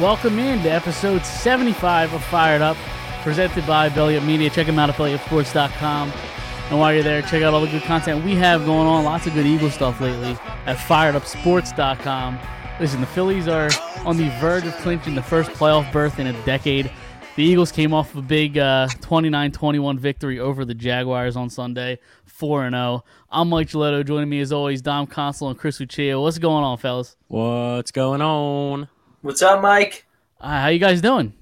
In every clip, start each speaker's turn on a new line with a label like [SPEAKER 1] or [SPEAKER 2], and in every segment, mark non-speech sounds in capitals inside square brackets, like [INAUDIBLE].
[SPEAKER 1] Welcome in to episode 75 of Fired Up, presented by Affiliate Media. Check them out at affiliatesports.com. And while you're there, check out all the good content we have going on. Lots of good Eagle stuff lately at firedupsports.com. Listen, the Phillies are on the verge of clinching the first playoff berth in a decade. The Eagles came off a big uh, 29-21 victory over the Jaguars on Sunday, 4-0. I'm Mike Gilletto. Joining me as always, Dom Consul and Chris Uccio. What's going on, fellas?
[SPEAKER 2] What's going on?
[SPEAKER 3] What's up, Mike?
[SPEAKER 1] Uh, how you guys doing?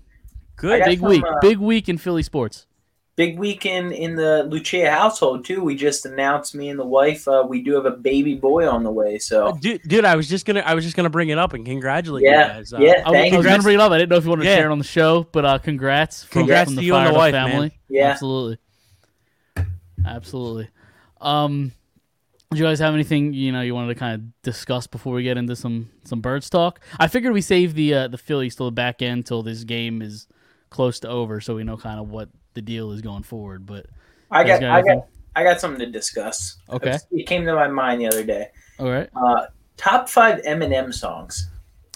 [SPEAKER 2] Good.
[SPEAKER 3] I got
[SPEAKER 1] Big
[SPEAKER 3] some,
[SPEAKER 1] week.
[SPEAKER 3] uh,
[SPEAKER 1] Big week in Philly sports.
[SPEAKER 3] Big weekend in the Lucia household too. We just announced me and the wife. Uh, we do have a baby boy on the way. So
[SPEAKER 2] Dude, dude, I was just gonna, I was just gonna bring it up and congratulate
[SPEAKER 3] Yeah,
[SPEAKER 2] you guys. Uh,
[SPEAKER 3] yeah.
[SPEAKER 1] I was, I was gonna
[SPEAKER 3] Congrats.
[SPEAKER 1] bring it up. I didn't know if you wanted
[SPEAKER 2] Yeah.
[SPEAKER 1] to share it on the show, but uh, congrats, from,
[SPEAKER 2] Congrats
[SPEAKER 1] from
[SPEAKER 2] to
[SPEAKER 1] the
[SPEAKER 2] you and the
[SPEAKER 1] Fired Up
[SPEAKER 2] wife, man.
[SPEAKER 1] family.
[SPEAKER 3] Yeah.
[SPEAKER 1] absolutely, absolutely. Um, do you guys have anything you know you wanted to kind of discuss before we get into some some birds talk? I figured we save the uh, the Phillies till the back end till this game is close to over, so we know kind of what the deal is going forward. But
[SPEAKER 3] I
[SPEAKER 1] guys
[SPEAKER 3] got,
[SPEAKER 1] got
[SPEAKER 3] I got,
[SPEAKER 1] anything?
[SPEAKER 3] I got something to discuss.
[SPEAKER 1] Okay.
[SPEAKER 3] it came to my mind the other day.
[SPEAKER 1] all right.
[SPEAKER 3] Uh, top five Eminem songs.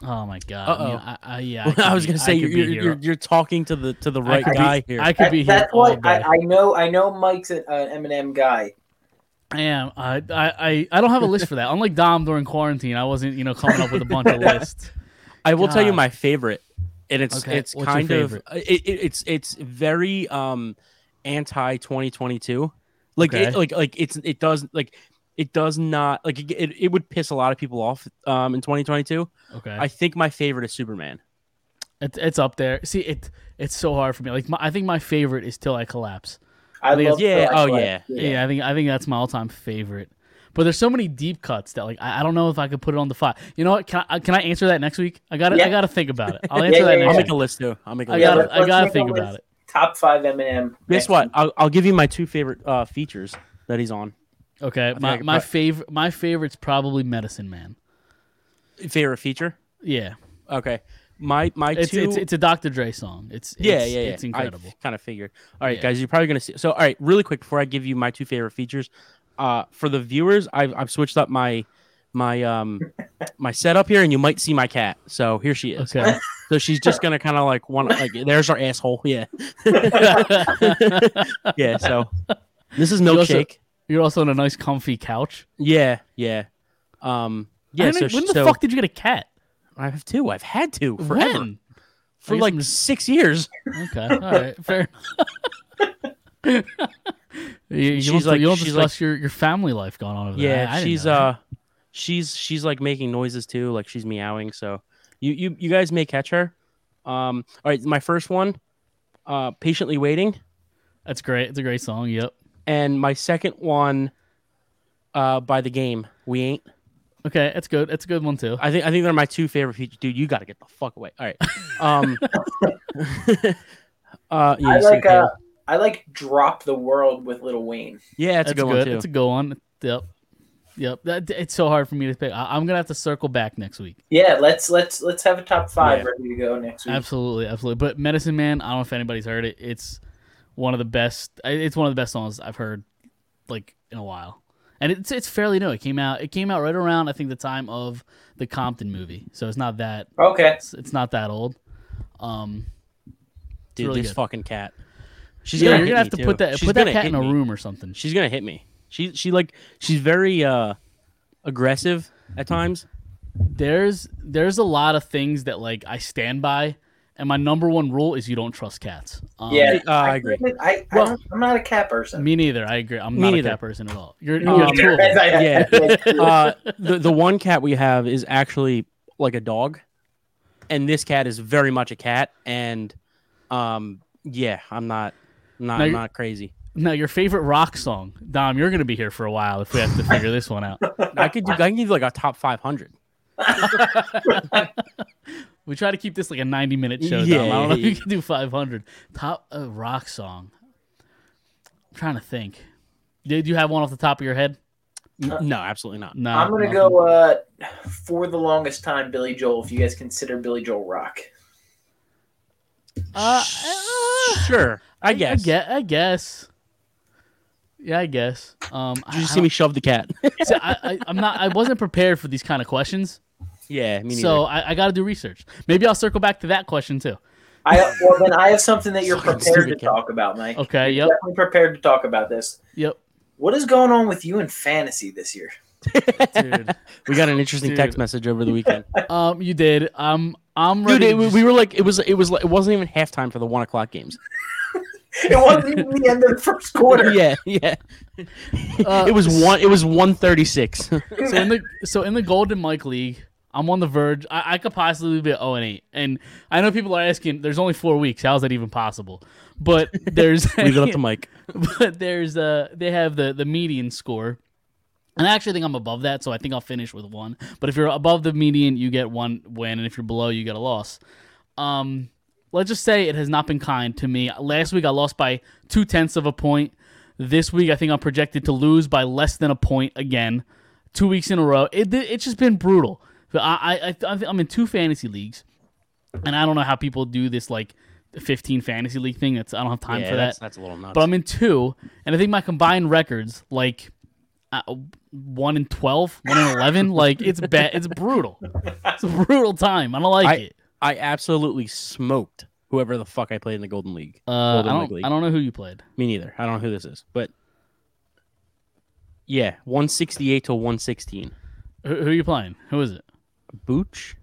[SPEAKER 1] Oh my god.
[SPEAKER 2] Uh-oh.
[SPEAKER 1] man, I, I, yeah,
[SPEAKER 2] [LAUGHS] [LAUGHS] I was
[SPEAKER 1] could be-
[SPEAKER 2] gonna
[SPEAKER 1] could
[SPEAKER 2] say you're,
[SPEAKER 1] be
[SPEAKER 2] you're,
[SPEAKER 1] here.
[SPEAKER 2] you're, you're talking to the to the
[SPEAKER 1] I
[SPEAKER 2] right
[SPEAKER 1] could be-
[SPEAKER 2] guy here.
[SPEAKER 1] I could be
[SPEAKER 3] That-
[SPEAKER 1] here
[SPEAKER 3] that's
[SPEAKER 1] all
[SPEAKER 3] why
[SPEAKER 1] day.
[SPEAKER 3] I, I know, I know, Mike's a- an Eminem guy.
[SPEAKER 1] I am. I, I, I- I don't have a list for that. Unlike Dom during quarantine, I wasn't, you know, coming up with a bunch of lists.
[SPEAKER 2] I will tell you
[SPEAKER 1] God.
[SPEAKER 2] my favorite, and it's
[SPEAKER 1] Okay,
[SPEAKER 2] it's
[SPEAKER 1] what's your
[SPEAKER 2] kind of
[SPEAKER 1] favorite?
[SPEAKER 2] it, it, it's it's very um anti 2022. Like
[SPEAKER 1] Okay.
[SPEAKER 2] it, like like it's it does like it does not like it, it, it would piss a lot of people off um in 2022.
[SPEAKER 1] Okay.
[SPEAKER 2] I think my favorite is [LAUGHS] Superman.
[SPEAKER 1] it, it's up there. See, it it's so hard for me. Like, my, I think my favorite is Till I Collapse.
[SPEAKER 3] I
[SPEAKER 1] think
[SPEAKER 3] love.
[SPEAKER 2] yeah,
[SPEAKER 3] Black
[SPEAKER 2] oh,
[SPEAKER 3] Flag.
[SPEAKER 2] yeah.
[SPEAKER 1] Yeah, I think I think that's my all time favorite. But there's so many deep cuts that like I, I don't know if I could put it on the five. You know what? Can I can I answer that next week? I got to I
[SPEAKER 3] Yeah.
[SPEAKER 1] got to think about it. I'll answer that
[SPEAKER 3] yeah,
[SPEAKER 1] next
[SPEAKER 2] I'll
[SPEAKER 3] yeah.
[SPEAKER 2] make
[SPEAKER 1] week.
[SPEAKER 2] a list too. I'll make a
[SPEAKER 1] I
[SPEAKER 2] list.
[SPEAKER 1] gotta-
[SPEAKER 3] let's-
[SPEAKER 1] I gotta
[SPEAKER 3] let's
[SPEAKER 1] think
[SPEAKER 3] make a
[SPEAKER 1] about
[SPEAKER 3] list. Top five Eminem.
[SPEAKER 2] Guess
[SPEAKER 3] next
[SPEAKER 2] what?
[SPEAKER 3] week.
[SPEAKER 2] I'll, I'll give you my two favorite uh, features that he's on.
[SPEAKER 1] Okay,
[SPEAKER 2] think I
[SPEAKER 1] my
[SPEAKER 2] could
[SPEAKER 1] my
[SPEAKER 2] pro-
[SPEAKER 1] favorite my favorite's probably Medicine Man.
[SPEAKER 2] Favorite feature?
[SPEAKER 1] Yeah,
[SPEAKER 2] Okay. My my
[SPEAKER 1] it's
[SPEAKER 2] two.
[SPEAKER 1] it's, it's a Dr. Dre song. It's,
[SPEAKER 2] yeah,
[SPEAKER 1] it's-
[SPEAKER 2] yeah, yeah.
[SPEAKER 1] It's
[SPEAKER 2] [LAUGHS]
[SPEAKER 1] incredible.
[SPEAKER 2] kind of figured. All right,
[SPEAKER 1] Yeah.
[SPEAKER 2] guys, you're probably gonna see. So, all right, really quick before I give you my two favorite features, uh, for the viewers, I've I've switched up my my [LAUGHS] um my setup here, and you might see my cat. So here she is.
[SPEAKER 1] okay.
[SPEAKER 2] So she's just gonna kind of like one like there's our asshole.
[SPEAKER 1] [LAUGHS]
[SPEAKER 2] Yeah, [LAUGHS] yeah. So this is
[SPEAKER 1] also-
[SPEAKER 2] milkshake.
[SPEAKER 1] You're also on a nice, comfy couch.
[SPEAKER 2] Yeah, yeah. Um, yeah.
[SPEAKER 1] I mean,
[SPEAKER 2] So,
[SPEAKER 1] when
[SPEAKER 2] she-
[SPEAKER 1] the
[SPEAKER 2] so
[SPEAKER 1] fuck did you get a cat?
[SPEAKER 2] I have two. I've had two forever
[SPEAKER 1] When? I
[SPEAKER 2] for
[SPEAKER 1] guess
[SPEAKER 2] like
[SPEAKER 1] I'm just-
[SPEAKER 2] six years.
[SPEAKER 1] Okay, all right, [LAUGHS] fair. you, you
[SPEAKER 2] She's
[SPEAKER 1] don't,
[SPEAKER 2] like-
[SPEAKER 1] you don't
[SPEAKER 2] she's
[SPEAKER 1] discuss
[SPEAKER 2] like-
[SPEAKER 1] your, your family life going on over there. I- I
[SPEAKER 2] Yeah,
[SPEAKER 1] didn't
[SPEAKER 2] she's
[SPEAKER 1] know that.
[SPEAKER 2] uh, she's she's like making noises too, like she's meowing. So you you you guys may catch her. Um, all right, my first one, uh, patiently waiting,
[SPEAKER 1] That's great. It's a great song. Yep.
[SPEAKER 2] and my second one, uh, by the game we ain't.
[SPEAKER 1] Okay, that's good. That's a good one too.
[SPEAKER 2] I think I think they're my two favorite features. Dude, you got to get the fuck away. All right. Um. [LAUGHS] uh, yeah,
[SPEAKER 3] I
[SPEAKER 2] you see
[SPEAKER 3] like.
[SPEAKER 2] the
[SPEAKER 3] Uh,
[SPEAKER 2] tail.
[SPEAKER 3] I like drop the world with Little Wayne.
[SPEAKER 2] yeah, that's, a good, one too.
[SPEAKER 1] That's a good one. Yep. Yep. That, it's so hard for me to pick. I, I'm gonna have to circle back next week.
[SPEAKER 3] Yeah, let's let's let's have a top five
[SPEAKER 2] Yeah.
[SPEAKER 3] ready to go next week.
[SPEAKER 1] Absolutely, absolutely. But Medicine Man, I don't know if anybody's heard it. It's one of the best. It's one of the best songs I've heard like in a while, and it's it's fairly new. It came out it came out right around I think the time of the Compton movie, so it's not that
[SPEAKER 3] Okay.
[SPEAKER 1] it's, it's not that old. Um,
[SPEAKER 2] Dude,
[SPEAKER 1] really
[SPEAKER 2] this
[SPEAKER 1] good.
[SPEAKER 2] fucking cat. She's
[SPEAKER 1] yeah,
[SPEAKER 2] gonna
[SPEAKER 1] you're
[SPEAKER 2] hit
[SPEAKER 1] gonna have
[SPEAKER 2] me,
[SPEAKER 1] to
[SPEAKER 2] too.
[SPEAKER 1] put that
[SPEAKER 2] She's
[SPEAKER 1] put that
[SPEAKER 2] gonna
[SPEAKER 1] cat
[SPEAKER 2] hit
[SPEAKER 1] in a
[SPEAKER 2] me.
[SPEAKER 1] room or something.
[SPEAKER 2] She's gonna hit me. She she like she's very uh aggressive at times.
[SPEAKER 1] there's there's a lot of things that like I stand by, and my number one rule is you don't trust cats. Um,
[SPEAKER 3] yeah,
[SPEAKER 2] uh, I agree.
[SPEAKER 3] I, I
[SPEAKER 2] Well-
[SPEAKER 3] don't, I'm not a cat person.
[SPEAKER 1] Me neither. I agree. I'm
[SPEAKER 2] Me
[SPEAKER 1] not
[SPEAKER 2] neither. Um,
[SPEAKER 1] a cat person at all. You're,
[SPEAKER 2] Me
[SPEAKER 3] Um,
[SPEAKER 1] you're
[SPEAKER 2] neither.
[SPEAKER 3] [LAUGHS]
[SPEAKER 1] two of them.
[SPEAKER 2] yeah. [LAUGHS] Uh, the the one cat we have is actually like a dog, and this cat is very much a cat. And um, yeah, I'm not, not,
[SPEAKER 1] Now
[SPEAKER 2] I'm
[SPEAKER 1] you-
[SPEAKER 2] not crazy.
[SPEAKER 1] Now, your favorite rock song, Dom. You're gonna be here for a while if we have to figure this one
[SPEAKER 2] [LAUGHS]
[SPEAKER 1] out.
[SPEAKER 2] I could, do, I can give you like a top 500.
[SPEAKER 1] We try to keep this like a 90 minute show.
[SPEAKER 2] Yeah,
[SPEAKER 1] Dom. I don't know if
[SPEAKER 2] yeah,
[SPEAKER 1] you can do 500. Top uh, rock song. I'm trying to think. Did you have one off the top of your head?
[SPEAKER 2] N- No,
[SPEAKER 1] [LAUGHS]
[SPEAKER 2] absolutely not.
[SPEAKER 1] No.
[SPEAKER 3] I'm gonna
[SPEAKER 1] nothing.
[SPEAKER 3] go uh, for the longest time, Billy Joel. If you guys consider Billy Joel rock,
[SPEAKER 1] Uh,
[SPEAKER 2] Sure, I guess.
[SPEAKER 1] I guess. I guess. Yeah, I guess. Um,
[SPEAKER 2] Did
[SPEAKER 1] I,
[SPEAKER 2] you see me shove
[SPEAKER 1] [LAUGHS]
[SPEAKER 2] the cat? [LAUGHS]
[SPEAKER 1] I, don't- I, I, I'm not. I wasn't prepared for these kind of questions,
[SPEAKER 2] yeah, [LAUGHS] me neither.
[SPEAKER 1] so I, I got to do research. Maybe I'll circle back to that question too.
[SPEAKER 2] [LAUGHS]
[SPEAKER 3] I well then I have something that you're
[SPEAKER 2] Fucking
[SPEAKER 3] prepared to
[SPEAKER 2] stupid cat.
[SPEAKER 3] talk about, Mike.
[SPEAKER 1] Okay. Yep.
[SPEAKER 3] Definitely prepared to talk about this.
[SPEAKER 1] Yep.
[SPEAKER 3] What is going on with you in fantasy this year? [LAUGHS]
[SPEAKER 1] Dude.
[SPEAKER 2] [LAUGHS] we got an interesting
[SPEAKER 1] Dude.
[SPEAKER 2] text message over the weekend.
[SPEAKER 1] um, you did. Um, I'm
[SPEAKER 2] Dude,
[SPEAKER 1] ready.
[SPEAKER 2] it,
[SPEAKER 1] to
[SPEAKER 2] we
[SPEAKER 1] just-
[SPEAKER 2] we were like, it was, it was, like, it wasn't even halftime for the one
[SPEAKER 1] [LAUGHS]
[SPEAKER 2] o'clock games.
[SPEAKER 3] It wasn't even the end of the first
[SPEAKER 2] [LAUGHS]
[SPEAKER 3] quarter.
[SPEAKER 2] yeah, yeah.
[SPEAKER 1] Uh,
[SPEAKER 2] it was one. It was one
[SPEAKER 1] [LAUGHS]
[SPEAKER 2] thirty six.
[SPEAKER 1] so in the so in the Golden Mike League, I'm on the verge. I, I could possibly be at 0 and 8. And I know people are asking, there's only four weeks. How is that even possible? But [LAUGHS] there's
[SPEAKER 2] Leave it up to Mike.
[SPEAKER 1] [LAUGHS] but there's uh they have the the median score. And I actually think I'm above that, so I think I'll finish with one. But if you're above the median, you get one win, and if you're below, you get a loss. Um, let's just say it has not been kind to me. Last week I lost by two tenths of a point. This week I think I'm projected to lose by less than a point again, two weeks in a row. It it's just been brutal. But I I, I I'm in two fantasy leagues, and I don't know how people do this like 15 fantasy league thing. That's I don't have time
[SPEAKER 2] yeah,
[SPEAKER 1] for that
[SPEAKER 2] That's, that's a little nuts.
[SPEAKER 1] but I'm in two, and I think my combined records like uh, one in 12, one in 11. [LAUGHS] like it's bad. It's brutal. It's a brutal time. I don't like
[SPEAKER 2] I-
[SPEAKER 1] it.
[SPEAKER 2] I absolutely smoked whoever the fuck I played in the Golden League.
[SPEAKER 1] Uh, I
[SPEAKER 2] Golden League
[SPEAKER 1] don't.
[SPEAKER 2] League.
[SPEAKER 1] I don't know who you played.
[SPEAKER 2] Me neither. I don't know who this is, but yeah, one sixty eight to one sixteen.
[SPEAKER 1] Who, who are you playing? Who is it?
[SPEAKER 2] Booch.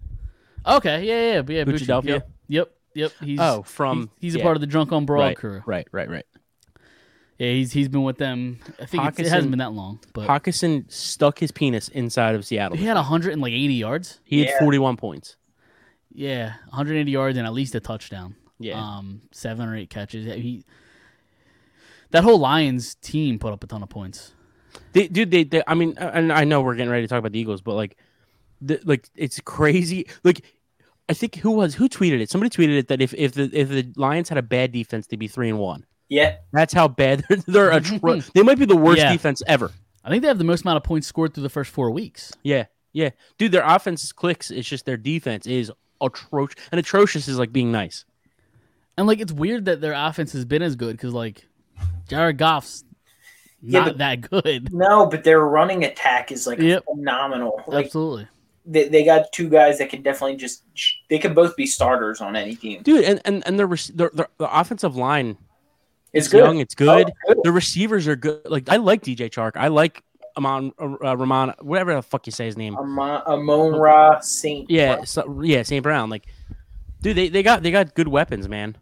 [SPEAKER 1] Okay. Yeah. Yeah. Yeah. yeah
[SPEAKER 2] Bucci Delphia?
[SPEAKER 1] Yep. Yep. Yep. He's
[SPEAKER 2] Oh, from-
[SPEAKER 1] he's, he's a
[SPEAKER 2] yeah.
[SPEAKER 1] part of the Drunk on Broad
[SPEAKER 2] right,
[SPEAKER 1] crew.
[SPEAKER 2] right, right, right.
[SPEAKER 1] Yeah. He's he's been with them. I think it's, it
[SPEAKER 2] Hockenson-
[SPEAKER 1] hasn't been that long, but
[SPEAKER 2] Hawkinson stuck his penis inside of Seattle.
[SPEAKER 1] he had 180 yards.
[SPEAKER 2] He had
[SPEAKER 3] Yeah.
[SPEAKER 2] forty one points.
[SPEAKER 1] Yeah, 180 yards and at least a touchdown.
[SPEAKER 2] Yeah.
[SPEAKER 1] Um, seven or eight catches. Yeah, He, that whole Lions team put up a ton of points.
[SPEAKER 2] They, dude, they, they. I mean, and I know we're getting ready to talk about the Eagles, but like, the, like it's crazy. Like, I think who was who tweeted it? Somebody tweeted it that if if the if the Lions had a bad defense, they'd be three and one.
[SPEAKER 3] Yeah,
[SPEAKER 2] That's how bad [LAUGHS] they're. they're
[SPEAKER 3] [LAUGHS]
[SPEAKER 2] atro- they might be the worst
[SPEAKER 1] Yeah.
[SPEAKER 2] defense ever.
[SPEAKER 1] I think they have the most amount of points scored through the first four weeks.
[SPEAKER 2] Yeah, yeah, dude. Their offense is clicks. It's just their defense is atrocious. And atrocious is like being nice.
[SPEAKER 1] And like, it's weird that their offense has been as good because like, Jared Goff's
[SPEAKER 3] Yeah,
[SPEAKER 1] not
[SPEAKER 3] but-
[SPEAKER 1] that good.
[SPEAKER 3] no, but their running attack is like
[SPEAKER 1] Yep.
[SPEAKER 3] phenomenal. Like
[SPEAKER 1] Absolutely.
[SPEAKER 3] they, they got two guys that can definitely just they could both be starters on any team.
[SPEAKER 2] Dude, and and and their, rec- their, their the offensive line
[SPEAKER 3] It's
[SPEAKER 2] is
[SPEAKER 3] good.
[SPEAKER 2] young. It's good.
[SPEAKER 3] Oh, good.
[SPEAKER 2] The receivers are good. Like I like DJ Chark. I like Amon uh, uh, Ramon, whatever the fuck you say his name.
[SPEAKER 3] Amon, Amon Ra Saint.
[SPEAKER 2] Yeah, so, yeah, St. Brown. Like, dude, they, they got they got good weapons, man.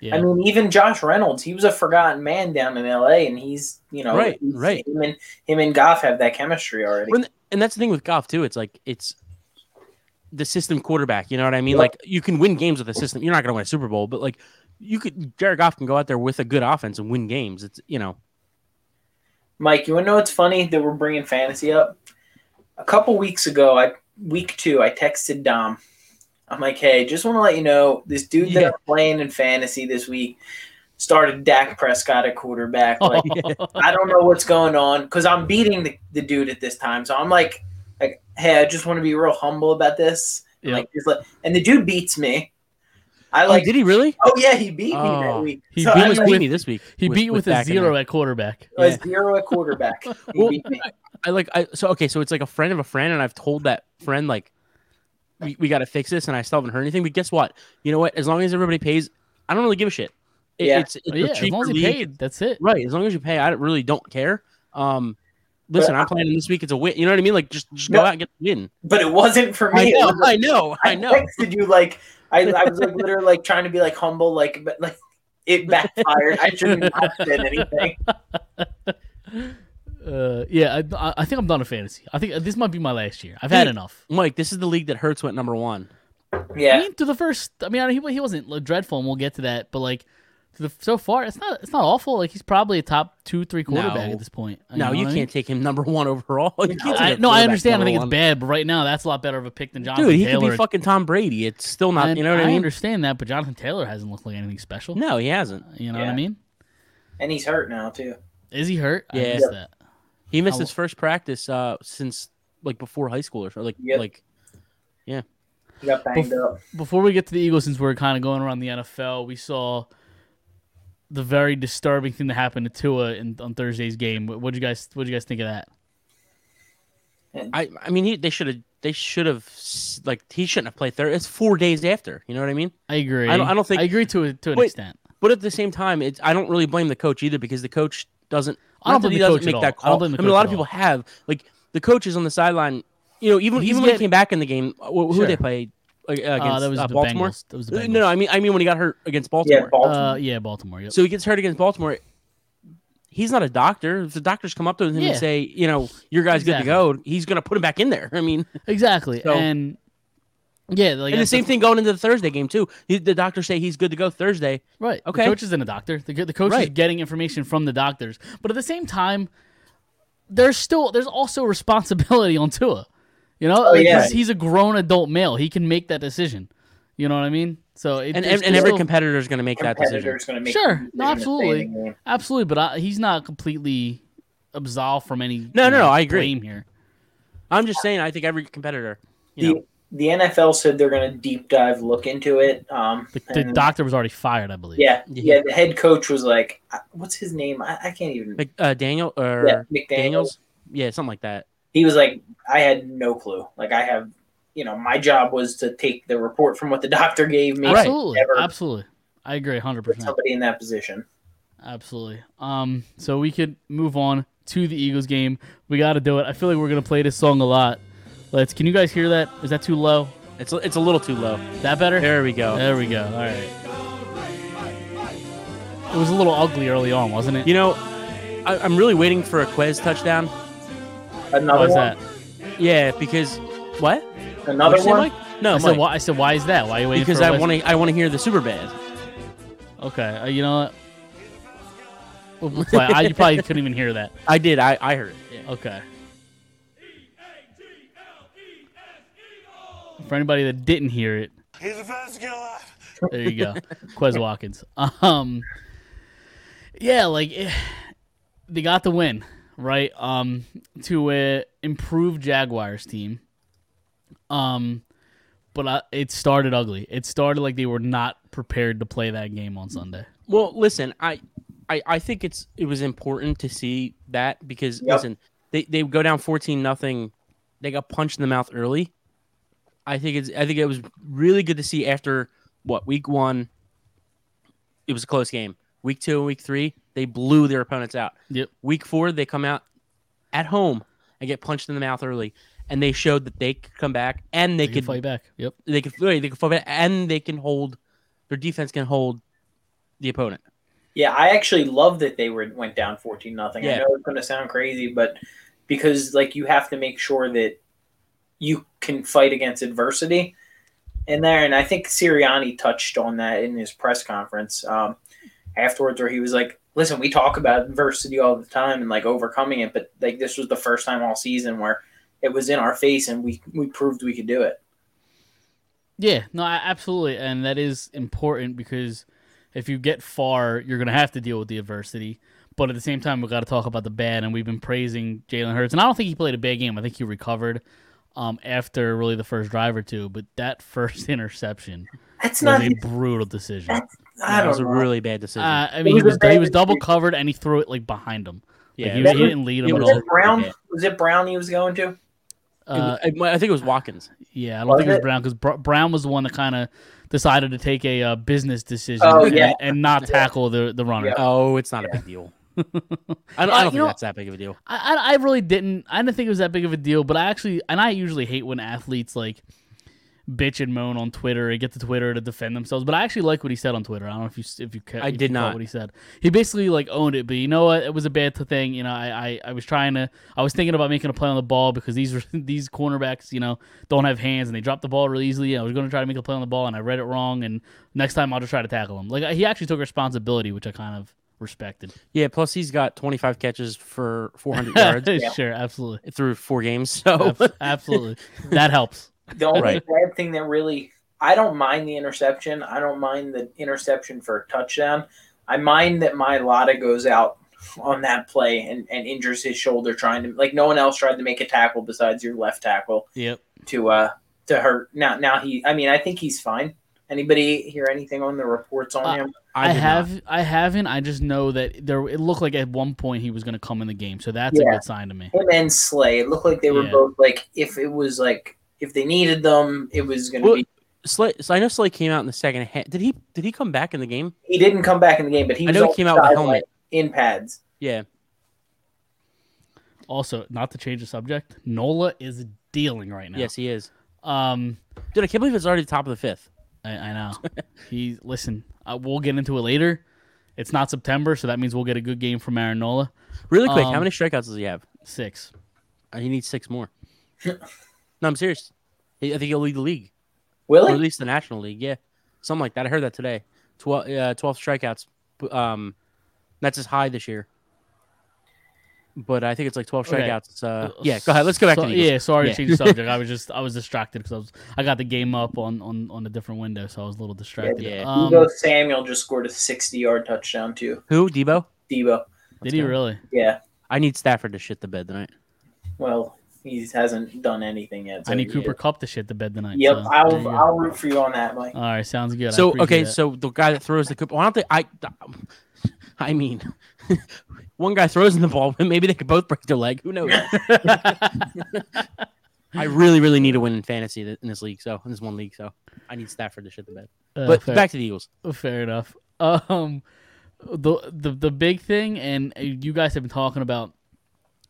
[SPEAKER 1] Yeah.
[SPEAKER 3] I mean, even Josh Reynolds, he was a forgotten man down in L.A., and he's you know
[SPEAKER 2] Right,
[SPEAKER 3] he's-
[SPEAKER 2] right.
[SPEAKER 3] Him and him and Goff have that chemistry already.
[SPEAKER 2] When- and that's the thing with golf too. It's like it's the system quarterback. You know what I mean?
[SPEAKER 3] Yeah.
[SPEAKER 2] Like you can win games with a system. You're not going to win a Super Bowl, but like you could Jared Goff can go out there with a good offense and win games. It's you know
[SPEAKER 3] Mike, you want to know what's funny that we're bringing fantasy up? A couple weeks ago, I week two, I texted Dom. I'm like, hey, just want to let you know this dude that
[SPEAKER 2] Yeah.
[SPEAKER 3] I'm playing in fantasy this week started Dak Prescott at quarterback.
[SPEAKER 2] [LAUGHS]
[SPEAKER 3] Like, I don't know what's going on because I'm beating the, the dude at this time. So I'm like, like, hey, I just want to be real humble about this.
[SPEAKER 1] Yep.
[SPEAKER 3] Like, just let, and the dude beats me. I
[SPEAKER 2] like
[SPEAKER 3] like,
[SPEAKER 2] did he really?
[SPEAKER 3] oh yeah, he beat me that
[SPEAKER 2] Oh,
[SPEAKER 3] week.
[SPEAKER 1] he
[SPEAKER 3] so
[SPEAKER 1] beat
[SPEAKER 2] He
[SPEAKER 3] I
[SPEAKER 2] almost
[SPEAKER 1] mean,
[SPEAKER 2] beat
[SPEAKER 1] with-
[SPEAKER 2] me this week.
[SPEAKER 1] he beat you with, a
[SPEAKER 2] Dak in
[SPEAKER 1] zero
[SPEAKER 2] there.
[SPEAKER 1] at quarterback.
[SPEAKER 3] was
[SPEAKER 2] yeah.
[SPEAKER 3] zero at quarterback. He
[SPEAKER 2] Well,
[SPEAKER 3] beat me.
[SPEAKER 2] I like I so okay. So it's like a friend of a friend, and I've told that friend like we, we got to fix this, and I still haven't heard anything. But guess what? You know what? As long as everybody pays, I don't really give a shit. It-
[SPEAKER 3] Yeah.
[SPEAKER 2] It's, it's
[SPEAKER 1] Oh,
[SPEAKER 2] a
[SPEAKER 1] yeah, as long
[SPEAKER 2] cheaper
[SPEAKER 1] as he
[SPEAKER 2] league.
[SPEAKER 1] paid, that's it.
[SPEAKER 2] right as long as you pay i don't- really don't care um listen, I'm planning this week. It's a win. You know what I mean? Like just just go
[SPEAKER 3] No.
[SPEAKER 2] out and get the win.
[SPEAKER 3] But it wasn't for
[SPEAKER 2] I
[SPEAKER 3] me.
[SPEAKER 2] know,
[SPEAKER 3] It was-
[SPEAKER 2] I know, I know.
[SPEAKER 3] texted you like I, I was like literally like trying to be like humble, like but like it backfired. I shouldn't have said anything.
[SPEAKER 1] Uh, yeah, I- I, I think I'm done with fantasy. I think this might be my last year. I've had
[SPEAKER 2] Dude.
[SPEAKER 1] enough.
[SPEAKER 2] Mike, this is the league that Hurts went number one.
[SPEAKER 1] I
[SPEAKER 3] Yeah.
[SPEAKER 1] mean, to the first, I mean, he, he wasn't like, dreadful, and we'll get to that. But like, to the, so far, it's not it's not awful. Like he's probably a top two, three quarterback
[SPEAKER 2] No.
[SPEAKER 1] at this point.
[SPEAKER 2] No,
[SPEAKER 1] know
[SPEAKER 2] you
[SPEAKER 1] what I
[SPEAKER 2] can't
[SPEAKER 1] mean?
[SPEAKER 2] take him number one overall. [LAUGHS] You can't take
[SPEAKER 1] I,
[SPEAKER 2] a
[SPEAKER 1] no, I
[SPEAKER 2] quarterback
[SPEAKER 1] understand. I
[SPEAKER 2] number
[SPEAKER 1] think it's
[SPEAKER 2] one.
[SPEAKER 1] bad, but right now that's a lot better of a pick than Jonathan
[SPEAKER 2] Dude, he
[SPEAKER 1] Taylor.
[SPEAKER 2] could be fucking Tom Brady. It's still not.
[SPEAKER 1] And
[SPEAKER 2] you know what I,
[SPEAKER 1] I
[SPEAKER 2] mean?
[SPEAKER 1] understand that, but Jonathan Taylor hasn't looked like anything special.
[SPEAKER 2] No, he hasn't.
[SPEAKER 1] You know what I
[SPEAKER 3] Yeah.
[SPEAKER 1] mean?
[SPEAKER 3] And he's hurt now too.
[SPEAKER 1] Is he hurt? I
[SPEAKER 2] Yeah.
[SPEAKER 1] missed that.
[SPEAKER 2] He missed
[SPEAKER 1] How-
[SPEAKER 2] his first practice uh, since like before high school or so. Like
[SPEAKER 3] Yep.
[SPEAKER 2] like
[SPEAKER 3] He got banged up.
[SPEAKER 1] Before we get to the Eagles, since we're kind of going around the NFL, we saw the very disturbing thing that happened to Tua in, on Thursday's game. What would you guys? What would you guys think of that?
[SPEAKER 2] I I mean he, they should have they should have s- like he shouldn't have played there. It's four days after. You know what I mean?
[SPEAKER 1] I agree.
[SPEAKER 2] I don't- I don't think-
[SPEAKER 1] I agree to a, to an
[SPEAKER 2] Wait,
[SPEAKER 1] extent.
[SPEAKER 2] But at the same time, it's I don't really blame the coach either because the coach doesn't.
[SPEAKER 1] I don't
[SPEAKER 2] not that
[SPEAKER 1] blame
[SPEAKER 2] he
[SPEAKER 1] the
[SPEAKER 2] doesn't
[SPEAKER 1] coach at all. I
[SPEAKER 2] make that
[SPEAKER 1] don't
[SPEAKER 2] call. I,
[SPEAKER 1] blame the
[SPEAKER 2] mean, a
[SPEAKER 1] coach
[SPEAKER 2] lot
[SPEAKER 1] at
[SPEAKER 2] of people
[SPEAKER 1] all.
[SPEAKER 2] have like the coaches on the sideline. You know, even
[SPEAKER 1] He's
[SPEAKER 2] even when he
[SPEAKER 1] getting-
[SPEAKER 2] came back in the game, wh- who
[SPEAKER 1] Sure.
[SPEAKER 2] they played uh, against
[SPEAKER 1] Uh, that was
[SPEAKER 2] uh,
[SPEAKER 1] the
[SPEAKER 2] Baltimore.
[SPEAKER 1] Bengals. That was the
[SPEAKER 2] Uh,
[SPEAKER 1] Bengals.
[SPEAKER 2] No, no, I mean I mean when he got hurt against Baltimore.
[SPEAKER 3] Yeah, Baltimore.
[SPEAKER 1] Uh, yeah, Baltimore. Yep.
[SPEAKER 2] So he gets hurt against Baltimore. He's not a doctor. If the doctors come up to him
[SPEAKER 1] Yeah.
[SPEAKER 2] and say, you know, your guy's good to go, he's going to put him back in there. I mean,
[SPEAKER 1] exactly.
[SPEAKER 2] So-
[SPEAKER 1] and yeah, like
[SPEAKER 2] and the
[SPEAKER 1] that's
[SPEAKER 2] same thing going into the Thursday game too. He- The doctors say he's good to go Thursday.
[SPEAKER 1] Right.
[SPEAKER 2] Okay.
[SPEAKER 1] The coach isn't a doctor. The, co- the coach is
[SPEAKER 2] Right.
[SPEAKER 1] getting information from the doctors, but at the same time, there's still there's also responsibility on Tua. You know, Like,
[SPEAKER 3] Oh, yeah.
[SPEAKER 1] he's, he's a grown adult male. He can make that decision. You know what I mean? So it,
[SPEAKER 2] And
[SPEAKER 1] there's
[SPEAKER 2] and, and every
[SPEAKER 1] still-
[SPEAKER 2] competitor is going to make that decision.
[SPEAKER 3] Competitor's gonna make
[SPEAKER 1] sure, no,
[SPEAKER 3] they're gonna stay in the
[SPEAKER 1] absolutely,
[SPEAKER 3] game.
[SPEAKER 1] absolutely. But I, he's not completely absolved from any
[SPEAKER 2] No,
[SPEAKER 1] you
[SPEAKER 2] no,
[SPEAKER 1] know,
[SPEAKER 2] I agree.
[SPEAKER 1] blame here.
[SPEAKER 2] I'm just saying. I think every competitor. You know,
[SPEAKER 3] The, the NFL said they're gonna deep dive look into it. Um
[SPEAKER 1] The, the
[SPEAKER 3] and-
[SPEAKER 1] doctor was already fired, I believe.
[SPEAKER 3] yeah,
[SPEAKER 2] Yeah.
[SPEAKER 3] yeah, The head coach was like, I- "What's his name? I, I can't even."
[SPEAKER 2] Mc- uh, Daniel or
[SPEAKER 3] Yeah, McDaniels.
[SPEAKER 2] Daniels. Yeah, something like that.
[SPEAKER 3] he was like, I had no clue. Like I have, you know, my job was to take the report from what the [LAUGHS] doctor gave me.
[SPEAKER 1] absolutely,
[SPEAKER 3] Never
[SPEAKER 1] absolutely. I agree, hundred
[SPEAKER 3] put
[SPEAKER 1] percent.
[SPEAKER 3] somebody in that position.
[SPEAKER 1] Absolutely. Um, so we could move on to the Eagles game. We got to do it. I feel like we're gonna play this song a lot. Let's. Can you guys hear that? Is that too low?
[SPEAKER 2] It's a- it's a little too low.
[SPEAKER 1] That better?
[SPEAKER 2] There we go.
[SPEAKER 1] There we go. All right. It was a little ugly early on, wasn't it?
[SPEAKER 2] You know, I, I'm really waiting for a Quez touchdown.
[SPEAKER 1] Why
[SPEAKER 3] Another
[SPEAKER 1] is
[SPEAKER 3] one.
[SPEAKER 1] that?
[SPEAKER 2] Yeah, because what?
[SPEAKER 3] Another
[SPEAKER 2] What'd you say,
[SPEAKER 3] one.
[SPEAKER 2] Mike? No,
[SPEAKER 1] I said,
[SPEAKER 2] Mike,
[SPEAKER 1] why, I said, why is that? Why are you waiting
[SPEAKER 2] because
[SPEAKER 1] for
[SPEAKER 2] I
[SPEAKER 1] Wes-
[SPEAKER 2] want to I want to hear the super bad.
[SPEAKER 1] Okay. Uh, you know what? We'll- we'll play- I, you probably couldn't even hear that.
[SPEAKER 2] I did. I, I heard it. Yeah.
[SPEAKER 1] Okay. For anybody that didn't hear it,
[SPEAKER 4] He's the best killer.
[SPEAKER 1] There you go, Quez Watkins. Um, yeah, like eh, they got the win, right? Um, to uh, improve Jaguars team. Um, but I, it started ugly. It started like they were not prepared to play that game on Sunday.
[SPEAKER 2] Well, listen, I, I I think it's it was important to see that because
[SPEAKER 3] Yep.
[SPEAKER 2] listen, they, they go down fourteen nothing, they got punched in the mouth early. I think it's I think it was really good to see after what week one. It was a close game. Week two and week three, they blew their opponents out.
[SPEAKER 1] Yep.
[SPEAKER 2] Week four, they come out at home and get punched in the mouth early, and they showed that they could come back and they,
[SPEAKER 1] They
[SPEAKER 2] could
[SPEAKER 1] could fight back. Yep.
[SPEAKER 2] they can they can fight back, and they can hold their defense can hold the opponent.
[SPEAKER 3] Yeah, I actually love that they were went down fourteen nothing. I
[SPEAKER 2] Yeah.
[SPEAKER 3] know it's going to sound crazy, but because like you have to make sure that you can fight against adversity in there, and I think Sirianni touched on that in his press conference um, afterwards, where he was like, "Listen, we talk about adversity all the time and like overcoming it, but like this was the first time all season where it was in our face, and we we proved we could do it."
[SPEAKER 1] Yeah, no, I- absolutely, and that is important because if you get far, you're going to have to deal with the adversity. But at the same time, we've got to talk about the bad, and we've been praising Jalen Hurts, and I don't think he played a bad game. I think he recovered um, after really the first drive or two, but that [LAUGHS] first interception
[SPEAKER 3] That's
[SPEAKER 1] was
[SPEAKER 3] not.
[SPEAKER 1] a brutal decision.
[SPEAKER 3] That's, I
[SPEAKER 2] That was
[SPEAKER 3] don't
[SPEAKER 2] a
[SPEAKER 3] know.
[SPEAKER 2] really bad decision.
[SPEAKER 1] Uh, I mean, he
[SPEAKER 3] was a
[SPEAKER 1] was he
[SPEAKER 3] bad
[SPEAKER 1] was double
[SPEAKER 3] decision.
[SPEAKER 1] covered, and he threw it like behind him. Like,
[SPEAKER 2] yeah,
[SPEAKER 1] he,
[SPEAKER 2] it
[SPEAKER 1] was,
[SPEAKER 2] was-
[SPEAKER 1] he didn't lead
[SPEAKER 2] it
[SPEAKER 1] him at
[SPEAKER 2] was
[SPEAKER 3] was
[SPEAKER 1] all.
[SPEAKER 3] it Brown?
[SPEAKER 2] Yeah.
[SPEAKER 3] Was it Brown he was going to?
[SPEAKER 1] Uh,
[SPEAKER 2] it was- I think it was Watkins.
[SPEAKER 1] Yeah, I don't
[SPEAKER 3] Was
[SPEAKER 1] think it was
[SPEAKER 3] it?
[SPEAKER 1] Brown because Br- Brown was the one that kind of decided to take a uh, business decision
[SPEAKER 3] Oh,
[SPEAKER 1] and,
[SPEAKER 3] yeah.
[SPEAKER 1] and not tackle the the runner.
[SPEAKER 3] Yeah.
[SPEAKER 1] [LAUGHS]
[SPEAKER 2] [LAUGHS] Oh, it's not a big deal. I don't,
[SPEAKER 1] Uh,
[SPEAKER 2] I don't
[SPEAKER 1] you
[SPEAKER 2] think
[SPEAKER 1] know-
[SPEAKER 2] that's that big of a deal.
[SPEAKER 1] I, I I really didn't. I didn't think it was that big of a deal, but I actually, and I usually hate when athletes like bitch and moan on Twitter and get to Twitter to defend themselves. But I actually like what he said on Twitter. I don't know if you s- if you ca-
[SPEAKER 2] I
[SPEAKER 1] if you
[SPEAKER 2] did
[SPEAKER 1] caught
[SPEAKER 2] not.
[SPEAKER 1] what he said. He basically like owned it, but you know what? It was a bad t- thing. You know, I, I, I was trying to. I was thinking about making a play on the ball because these were- [LAUGHS] these cornerbacks, you know, don't have hands and they drop the ball really easily. I was going to try to make a play on the ball and I read it wrong. And next time I'll just try to tackle him. Like he actually took responsibility, which I kind of respected. [LAUGHS]
[SPEAKER 2] Yeah, plus he's got 25 catches for 400 yards
[SPEAKER 1] sure, absolutely.
[SPEAKER 2] through four games. So [LAUGHS]
[SPEAKER 1] Abs- absolutely. That helps.
[SPEAKER 3] The only
[SPEAKER 2] Right.
[SPEAKER 3] bad thing that really, I don't mind the interception. I don't mind the interception for a touchdown. I mind that my Lotta goes out on that play and, and injures his shoulder trying to like no one else tried to make a tackle besides your left tackle
[SPEAKER 1] Yep.
[SPEAKER 3] to uh to hurt. Now now he, I mean I think he's fine. Anybody hear anything on the reports on
[SPEAKER 1] Uh,
[SPEAKER 3] him?
[SPEAKER 1] I,
[SPEAKER 2] did not.
[SPEAKER 1] have I haven't. I just know that there it looked like at one point he was gonna come in the game. So that's a
[SPEAKER 3] Yeah.
[SPEAKER 1] good sign to me.
[SPEAKER 3] Him and Slay. It looked like they were
[SPEAKER 1] Yeah.
[SPEAKER 3] both like if it was like if they needed them, it was gonna
[SPEAKER 2] Well-
[SPEAKER 3] be.
[SPEAKER 2] Slay, so I know Slay came out in the second half. Did he? Did he come back in the game?
[SPEAKER 3] He didn't come back in the game, but he.
[SPEAKER 2] I
[SPEAKER 3] Was
[SPEAKER 2] know
[SPEAKER 3] on
[SPEAKER 2] he came out with a
[SPEAKER 3] sideline
[SPEAKER 2] helmet.
[SPEAKER 3] in pads.
[SPEAKER 2] Yeah,
[SPEAKER 1] Also, not to change the subject, Nola is dealing right now.
[SPEAKER 2] yes, he is.
[SPEAKER 1] Um
[SPEAKER 2] Dude, I can't believe it's already the top of the fifth.
[SPEAKER 1] I, I
[SPEAKER 2] [LAUGHS]
[SPEAKER 1] know. he listen, uh, we'll get into it later. It's not September, so that means we'll get a good game from Aaron Nola.
[SPEAKER 2] Really quick,
[SPEAKER 1] Um,
[SPEAKER 2] how many strikeouts does he have?
[SPEAKER 1] Six.
[SPEAKER 2] Uh, He needs six [LAUGHS] more. no, I'm serious. He- I think he'll lead the league,
[SPEAKER 3] Will
[SPEAKER 2] or
[SPEAKER 3] it?
[SPEAKER 2] at least the National League. Yeah, something like that. I heard that today. Twelve, uh, 12 strikeouts. b- Um, that's his high this year. But I think it's like twelve
[SPEAKER 1] Okay.
[SPEAKER 2] strikeouts. Uh, yeah, go ahead. Let's go back
[SPEAKER 1] So-
[SPEAKER 2] to the Eagles.
[SPEAKER 1] Yeah, sorry
[SPEAKER 2] Yeah.
[SPEAKER 1] to change the subject.
[SPEAKER 2] [LAUGHS]
[SPEAKER 1] I was just I was distracted because I was I got the game up on on on a different window, so I was a little distracted.
[SPEAKER 2] Yeah.
[SPEAKER 1] Um,
[SPEAKER 3] Debo Samuel just scored a 60 yard touchdown, too.
[SPEAKER 2] Who Debo?
[SPEAKER 3] Debo.
[SPEAKER 1] did he
[SPEAKER 2] go.
[SPEAKER 1] really?
[SPEAKER 3] Yeah.
[SPEAKER 2] I need Stafford to shit the bed tonight.
[SPEAKER 3] Well, he hasn't done anything yet. so-
[SPEAKER 1] I need Cooper Cup to shit the bed tonight.
[SPEAKER 3] Yep.
[SPEAKER 1] so there you
[SPEAKER 3] I'll,
[SPEAKER 1] go. Uh,
[SPEAKER 3] I'll root for you on that, Mike.
[SPEAKER 1] All right, sounds good. I
[SPEAKER 2] So
[SPEAKER 1] appreciate
[SPEAKER 2] okay,
[SPEAKER 1] that.
[SPEAKER 2] so the guy that throws the Cooper, well, I don't think I. [LAUGHS] I mean, [LAUGHS] one guy throws in the ball, [LAUGHS] but maybe they could both break their leg. Who knows? [LAUGHS] I really, really need a win in fantasy th- in this league. So in this one league, so I need Stafford to shit the bed.
[SPEAKER 1] Uh,
[SPEAKER 2] But
[SPEAKER 1] fair,
[SPEAKER 2] back to the Eagles.
[SPEAKER 1] [LAUGHS] fair enough. Um, the the the big thing, and you guys have been talking about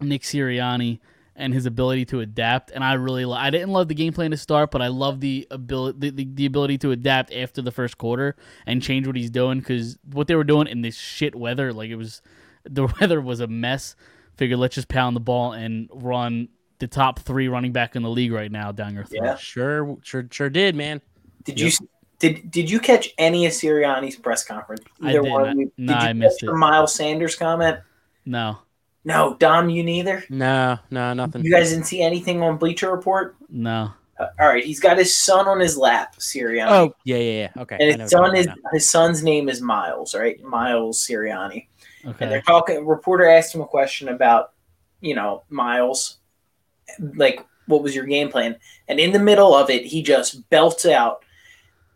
[SPEAKER 1] Nick Sirianni and his ability to adapt, and I really li- I didn't love the game plan to start, but I love the ability the, the, the ability to adapt after the first quarter and change what he's doing because what they were doing in this shit weather, like it was [LAUGHS] the weather was a mess. Figured let's just pound the ball and run the top three running back in the league right now down your throat.
[SPEAKER 3] Yeah.
[SPEAKER 2] Sure, sure, sure did, man.
[SPEAKER 3] Did you did did you catch any of Sirianni's press conference?
[SPEAKER 1] I did
[SPEAKER 3] of
[SPEAKER 1] not.
[SPEAKER 3] you-
[SPEAKER 1] No,
[SPEAKER 3] did you
[SPEAKER 1] I missed
[SPEAKER 3] catch
[SPEAKER 1] it.
[SPEAKER 3] The Miles Sanders comment.
[SPEAKER 1] No,
[SPEAKER 3] No, Dom, you neither.
[SPEAKER 2] No, no, nothing.
[SPEAKER 3] You guys didn't see anything on Bleacher Report.
[SPEAKER 1] no.
[SPEAKER 3] Uh, all right, he's got his son on his lap, Sirianni.
[SPEAKER 2] Oh yeah, yeah, yeah. Okay. I
[SPEAKER 3] and
[SPEAKER 2] know
[SPEAKER 3] his
[SPEAKER 2] what
[SPEAKER 3] son
[SPEAKER 2] you're
[SPEAKER 3] is
[SPEAKER 2] talking about
[SPEAKER 3] his son's name is Miles, right? Miles Sirianni. and they're
[SPEAKER 1] Okay.
[SPEAKER 3] talking. Reporter asked him a question about, you know, Miles, like what was your game plan? And in the middle of it, he just belts out,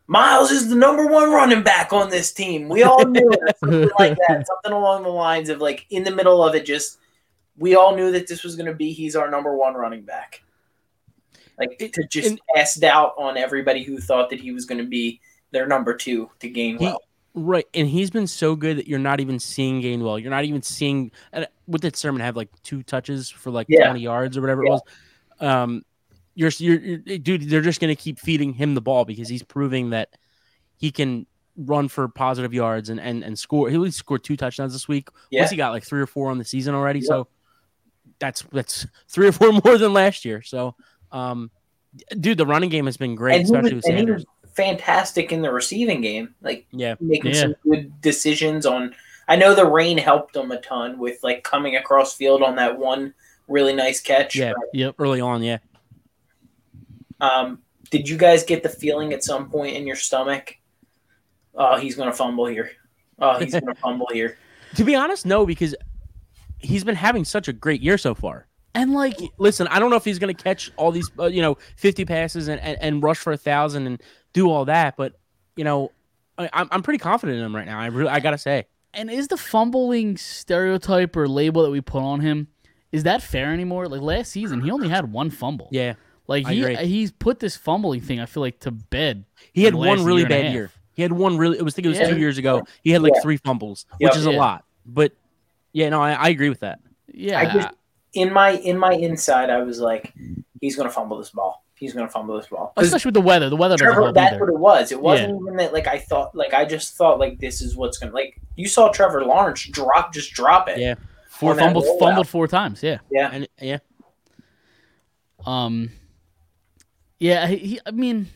[SPEAKER 3] "Miles is the number one running back on this team. We all knew
[SPEAKER 2] [LAUGHS]
[SPEAKER 3] it." something like that, something along the lines of like in the middle of it, just we all knew that this was going to be he's our number one running back. Like
[SPEAKER 2] It-
[SPEAKER 3] to just
[SPEAKER 2] and-
[SPEAKER 3] cast doubt on everybody who thought that he was going to be their number two to gain
[SPEAKER 2] He-
[SPEAKER 3] well.
[SPEAKER 2] Right, and he's been so good that you're not even seeing Gainwell. You're not even seeing. and What did Sermon have like two touches for like
[SPEAKER 3] Yeah.
[SPEAKER 2] 20 yards or whatever
[SPEAKER 3] Yeah.
[SPEAKER 2] it was? Um, you're, you're, you're, dude. They're just gonna keep feeding him the ball because he's proving that he can run for positive yards and and, and score. He only scored two touchdowns this week.
[SPEAKER 3] Yeah.
[SPEAKER 2] Once he got like three or four on the season already,
[SPEAKER 3] Yeah.
[SPEAKER 2] so that's that's three or four [LAUGHS] more than last year. So, um, dude, the running game has been great,
[SPEAKER 3] he
[SPEAKER 2] especially with
[SPEAKER 3] was- and he
[SPEAKER 2] Sanders.
[SPEAKER 3] was fantastic in the receiving game. Like
[SPEAKER 2] yeah,
[SPEAKER 3] making
[SPEAKER 1] Yeah.
[SPEAKER 3] some good decisions on I know the rain helped him a ton with like coming across field on that one really nice catch.
[SPEAKER 2] Yeah.
[SPEAKER 1] Yep.
[SPEAKER 2] early on, yeah.
[SPEAKER 3] Um did you guys get the feeling at some point in your stomach? Oh, he's gonna fumble here. Oh, he's
[SPEAKER 2] [LAUGHS]
[SPEAKER 3] gonna fumble here.
[SPEAKER 2] To be honest, no, because he's been having such a great year so far.
[SPEAKER 1] And like
[SPEAKER 2] Listen, I don't know if he's going to catch all these, uh, you know, fifty passes and, and, and rush for a thousand and do all that, but you know, I, I'm I'm pretty confident in him right now. I really, I gotta say,
[SPEAKER 1] and is the fumbling stereotype or label that we put on him is that fair anymore? Like last season he only had one fumble.
[SPEAKER 2] yeah,
[SPEAKER 1] Like
[SPEAKER 2] I
[SPEAKER 1] he
[SPEAKER 2] agree.
[SPEAKER 1] he's put this fumbling thing I feel like to bed.
[SPEAKER 2] he had
[SPEAKER 1] for the
[SPEAKER 2] one
[SPEAKER 1] last
[SPEAKER 2] really
[SPEAKER 1] year and a
[SPEAKER 2] bad
[SPEAKER 1] half.
[SPEAKER 2] year. He had one really. It was I think it was
[SPEAKER 1] Yeah.
[SPEAKER 2] two years ago. He had like
[SPEAKER 3] Yeah.
[SPEAKER 2] three fumbles,
[SPEAKER 3] Yep.
[SPEAKER 2] which is a
[SPEAKER 1] Yeah.
[SPEAKER 2] lot, but Yeah, no, I, I agree with that.
[SPEAKER 1] Yeah,
[SPEAKER 3] I just in my in my inside, I was like, he's gonna fumble this ball. He's gonna fumble this ball. 'Cause
[SPEAKER 1] especially with the weather. The weather doesn't
[SPEAKER 3] Trevor,
[SPEAKER 1] help
[SPEAKER 3] that's
[SPEAKER 1] either.
[SPEAKER 3] what it was. It wasn't even that like I thought. Like I just thought like this is what's gonna like. You saw Trevor Lawrence drop, just drop it.
[SPEAKER 2] Yeah,
[SPEAKER 1] Four
[SPEAKER 3] on that
[SPEAKER 1] fumbled,
[SPEAKER 3] rollout.
[SPEAKER 1] fumbled four times. Yeah.
[SPEAKER 3] Yeah.
[SPEAKER 2] and yeah,
[SPEAKER 1] Um. Yeah, he, he, I mean,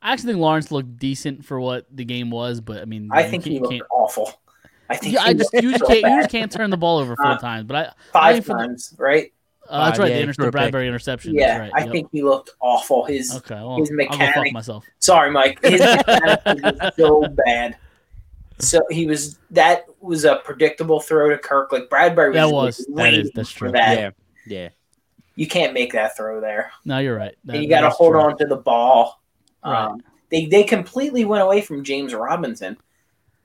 [SPEAKER 1] I actually think Lawrence looked decent for what the game was, but I mean,
[SPEAKER 3] [LAUGHS] I
[SPEAKER 1] you
[SPEAKER 3] think
[SPEAKER 1] can't-
[SPEAKER 3] he
[SPEAKER 1] you
[SPEAKER 3] looked
[SPEAKER 1] can't.
[SPEAKER 3] awful. I think
[SPEAKER 1] Yeah,
[SPEAKER 3] he
[SPEAKER 1] I just
[SPEAKER 3] looked
[SPEAKER 1] you just
[SPEAKER 3] so
[SPEAKER 1] can't you
[SPEAKER 3] bad.
[SPEAKER 1] just can't turn the ball over four
[SPEAKER 3] Uh,
[SPEAKER 1] times. But I I
[SPEAKER 3] five
[SPEAKER 1] think for the-
[SPEAKER 3] times, right?
[SPEAKER 1] uh, that's
[SPEAKER 2] Five,
[SPEAKER 1] right,
[SPEAKER 2] yeah,
[SPEAKER 1] the
[SPEAKER 2] he
[SPEAKER 1] Anderson
[SPEAKER 2] threw a pick.
[SPEAKER 1] Bradbury interception.
[SPEAKER 3] Yeah,
[SPEAKER 1] that's right.
[SPEAKER 3] I
[SPEAKER 1] yep.
[SPEAKER 3] think he looked awful. His
[SPEAKER 1] Okay, well,
[SPEAKER 3] his
[SPEAKER 1] I'll go fuck
[SPEAKER 3] mechanic-
[SPEAKER 1] myself.
[SPEAKER 3] sorry,
[SPEAKER 1] [LAUGHS]
[SPEAKER 3] Mike, his mechanics was so bad. So he was that was a predictable throw to Kirk. Like Bradbury was,
[SPEAKER 1] That was that
[SPEAKER 3] waiting
[SPEAKER 1] is that's
[SPEAKER 3] for
[SPEAKER 1] true.
[SPEAKER 3] that.
[SPEAKER 2] yeah, yeah.
[SPEAKER 3] You can't make that throw there.
[SPEAKER 1] No, you're right. That-
[SPEAKER 3] and you
[SPEAKER 1] that
[SPEAKER 3] got to
[SPEAKER 1] is
[SPEAKER 3] hold
[SPEAKER 1] true.
[SPEAKER 3] on to the ball. Um,
[SPEAKER 1] Right.
[SPEAKER 3] They they completely went away from James Robinson,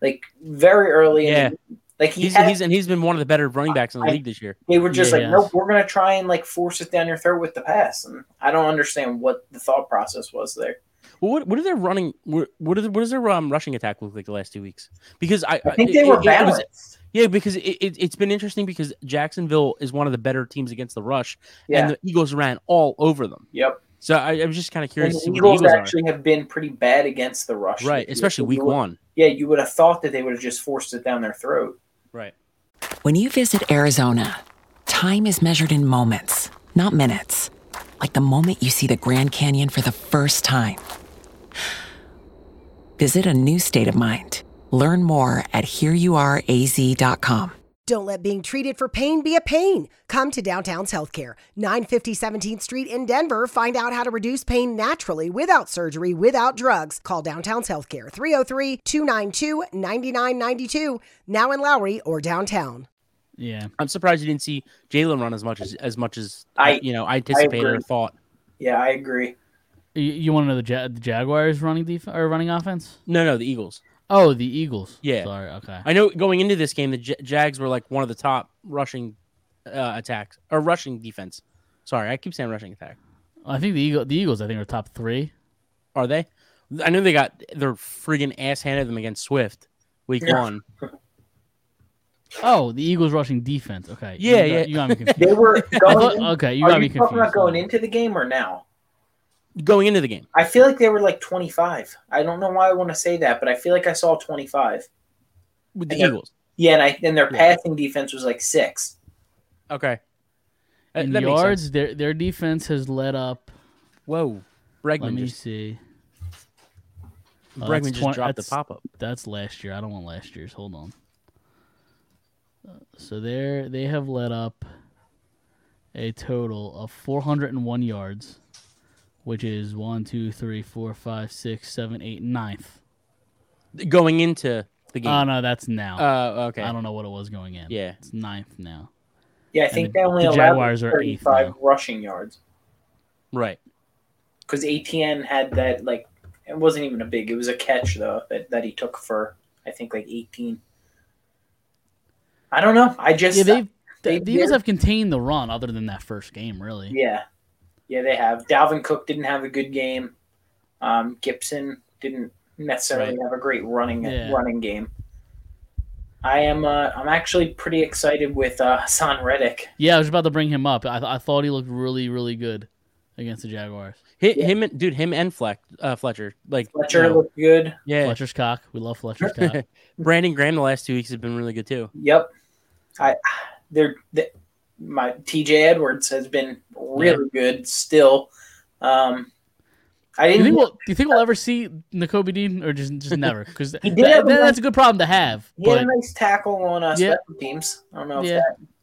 [SPEAKER 3] like very early.
[SPEAKER 2] Yeah.
[SPEAKER 3] in the, like he
[SPEAKER 2] He's,
[SPEAKER 3] had,
[SPEAKER 2] he's and he's been one of the better running backs in the
[SPEAKER 3] I-
[SPEAKER 2] league this year.
[SPEAKER 3] they were just
[SPEAKER 1] Yeah,
[SPEAKER 3] like,
[SPEAKER 1] he
[SPEAKER 3] nope,
[SPEAKER 1] has.
[SPEAKER 3] we're gonna try and like force it down your throat with the pass, and I don't understand what the thought process was there.
[SPEAKER 2] Well, what what are their running? What what, are, what does their um, rushing attack look like the last two weeks? Because I,
[SPEAKER 3] I think they were
[SPEAKER 2] it- it was-
[SPEAKER 3] balanced.
[SPEAKER 2] yeah, because it, it, it's been interesting because Jacksonville is one of the better teams against the rush,
[SPEAKER 3] yeah.
[SPEAKER 2] and the Eagles ran all over them.
[SPEAKER 3] yep.
[SPEAKER 2] So I, I was just kind of
[SPEAKER 3] And
[SPEAKER 2] curious to
[SPEAKER 3] the
[SPEAKER 2] see what the
[SPEAKER 3] Eagles
[SPEAKER 2] Eagles are.
[SPEAKER 3] actually have been pretty bad against the rush,
[SPEAKER 2] Right,
[SPEAKER 3] this year.
[SPEAKER 2] especially
[SPEAKER 3] So
[SPEAKER 2] week
[SPEAKER 3] you would-
[SPEAKER 2] one.
[SPEAKER 3] Yeah, you would have thought that they would have just forced it down their throat.
[SPEAKER 2] Right.
[SPEAKER 4] When you visit Arizona, time is measured in moments, not minutes. Like the moment you see the Grand Canyon for the first time. Visit a new state of mind. Learn more at hereyouareaz.com.
[SPEAKER 5] Don't let being treated for pain be a pain. Come to Downtown's Healthcare, 950 17th Street in Denver. Find out how to reduce pain naturally without surgery, without drugs. Call Downtown's Healthcare, 303 292 9992, now in Lowry or downtown.
[SPEAKER 1] Yeah,
[SPEAKER 2] I'm surprised you didn't see Jalen run as much as as much as
[SPEAKER 3] I-
[SPEAKER 2] you know I anticipated
[SPEAKER 3] agree.
[SPEAKER 2] or thought.
[SPEAKER 3] Yeah, I agree.
[SPEAKER 1] you, want to know the, ja- the Jaguars running def- or running offense?
[SPEAKER 2] No, no, the Eagles.
[SPEAKER 1] Oh, the Eagles.
[SPEAKER 2] Yeah.
[SPEAKER 1] sorry. Okay,
[SPEAKER 2] I know going into this game, the J- Jags were like one of the top rushing uh, attacks or rushing defense. Sorry, I keep saying rushing attack.
[SPEAKER 1] I think the Eagle, the Eagles, I think are top three.
[SPEAKER 2] Are they? I know they got their friggin' ass handed to them against Swift week
[SPEAKER 3] Yeah.
[SPEAKER 2] one.
[SPEAKER 1] Oh, the Eagles rushing defense. Okay.
[SPEAKER 2] Yeah,
[SPEAKER 1] you got,
[SPEAKER 2] yeah.
[SPEAKER 1] You
[SPEAKER 3] [LAUGHS]
[SPEAKER 1] got me
[SPEAKER 3] They
[SPEAKER 1] confused.
[SPEAKER 2] [LAUGHS]
[SPEAKER 3] were
[SPEAKER 1] I
[SPEAKER 3] going.
[SPEAKER 1] thought,
[SPEAKER 3] in-
[SPEAKER 1] okay, you
[SPEAKER 3] are
[SPEAKER 1] got
[SPEAKER 3] you
[SPEAKER 1] me
[SPEAKER 3] talking
[SPEAKER 1] confused.
[SPEAKER 3] about going into the game or now?
[SPEAKER 2] Going into the game,
[SPEAKER 3] I feel like they were like 25. I don't know why I want to say that, but I feel like I saw 25.
[SPEAKER 2] with the
[SPEAKER 3] Yeah.
[SPEAKER 2] Eagles.
[SPEAKER 3] Yeah, and I and their
[SPEAKER 2] Yeah.
[SPEAKER 3] passing defense was like six.
[SPEAKER 2] Okay. Uh,
[SPEAKER 1] In
[SPEAKER 2] that makes sense.
[SPEAKER 1] yards, their their defense has let up.
[SPEAKER 2] Whoa.
[SPEAKER 1] Let
[SPEAKER 2] Bregman
[SPEAKER 1] me
[SPEAKER 2] just,
[SPEAKER 1] see. Oh,
[SPEAKER 2] Bregman
[SPEAKER 1] that's
[SPEAKER 2] just
[SPEAKER 1] twen-
[SPEAKER 2] dropped the
[SPEAKER 1] that's-
[SPEAKER 2] pop up.
[SPEAKER 1] That's last year. I don't want last year's. Hold on. Uh, So they they have let up a total of 401 yards, which is one, two, three, four, five, six, seven, eight, ninth.
[SPEAKER 2] Going into the game.
[SPEAKER 1] Oh no, that's now.
[SPEAKER 2] Oh,
[SPEAKER 3] Uh,
[SPEAKER 2] okay.
[SPEAKER 1] I don't know what it was going in.
[SPEAKER 2] Yeah.
[SPEAKER 1] it's ninth now.
[SPEAKER 3] Yeah, I think
[SPEAKER 1] the-
[SPEAKER 3] they only
[SPEAKER 1] the
[SPEAKER 3] allowed
[SPEAKER 1] Jaguars are eighth
[SPEAKER 3] 35
[SPEAKER 1] now.
[SPEAKER 3] rushing yards
[SPEAKER 2] Right.
[SPEAKER 3] because ATN had that like it wasn't even a big. It was a catch though that, that he took for I think like 18. I don't know. I just
[SPEAKER 1] Yeah, they've,
[SPEAKER 3] they-
[SPEAKER 1] the, the Eagles
[SPEAKER 3] they're-
[SPEAKER 1] have contained the run other than that first game, really.
[SPEAKER 3] yeah yeah they have. Dalvin Cook didn't have a good game. Um, Gibson didn't necessarily
[SPEAKER 1] Right.
[SPEAKER 3] have a great running
[SPEAKER 1] Yeah.
[SPEAKER 3] running game. I am uh, I'm actually pretty excited with uh, Hassan Reddick.
[SPEAKER 1] Yeah, I was about to bring him up. I, th- I thought he looked really, really good against the Jaguars.
[SPEAKER 2] Hi Him, and dude, him and Fleck, uh, Fletcher. Like,
[SPEAKER 3] Fletcher
[SPEAKER 2] you know,
[SPEAKER 3] looked good.
[SPEAKER 2] yeah.
[SPEAKER 1] Fletcher's cock. We love Fletcher's
[SPEAKER 2] [LAUGHS]
[SPEAKER 3] [LAUGHS]
[SPEAKER 1] cock.
[SPEAKER 2] Brandon Graham the last two weeks has been really good too.
[SPEAKER 3] Yep. I they're, they my TJ Edwards has been really good still. Um I
[SPEAKER 1] Do you
[SPEAKER 3] didn't
[SPEAKER 1] think we'll, do you think we'll ever see N'Kobe Dean or just just never? Because
[SPEAKER 3] He did have a nice-
[SPEAKER 1] that's a good problem to have.
[SPEAKER 3] he had
[SPEAKER 1] But
[SPEAKER 3] a nice tackle on uh,
[SPEAKER 1] Yeah.
[SPEAKER 3] special teams. I don't know if
[SPEAKER 1] Yeah.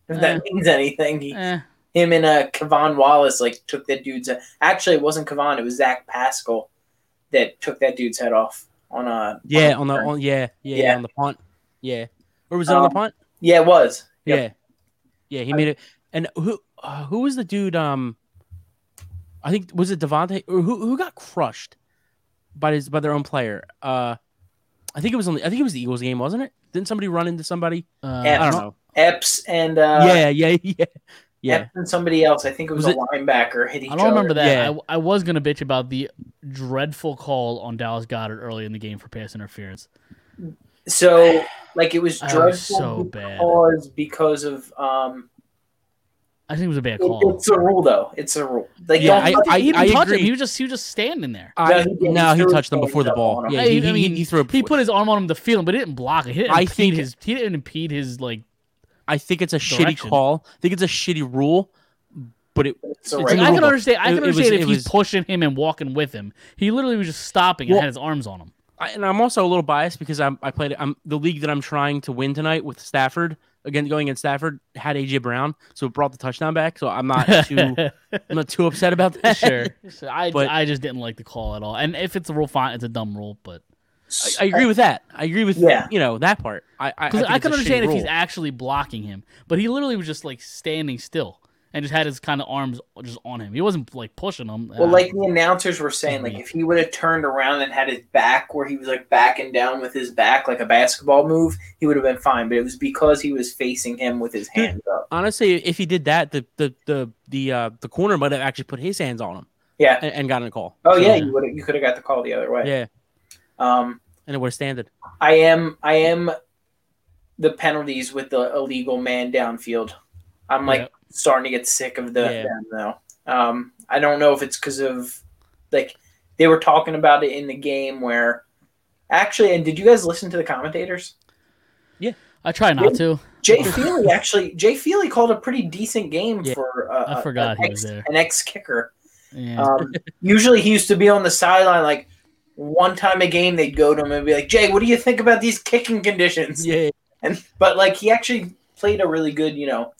[SPEAKER 3] that if that
[SPEAKER 1] Uh.
[SPEAKER 3] means anything. He,
[SPEAKER 1] eh,
[SPEAKER 3] him and uh Kevon Wallace like took that dude's actually it wasn't Kevon, it was Zach Pascal that took that dude's head off on uh, a
[SPEAKER 2] Yeah, on the on yeah, yeah, yeah,
[SPEAKER 3] Yeah.
[SPEAKER 2] on the punt. Yeah. Or was it on
[SPEAKER 3] Um,
[SPEAKER 2] the punt?
[SPEAKER 3] Yeah, it was. Yep.
[SPEAKER 2] Yeah. Yeah, he made it. And who uh, who was the dude um I think was it Devontae or who who got crushed by his by their own player? Uh I think it was on the, I think it was the Eagles game, wasn't it? Didn't somebody run into somebody?
[SPEAKER 1] uh,
[SPEAKER 3] Yeah.
[SPEAKER 2] I don't know.
[SPEAKER 3] Epps and uh
[SPEAKER 2] yeah, [LAUGHS] yeah, yeah. Yeah.
[SPEAKER 3] Epps and somebody else. I think it was,
[SPEAKER 2] Was
[SPEAKER 3] a linebacker hit each
[SPEAKER 1] I don't
[SPEAKER 3] other.
[SPEAKER 1] remember that.
[SPEAKER 2] Yeah.
[SPEAKER 1] I, I was gonna bitch about the dreadful call on Dallas Goddard early in the game for pass interference.
[SPEAKER 3] So Like it was
[SPEAKER 1] Oh,
[SPEAKER 3] dreadful
[SPEAKER 1] so bad.
[SPEAKER 3] because because of um.
[SPEAKER 1] I think it was a bad
[SPEAKER 3] it-
[SPEAKER 1] call.
[SPEAKER 3] it's a rule though. It's a rule. Like
[SPEAKER 2] Yeah,
[SPEAKER 3] don't
[SPEAKER 2] I-
[SPEAKER 3] fucking-
[SPEAKER 1] he didn't
[SPEAKER 2] I
[SPEAKER 1] touch him.
[SPEAKER 2] agree.
[SPEAKER 1] He was just he was just standing there.
[SPEAKER 2] I,
[SPEAKER 3] No, he didn't.
[SPEAKER 2] no,
[SPEAKER 3] He
[SPEAKER 2] he
[SPEAKER 3] threw
[SPEAKER 2] touched them
[SPEAKER 3] his
[SPEAKER 2] before the
[SPEAKER 3] hands up
[SPEAKER 2] ball.
[SPEAKER 3] on him.
[SPEAKER 2] Yeah,
[SPEAKER 1] I,
[SPEAKER 2] he,
[SPEAKER 1] I
[SPEAKER 2] he-
[SPEAKER 1] mean,
[SPEAKER 2] he threw. A,
[SPEAKER 1] he put his arm on him to feel him, but it didn't block it. He didn't
[SPEAKER 2] I
[SPEAKER 1] impede
[SPEAKER 2] think-
[SPEAKER 1] his he didn't impede his like.
[SPEAKER 2] I think it's a
[SPEAKER 1] direction.
[SPEAKER 2] shitty call. I think it's a shitty rule, but it.
[SPEAKER 3] It's a
[SPEAKER 2] it's
[SPEAKER 3] right.
[SPEAKER 2] an
[SPEAKER 1] I can
[SPEAKER 2] rule.
[SPEAKER 1] understand. I
[SPEAKER 2] It-
[SPEAKER 1] can
[SPEAKER 2] it was-
[SPEAKER 1] understand
[SPEAKER 2] it
[SPEAKER 1] if he's
[SPEAKER 2] was-
[SPEAKER 1] pushing him and walking with him. He literally was just stopping
[SPEAKER 2] Well-
[SPEAKER 1] and had his arms on him.
[SPEAKER 2] I, and I'm also a little biased because I'm I played I'm the league that I'm trying to win tonight with Stafford again going against Stafford had AJ Brown so it brought the touchdown back so I'm [LAUGHS] not too I'm not too upset about that.
[SPEAKER 1] sure. [LAUGHS] So I
[SPEAKER 2] But-
[SPEAKER 1] I just didn't like the call at all. And if it's a rule, fine, it's a dumb rule. But
[SPEAKER 2] I agree with that. I agree with
[SPEAKER 3] Yeah.
[SPEAKER 2] you know that part. I I, I,
[SPEAKER 1] because
[SPEAKER 2] think
[SPEAKER 1] I,
[SPEAKER 2] it's
[SPEAKER 1] can
[SPEAKER 2] a
[SPEAKER 1] understand
[SPEAKER 2] shitty
[SPEAKER 1] if he's
[SPEAKER 2] rule.
[SPEAKER 1] actually blocking him, but he literally was just like standing still and just had his kind of arms just on him. He wasn't like pushing him.
[SPEAKER 3] Well,
[SPEAKER 1] Uh,
[SPEAKER 3] like
[SPEAKER 2] Ah.
[SPEAKER 3] the announcers were saying,
[SPEAKER 2] Mm-hmm.
[SPEAKER 3] like if he would have turned around and had his back where he was like backing down with his back, like a basketball move, he would have been fine. But it was because he was facing him with his hands up.
[SPEAKER 2] honestly if he did that the the the the uh, the corner might have actually put his hands on him
[SPEAKER 3] Yeah.
[SPEAKER 2] and, and gotten a call.
[SPEAKER 3] Oh
[SPEAKER 2] So,
[SPEAKER 3] yeah, you would you could have got the call the other way.
[SPEAKER 2] yeah,
[SPEAKER 3] Um,
[SPEAKER 2] and it would have standed.
[SPEAKER 3] I am I am the penalties with the illegal man downfield. I'm like
[SPEAKER 1] Yeah.
[SPEAKER 3] starting to get sick of the
[SPEAKER 2] Yeah.
[SPEAKER 3] them though. Um, I don't know if it's because of like they were talking about it in the game where actually. And did you guys listen to the commentators?
[SPEAKER 1] I try not to. [LAUGHS]
[SPEAKER 3] Jay Feely actually, Jay Feely called a pretty decent game
[SPEAKER 2] Yeah,
[SPEAKER 3] for uh,
[SPEAKER 1] I forgot he
[SPEAKER 3] an ex,
[SPEAKER 1] was there.
[SPEAKER 3] an ex kicker.
[SPEAKER 1] Yeah. [LAUGHS]
[SPEAKER 3] Um, usually he used to be on the sideline. Like one time a game, they'd go to him and be like, "Jay, what do you think about these kicking conditions?"
[SPEAKER 2] Yeah,
[SPEAKER 3] And but like he actually played a really good, you know,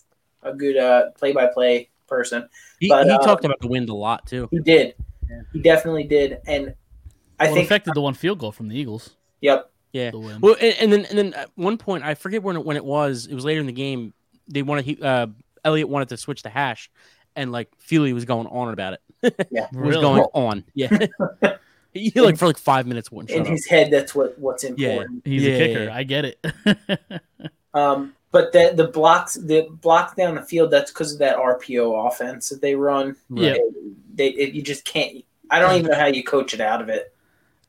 [SPEAKER 3] a good uh play by play person.
[SPEAKER 2] he,
[SPEAKER 3] But,
[SPEAKER 2] he
[SPEAKER 3] uh,
[SPEAKER 2] talked about the wind a lot too.
[SPEAKER 3] He did, he definitely did. And I
[SPEAKER 1] well, it
[SPEAKER 3] think,
[SPEAKER 1] affected the one field goal from the Eagles.
[SPEAKER 3] yep,
[SPEAKER 2] Yeah.
[SPEAKER 1] The win.
[SPEAKER 2] Well, and, and then and then at one point, I forget when it, when it was. It was later in the game. They wanted he, uh, Elliot wanted to switch to hash, and like Feely was going on about it. Was
[SPEAKER 1] Really?
[SPEAKER 2] going on. Yeah. [LAUGHS] he like for like five minutes wouldn't
[SPEAKER 3] in
[SPEAKER 2] shut up.
[SPEAKER 3] his head, that's what what's
[SPEAKER 2] Yeah.
[SPEAKER 3] important.
[SPEAKER 1] He's
[SPEAKER 2] Yeah,
[SPEAKER 1] a
[SPEAKER 2] yeah,
[SPEAKER 1] kicker.
[SPEAKER 2] yeah.
[SPEAKER 1] I get it. [LAUGHS]
[SPEAKER 3] Um, but the the blocks the block down the field that's because of that RPO offense that they run.
[SPEAKER 1] Yeah.
[SPEAKER 3] they it, you just can't. I don't even know how you coach it out of it.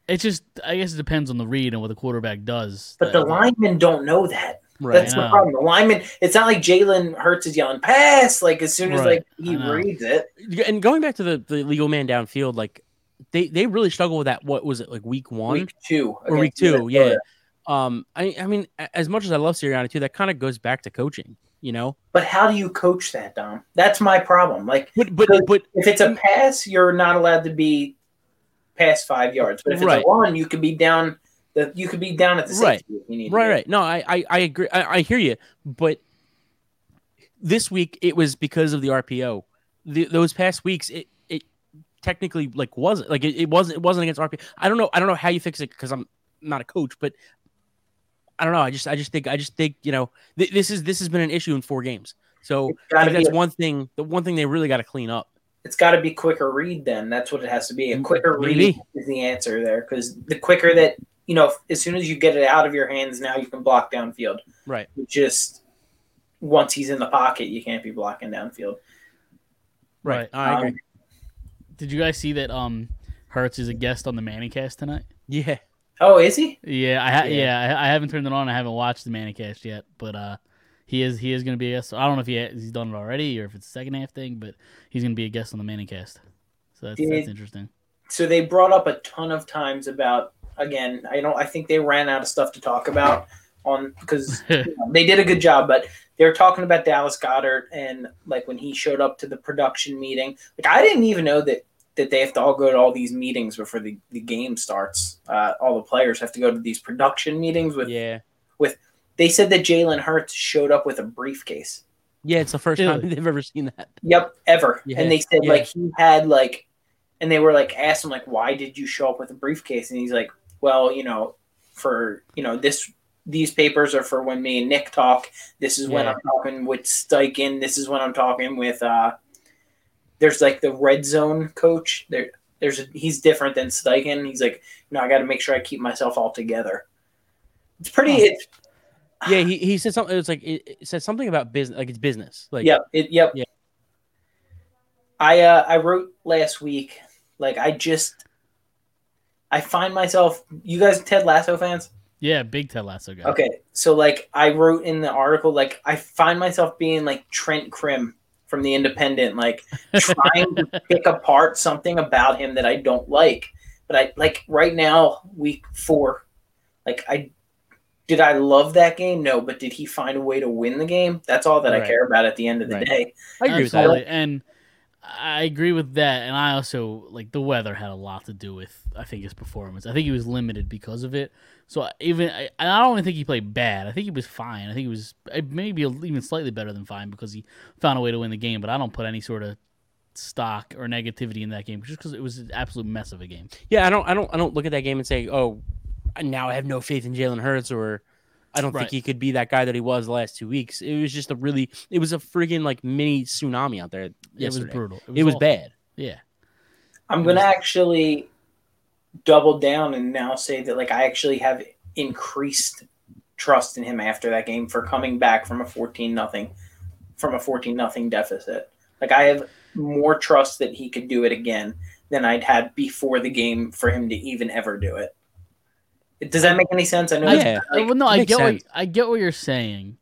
[SPEAKER 1] it just I guess it depends on the read and what the quarterback does.
[SPEAKER 3] But the
[SPEAKER 1] Uh,
[SPEAKER 3] linemen don't know that.
[SPEAKER 2] Right.
[SPEAKER 3] That's
[SPEAKER 1] I
[SPEAKER 3] the
[SPEAKER 1] know.
[SPEAKER 3] problem. The linemen. It's not like Jalen Hurts is yelling pass like as soon as
[SPEAKER 1] Right,
[SPEAKER 3] like
[SPEAKER 1] I
[SPEAKER 3] he
[SPEAKER 1] know.
[SPEAKER 3] reads it.
[SPEAKER 2] And going back to the the legal man downfield, like they they really struggle with that. What was it like week one?
[SPEAKER 3] Week Oh, two
[SPEAKER 2] or week
[SPEAKER 3] against
[SPEAKER 2] two, yeah.
[SPEAKER 3] Minnesota.
[SPEAKER 2] Um, I, I mean, a- as much as I love Sirianni too, that kind of goes back to coaching, you know.
[SPEAKER 3] But how do you coach that, Dom? That's my problem. Like
[SPEAKER 2] But but
[SPEAKER 3] Because-
[SPEAKER 2] but
[SPEAKER 3] if it's a pass, you're not allowed to be past five yards. But if
[SPEAKER 2] Right.
[SPEAKER 3] it's a run, you could be down. The you could be down at the
[SPEAKER 2] Right.
[SPEAKER 3] safety if you need to
[SPEAKER 2] Right,
[SPEAKER 3] be.
[SPEAKER 2] right. No, I, I, I agree. I, I hear you. But this week it was because of the RPO. The, those past weeks, it, it technically like wasn't like it, it wasn't it wasn't against RPO. I don't know. I don't know how you fix it because I'm not a coach, but I don't know. I just I just think I just think you know th- this is this has been an issue in four games. So
[SPEAKER 3] It's
[SPEAKER 2] I
[SPEAKER 3] gotta
[SPEAKER 2] think
[SPEAKER 3] be
[SPEAKER 2] that's
[SPEAKER 3] a-
[SPEAKER 2] one thing. The one thing they really got to clean up.
[SPEAKER 3] it's got to be quicker read then that's what it has to be a
[SPEAKER 2] M-
[SPEAKER 3] quicker read
[SPEAKER 2] Mm, maybe.
[SPEAKER 3] is the answer there because the quicker that you know as soon as you get it out of your hands now you can block downfield
[SPEAKER 2] Right.
[SPEAKER 3] You just once he's in the pocket you can't be blocking downfield
[SPEAKER 1] Right.
[SPEAKER 2] I agree.
[SPEAKER 3] Um,
[SPEAKER 1] Did you guys see that? Um, Hertz is a guest on the Manicast tonight.
[SPEAKER 2] yeah.
[SPEAKER 3] oh is he
[SPEAKER 1] Yeah, I ha-
[SPEAKER 2] Yeah.
[SPEAKER 1] yeah, I, I haven't turned it on. I haven't watched the Manicast yet, but uh, he is he is going to be a guest. I don't know if he ha- he's done it already or if it's a second half thing, but he's going to be a guest on the Manicast. So that's,
[SPEAKER 3] Did-
[SPEAKER 1] that's interesting. [LAUGHS]
[SPEAKER 3] so they brought up a ton of times about again i don't i think they ran out of stuff to talk about on because you know, they did a good job but they were talking about dallas goddard and like when he showed up to the production meeting like i didn't even know that that they have to all go to all these meetings before the, the game starts uh, all the players have to go to these production meetings with
[SPEAKER 2] Yeah.
[SPEAKER 3] they said that jalen hurts showed up with a briefcase
[SPEAKER 2] Yeah. It's the first
[SPEAKER 1] Really?
[SPEAKER 2] time [LAUGHS] they've ever seen that.
[SPEAKER 3] Yep, ever.
[SPEAKER 2] Yeah,
[SPEAKER 3] And they said
[SPEAKER 2] yeah.
[SPEAKER 3] like he had like, and they were like asked him like, why did you show up with a briefcase? And he's like, well, you know, for you know this these papers are for when me and Nick talk. This is when
[SPEAKER 2] Yeah.
[SPEAKER 3] I'm talking with Steichen. This is when I'm talking with. uh There's like the red zone coach. There, there's a, he's different than Steichen. He's like, no, I got to make sure I keep myself all together. It's pretty.
[SPEAKER 1] Oh,
[SPEAKER 3] It's
[SPEAKER 2] Yeah. He, he said something. It was like it, it said something about business. Like it's business. Like
[SPEAKER 3] yep. It, yep.
[SPEAKER 2] Yeah.
[SPEAKER 3] I uh, I wrote last week. Like I just, I find myself. You guys, Ted Lasso fans.
[SPEAKER 1] Yeah, big Ted Lasso guy.
[SPEAKER 3] Okay, so like I wrote in the article, like I find myself being like Trent Krim from The
[SPEAKER 2] [LAUGHS]
[SPEAKER 3] Independent, like trying to pick apart something about him that I don't like. But I like right now, week four, like I did I love that game? No, but did he find a way to win the game? That's all that I
[SPEAKER 2] Right.
[SPEAKER 3] care about at the end of the
[SPEAKER 2] Right.
[SPEAKER 3] day.
[SPEAKER 2] I agree with that.
[SPEAKER 1] Absolutely. And I agree with that. And I also like the weather had a lot to do with I think his performance. I think he was limited because of it. So I- even I, and I don't even think he played bad. I think he was fine. I think he was uh, maybe even slightly better than fine because he found a way to win the game. But I don't put any sort of stock or negativity in that game just because it was an absolute mess of a game.
[SPEAKER 2] Yeah, I don't, I don't, I don't look at that game and say, "Oh, I- now I have no faith in Jalen Hurts," or "I don't
[SPEAKER 1] Right.
[SPEAKER 2] think he could be that guy that he was the last two weeks." It was just a really, it was a friggin' like mini tsunami out there. Yesterday.
[SPEAKER 1] It was brutal.
[SPEAKER 2] It was
[SPEAKER 1] awful.
[SPEAKER 2] bad.
[SPEAKER 1] Yeah.
[SPEAKER 3] I'm gonna actually double down and now say that like I actually have increased trust in him after that game for coming back from a 14 nothing from a 14 nothing deficit. Like I have more trust that he could do it again than I'd had before the game for him to even ever do it. Does that make any sense? I know. it's-
[SPEAKER 2] Yeah.
[SPEAKER 1] I- well, no, I
[SPEAKER 2] makes
[SPEAKER 1] get what,
[SPEAKER 2] sense.
[SPEAKER 1] I get what you're saying,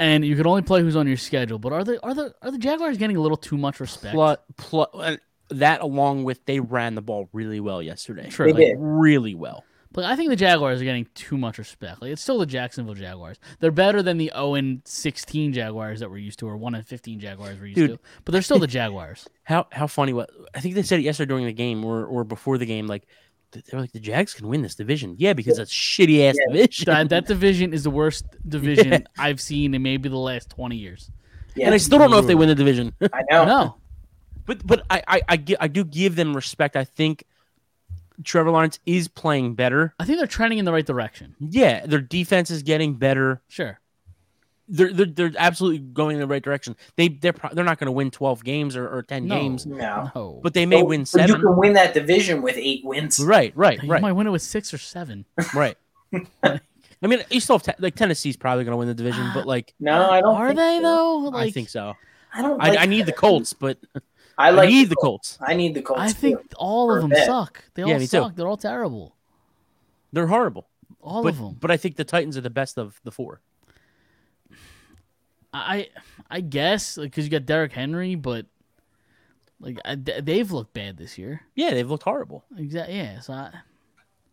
[SPEAKER 1] and you can only play who's on your schedule. But are the are the are the Jaguars getting a little too much respect?
[SPEAKER 2] Plu- plu- uh, that along with they ran the ball really well yesterday.
[SPEAKER 1] True. They
[SPEAKER 2] Like,
[SPEAKER 3] did.
[SPEAKER 2] really well.
[SPEAKER 1] But I think the Jaguars are getting too much respect. Like it's still the Jacksonville Jaguars. They're better than the 0 and 16 Jaguars that we're used to, or 1 and 15 Jaguars we're used
[SPEAKER 2] Dude.
[SPEAKER 1] to. But they're still the
[SPEAKER 2] [LAUGHS]
[SPEAKER 1] Jaguars.
[SPEAKER 2] How how funny was I think they said it yesterday during the game or or before the game like th- they were like the Jags can win this division. Yeah, because that's shitty ass division.
[SPEAKER 1] that, that division is the worst division I've seen in maybe the last 20 years.
[SPEAKER 2] [LAUGHS]
[SPEAKER 3] yeah,
[SPEAKER 2] and I still don't know if they win the division. [LAUGHS]
[SPEAKER 3] I know.
[SPEAKER 1] No,
[SPEAKER 2] But but I I I, gi- I do give them respect. I think Trevor Lawrence is playing better.
[SPEAKER 1] I think they're trending in the right direction.
[SPEAKER 2] Yeah, their defense is getting better.
[SPEAKER 1] Sure.
[SPEAKER 2] They're they're, they're absolutely going in the right direction. They they're pro- they're not going to win twelve games or, or ten
[SPEAKER 1] No.
[SPEAKER 2] games,
[SPEAKER 3] No.
[SPEAKER 1] No.
[SPEAKER 2] but they may
[SPEAKER 3] So-
[SPEAKER 2] win
[SPEAKER 3] so
[SPEAKER 2] seven.
[SPEAKER 3] You can win that division with eight wins.
[SPEAKER 2] Right, right,
[SPEAKER 1] you
[SPEAKER 2] right, [LAUGHS]
[SPEAKER 1] might win it with six or seven.
[SPEAKER 2] right. I mean, you still have te- like Tennessee's probably going to win the division, but like
[SPEAKER 3] No, I don't.
[SPEAKER 1] Are
[SPEAKER 3] think
[SPEAKER 1] they,
[SPEAKER 3] so.
[SPEAKER 1] though?
[SPEAKER 2] I think so.
[SPEAKER 3] I don't.
[SPEAKER 2] I,
[SPEAKER 3] like
[SPEAKER 2] I need the
[SPEAKER 3] that.
[SPEAKER 2] Colts, but
[SPEAKER 3] I
[SPEAKER 2] I
[SPEAKER 3] like
[SPEAKER 2] need the Colts.
[SPEAKER 3] I need the Colts.
[SPEAKER 1] I think
[SPEAKER 3] too.
[SPEAKER 1] all of
[SPEAKER 3] Or
[SPEAKER 1] them
[SPEAKER 3] that.
[SPEAKER 1] suck. They
[SPEAKER 2] Yeah,
[SPEAKER 1] all
[SPEAKER 2] me too.
[SPEAKER 1] suck. They're all terrible.
[SPEAKER 2] They're horrible,
[SPEAKER 1] All
[SPEAKER 2] but
[SPEAKER 1] of them.
[SPEAKER 2] but I think the Titans are the best of the four.
[SPEAKER 1] I I guess because you got Derrick Henry, but like I, th- they've looked bad this year.
[SPEAKER 2] Yeah, they've looked horrible,
[SPEAKER 1] Exactly. Yeah. So I,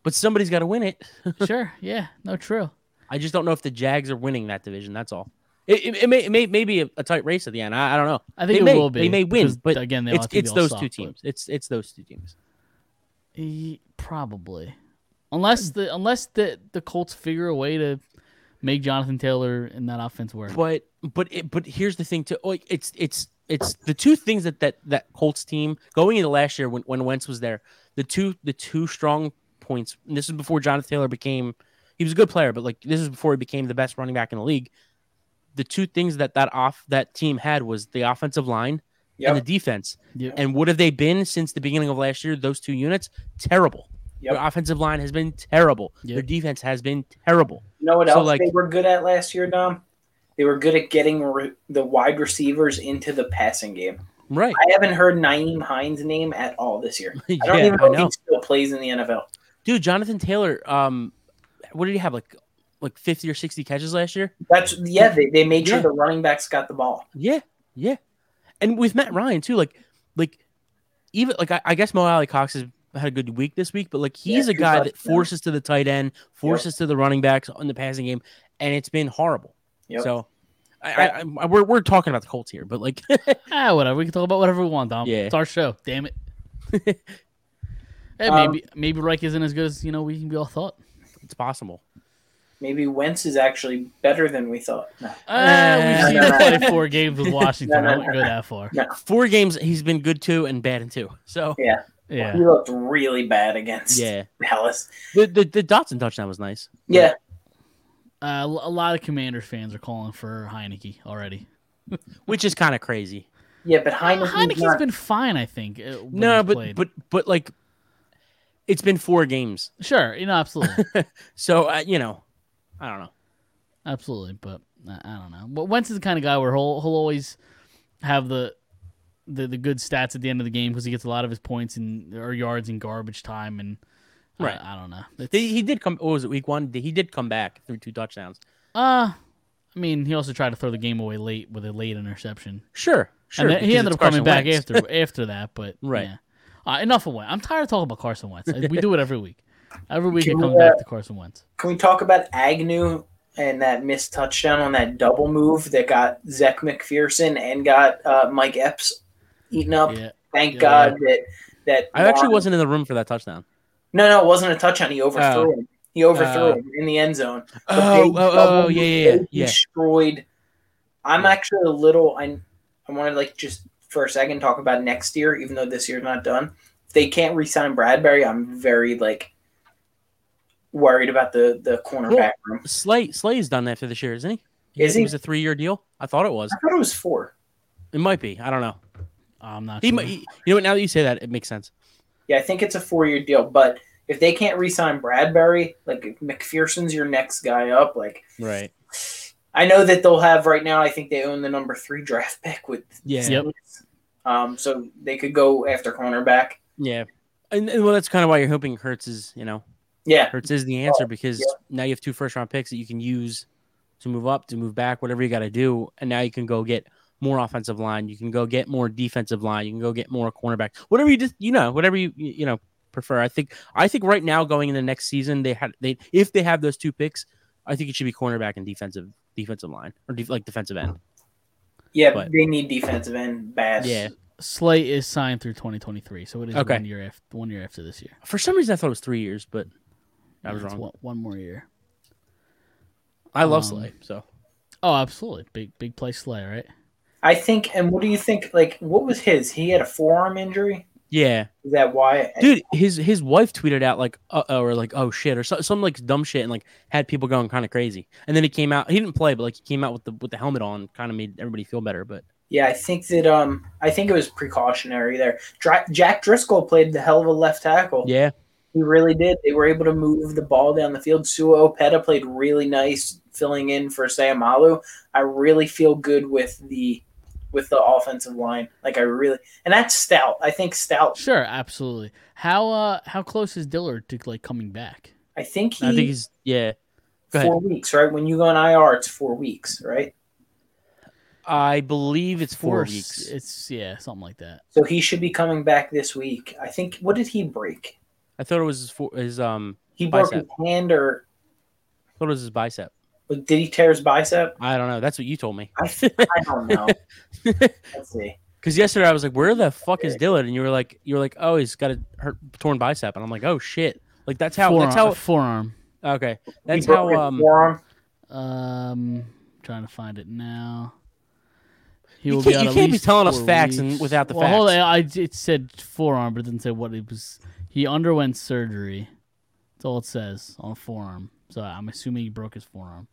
[SPEAKER 2] but somebody's got to win it. [LAUGHS]
[SPEAKER 1] sure. Yeah. No. True.
[SPEAKER 2] I just don't know if the Jags are winning that division. That's all. It, it, it may, it may, may be a, a tight race at the end. I, I don't know.
[SPEAKER 1] I think
[SPEAKER 2] They
[SPEAKER 1] it
[SPEAKER 2] may-
[SPEAKER 1] will be,
[SPEAKER 2] They may win,
[SPEAKER 1] because,
[SPEAKER 2] but
[SPEAKER 1] again, they all-
[SPEAKER 2] it's,
[SPEAKER 1] I think
[SPEAKER 2] it's
[SPEAKER 1] they all
[SPEAKER 2] those
[SPEAKER 1] suck,
[SPEAKER 2] two
[SPEAKER 1] but-
[SPEAKER 2] teams. It's it's those two teams.
[SPEAKER 1] E- probably, unless the unless the the Colts figure a way to make Jonathan Taylor and that offense work.
[SPEAKER 2] But but it, but here's the thing too. Like it's it's it's the two things that that that Colts team going into last year when when Wentz was there, the two the two strong points. And this is before Jonathan Taylor became. He was a good player, but like this is before he became the best running back in the league. The two things that that off that team had was the offensive line and the
[SPEAKER 3] Yep.
[SPEAKER 2] defense.
[SPEAKER 1] Yep.
[SPEAKER 2] And what have they been since the beginning of last year? Those two units terrible.
[SPEAKER 3] Yep.
[SPEAKER 2] Their offensive line has been terrible.
[SPEAKER 1] Yep.
[SPEAKER 2] Their defense has been terrible.
[SPEAKER 3] You know what
[SPEAKER 2] So,
[SPEAKER 3] else
[SPEAKER 2] like-
[SPEAKER 3] they were good at last year, Dom? They were good at getting re- the wide receivers into the passing game.
[SPEAKER 2] Right.
[SPEAKER 3] I haven't heard Naeem Hines' name at all this year. I don't
[SPEAKER 2] Yeah,
[SPEAKER 3] even
[SPEAKER 2] I
[SPEAKER 3] know,
[SPEAKER 2] know.
[SPEAKER 3] if he still plays in the NFL.
[SPEAKER 2] Dude, Jonathan Taylor, um, what did he have like, like fifty or sixty catches last year?
[SPEAKER 3] That's yeah. They, they made sure
[SPEAKER 2] Yeah.
[SPEAKER 3] the running backs got the ball.
[SPEAKER 2] Yeah, yeah, and with Matt Ryan too. Like, like even like I, I guess Mo Alley Cox has had a good week this week, but like he's
[SPEAKER 3] Yeah,
[SPEAKER 2] a
[SPEAKER 3] two
[SPEAKER 2] guy that
[SPEAKER 3] touchdowns.
[SPEAKER 2] forces to the tight end, forces to the running backs on the passing game, and it's been horrible.
[SPEAKER 3] Yep.
[SPEAKER 2] So. I, I, I, we're, we're talking about the Colts here, but like, [LAUGHS]
[SPEAKER 1] ah, whatever. We can talk about whatever we want, Dom.
[SPEAKER 2] Yeah.
[SPEAKER 1] It's our show. Damn it. hey,
[SPEAKER 3] Um,
[SPEAKER 1] maybe maybe Reich isn't as good as you know we we all thought.
[SPEAKER 2] it's possible.
[SPEAKER 3] Maybe Wentz is actually better than we thought. No,
[SPEAKER 1] Ah,
[SPEAKER 2] Uh,
[SPEAKER 1] we've seen him play four games with Washington. I wouldn't go that far.
[SPEAKER 3] No.
[SPEAKER 2] Four games, he's been good too and bad in two. So
[SPEAKER 3] yeah.
[SPEAKER 1] Yeah.
[SPEAKER 3] he looked really bad against
[SPEAKER 2] yeah,
[SPEAKER 3] Dallas.
[SPEAKER 2] the the, the Dotson touchdown was nice.
[SPEAKER 3] Yeah,
[SPEAKER 1] Uh, a lot of Commanders fans are calling for Heineke already.
[SPEAKER 2] which is kind of crazy.
[SPEAKER 3] yeah, but Heineken's,
[SPEAKER 1] Heineke's
[SPEAKER 3] Oh, not,
[SPEAKER 1] been fine, I think. uh, when
[SPEAKER 2] No,
[SPEAKER 1] he's
[SPEAKER 2] but
[SPEAKER 1] played.
[SPEAKER 2] but but like, it's been four games,
[SPEAKER 1] sure, you know,
[SPEAKER 2] [LAUGHS]
[SPEAKER 1] absolutely,
[SPEAKER 2] so uh, you know, I don't know.
[SPEAKER 1] absolutely. But uh, I don't know. But Wentz is the kind of guy where he'll he'll always have the the, the good stats at the end of the game because he gets a lot of his points and or yards in garbage time, and
[SPEAKER 2] Right.
[SPEAKER 1] I, I don't know. It's-
[SPEAKER 2] He, he did come. What was it? Week one. He did come back through two touchdowns.
[SPEAKER 1] uh, I mean, he also tried to throw the game away late with a late interception.
[SPEAKER 2] Sure. Sure.
[SPEAKER 1] and then he
[SPEAKER 2] because
[SPEAKER 1] ended
[SPEAKER 2] it's
[SPEAKER 1] up coming
[SPEAKER 2] Carson
[SPEAKER 1] back
[SPEAKER 2] Wentz.
[SPEAKER 1] after after that. But
[SPEAKER 2] [LAUGHS] Right.
[SPEAKER 1] yeah. Uh, enough of Wentz. I'm tired of talking about Carson Wentz. I- we do it every week. Every week it comes back to Carson Wentz.
[SPEAKER 3] Can we talk about Agnew and that missed touchdown on that double move that got Zach McPherson and got uh, Mike Epps eaten up?
[SPEAKER 1] Yeah.
[SPEAKER 3] Thank
[SPEAKER 1] Yeah.
[SPEAKER 3] God that that
[SPEAKER 2] I actually
[SPEAKER 3] Lon-
[SPEAKER 2] wasn't in the room for that touchdown.
[SPEAKER 3] No, no, it wasn't a touchdown. He overthrew him. He overthrew
[SPEAKER 2] Oh.
[SPEAKER 3] him in the end zone. The
[SPEAKER 2] Oh,
[SPEAKER 3] big
[SPEAKER 2] oh, oh,
[SPEAKER 3] double
[SPEAKER 2] yeah,
[SPEAKER 3] move,
[SPEAKER 2] yeah, yeah,
[SPEAKER 3] they
[SPEAKER 2] yeah.
[SPEAKER 3] Destroyed. I'm actually a little. I I want to like just for a second talk about next year, even though this year's not done. If they can't re-sign Bradbury, I'm very like worried about the the cornerback room.
[SPEAKER 2] Slay Slay's done after this year, isn't he?
[SPEAKER 3] Is
[SPEAKER 2] It
[SPEAKER 3] he?
[SPEAKER 2] was a three year deal. I thought it was.
[SPEAKER 3] I thought it was four.
[SPEAKER 2] It might be. I don't know.
[SPEAKER 1] I'm not.
[SPEAKER 2] He
[SPEAKER 1] sure.
[SPEAKER 2] might. he- you know what? Now that you say that, it makes sense.
[SPEAKER 3] Yeah, I think it's a four-year deal. But if they can't re-sign Bradbury, like if McPherson's your next guy up, like
[SPEAKER 2] Right.
[SPEAKER 3] I know that they'll have right now. I think they own the number three draft [LAUGHS] pick with
[SPEAKER 2] Yeah.
[SPEAKER 1] Yep.
[SPEAKER 3] Um, so they could go after cornerback.
[SPEAKER 2] Yeah. And, and well, that's kind of why you're hoping Hertz is, you know,
[SPEAKER 3] Yeah,
[SPEAKER 2] Hertz is the answer because now you have two first round picks that you can use to move up, to move back, whatever you got to do. And now you can go get more offensive line. You can go get more defensive line. You can go get more cornerback. Whatever you just, you know, whatever you, you you know, prefer. I think, I think right now going into next season, they had, they, if they have those two picks, I think it should be cornerback and defensive, defensive line or def like defensive end.
[SPEAKER 3] yeah,
[SPEAKER 2] But-
[SPEAKER 3] they need defensive end bad.
[SPEAKER 2] Yeah.
[SPEAKER 1] Slay is signed through 2023, so it is
[SPEAKER 2] Okay.
[SPEAKER 1] one year after one year after this year.
[SPEAKER 2] For some reason, I thought it was three years, but I was
[SPEAKER 1] It's
[SPEAKER 2] wrong.
[SPEAKER 1] One, one more year.
[SPEAKER 2] I love
[SPEAKER 1] um,
[SPEAKER 2] Slay. So
[SPEAKER 1] Oh, absolutely. Big big play Slay, right?
[SPEAKER 3] I think. And what do you think? Like, what was his? He had a forearm injury.
[SPEAKER 2] yeah,
[SPEAKER 3] Is that why?
[SPEAKER 2] dude his his wife tweeted out like uh or like oh shit or so, some like dumb shit and like had people going kind of crazy and then he came out he didn't play but like he came out with the with the helmet on kind of made everybody feel better but
[SPEAKER 3] Yeah, I think that. Um, I think it was precautionary there. Dra- Jack Driscoll played the hell of a left tackle.
[SPEAKER 2] yeah
[SPEAKER 3] He really did. They were able to move the ball down the field. Sua Opeta played really nice filling in for Sayamalu. I really feel good with the with the offensive line. Like I really and that's Stout. I think Stout
[SPEAKER 1] Sure, absolutely. How uh how close is Dillard to like coming back?
[SPEAKER 3] I think he
[SPEAKER 2] I think he's yeah go ahead.
[SPEAKER 3] four weeks, right? When you go on IR it's four weeks, right?
[SPEAKER 2] I believe it's four
[SPEAKER 1] Or s-
[SPEAKER 2] weeks
[SPEAKER 1] It's yeah, something like that.
[SPEAKER 3] So he should be coming back this week. I think what did he break?
[SPEAKER 2] I thought it was his four his um
[SPEAKER 3] He broke
[SPEAKER 2] Bicep.
[SPEAKER 3] his hand or
[SPEAKER 2] I thought it was his bicep
[SPEAKER 3] did he tear his bicep?
[SPEAKER 2] I don't know that's what you told me
[SPEAKER 3] I, I
[SPEAKER 2] [LAUGHS]
[SPEAKER 3] don't know. Let's see.
[SPEAKER 2] because yesterday I was like where the fuck is Dillard and you were like you were like oh he's got a hurt torn bicep and I'm like oh shit like that's how
[SPEAKER 1] forearm,
[SPEAKER 2] that's
[SPEAKER 1] forearm.
[SPEAKER 2] how okay
[SPEAKER 3] He
[SPEAKER 2] that's
[SPEAKER 3] broke
[SPEAKER 2] how
[SPEAKER 3] his
[SPEAKER 2] um
[SPEAKER 3] forearm.
[SPEAKER 1] Um trying to find it now. He
[SPEAKER 2] You
[SPEAKER 1] will be
[SPEAKER 2] can't-
[SPEAKER 1] out
[SPEAKER 2] you
[SPEAKER 1] at
[SPEAKER 2] can't be
[SPEAKER 1] least
[SPEAKER 2] telling us
[SPEAKER 1] four
[SPEAKER 2] facts and
[SPEAKER 1] weeks.
[SPEAKER 2] without the
[SPEAKER 1] well, Hold on,
[SPEAKER 2] facts.
[SPEAKER 1] I it said forearm, but it didn't say what it was. He underwent surgery. That's all it says on forearm. So I'm assuming he broke his forearm.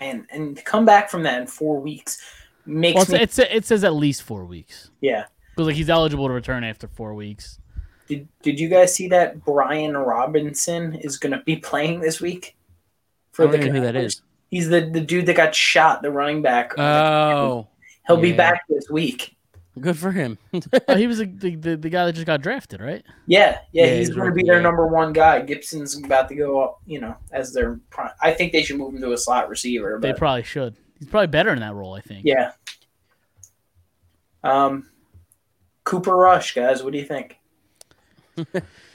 [SPEAKER 3] and and to come back from that in four weeks makes
[SPEAKER 1] Well, it's,
[SPEAKER 3] me
[SPEAKER 1] it's, it says at least four weeks
[SPEAKER 3] yeah.
[SPEAKER 1] because like he's eligible to return after four
[SPEAKER 2] [LAUGHS]
[SPEAKER 1] weeks.
[SPEAKER 3] Did did you guys see that Brian Robinson is going to be [LAUGHS] playing this week?
[SPEAKER 2] I don't even know who that is
[SPEAKER 3] He's the the dude that got shot, the running back.
[SPEAKER 2] oh
[SPEAKER 3] He'll be
[SPEAKER 2] yeah.
[SPEAKER 3] back this week.
[SPEAKER 2] good for him [LAUGHS]
[SPEAKER 1] oh, he was the, the, the, the guy that just got drafted, right?
[SPEAKER 3] Yeah, yeah,
[SPEAKER 2] Yeah, he's
[SPEAKER 3] he's going to
[SPEAKER 2] right-
[SPEAKER 3] be their
[SPEAKER 2] yeah.
[SPEAKER 3] number one guy. Gibson's about to go up, you know, as their. pri- I think they should move him to a slot receiver.
[SPEAKER 1] They
[SPEAKER 3] But
[SPEAKER 1] probably should. He's probably better in that role, I think.
[SPEAKER 3] yeah. Um, Cooper Rush, guys, what do
[SPEAKER 2] [LAUGHS]
[SPEAKER 3] you think?